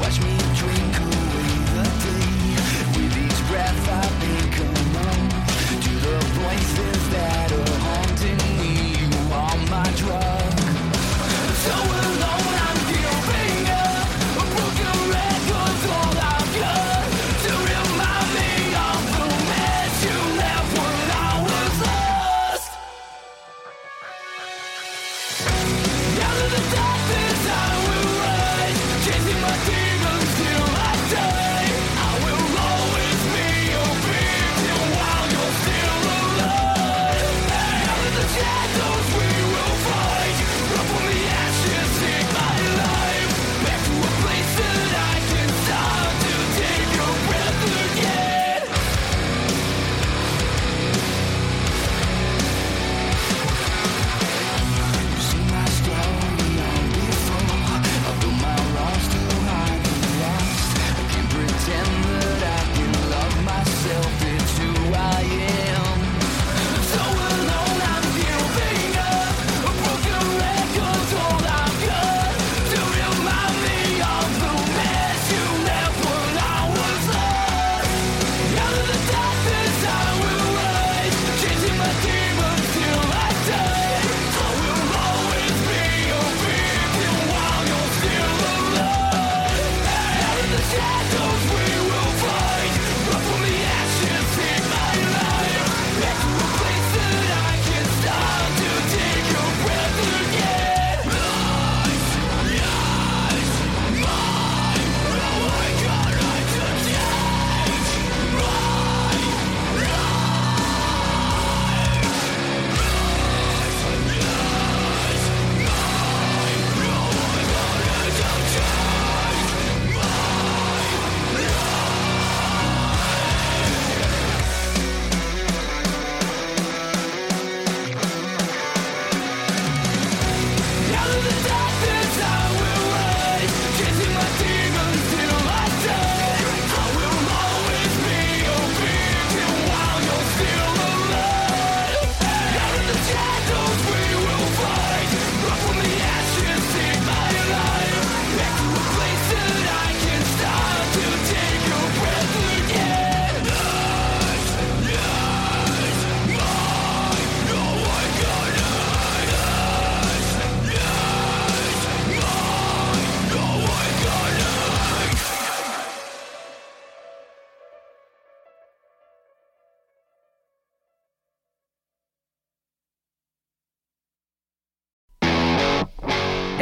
[SPEAKER 4] Watch me drink away the day with each breath I become numb to the voices that are haunting me. You are my drug. So alone I'm giving up. A broken record's all I've got to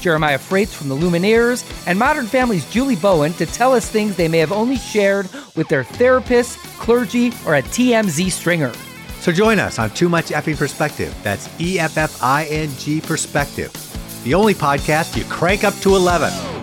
[SPEAKER 17] Jeremiah Freites from the Lumineers, and Modern Family's Julie Bowen to tell us things they may have only shared with their therapist, clergy, or a TMZ stringer.
[SPEAKER 18] So join us on Too Much Effing Perspective. That's E F F I N G Perspective, the only podcast you crank up to 11.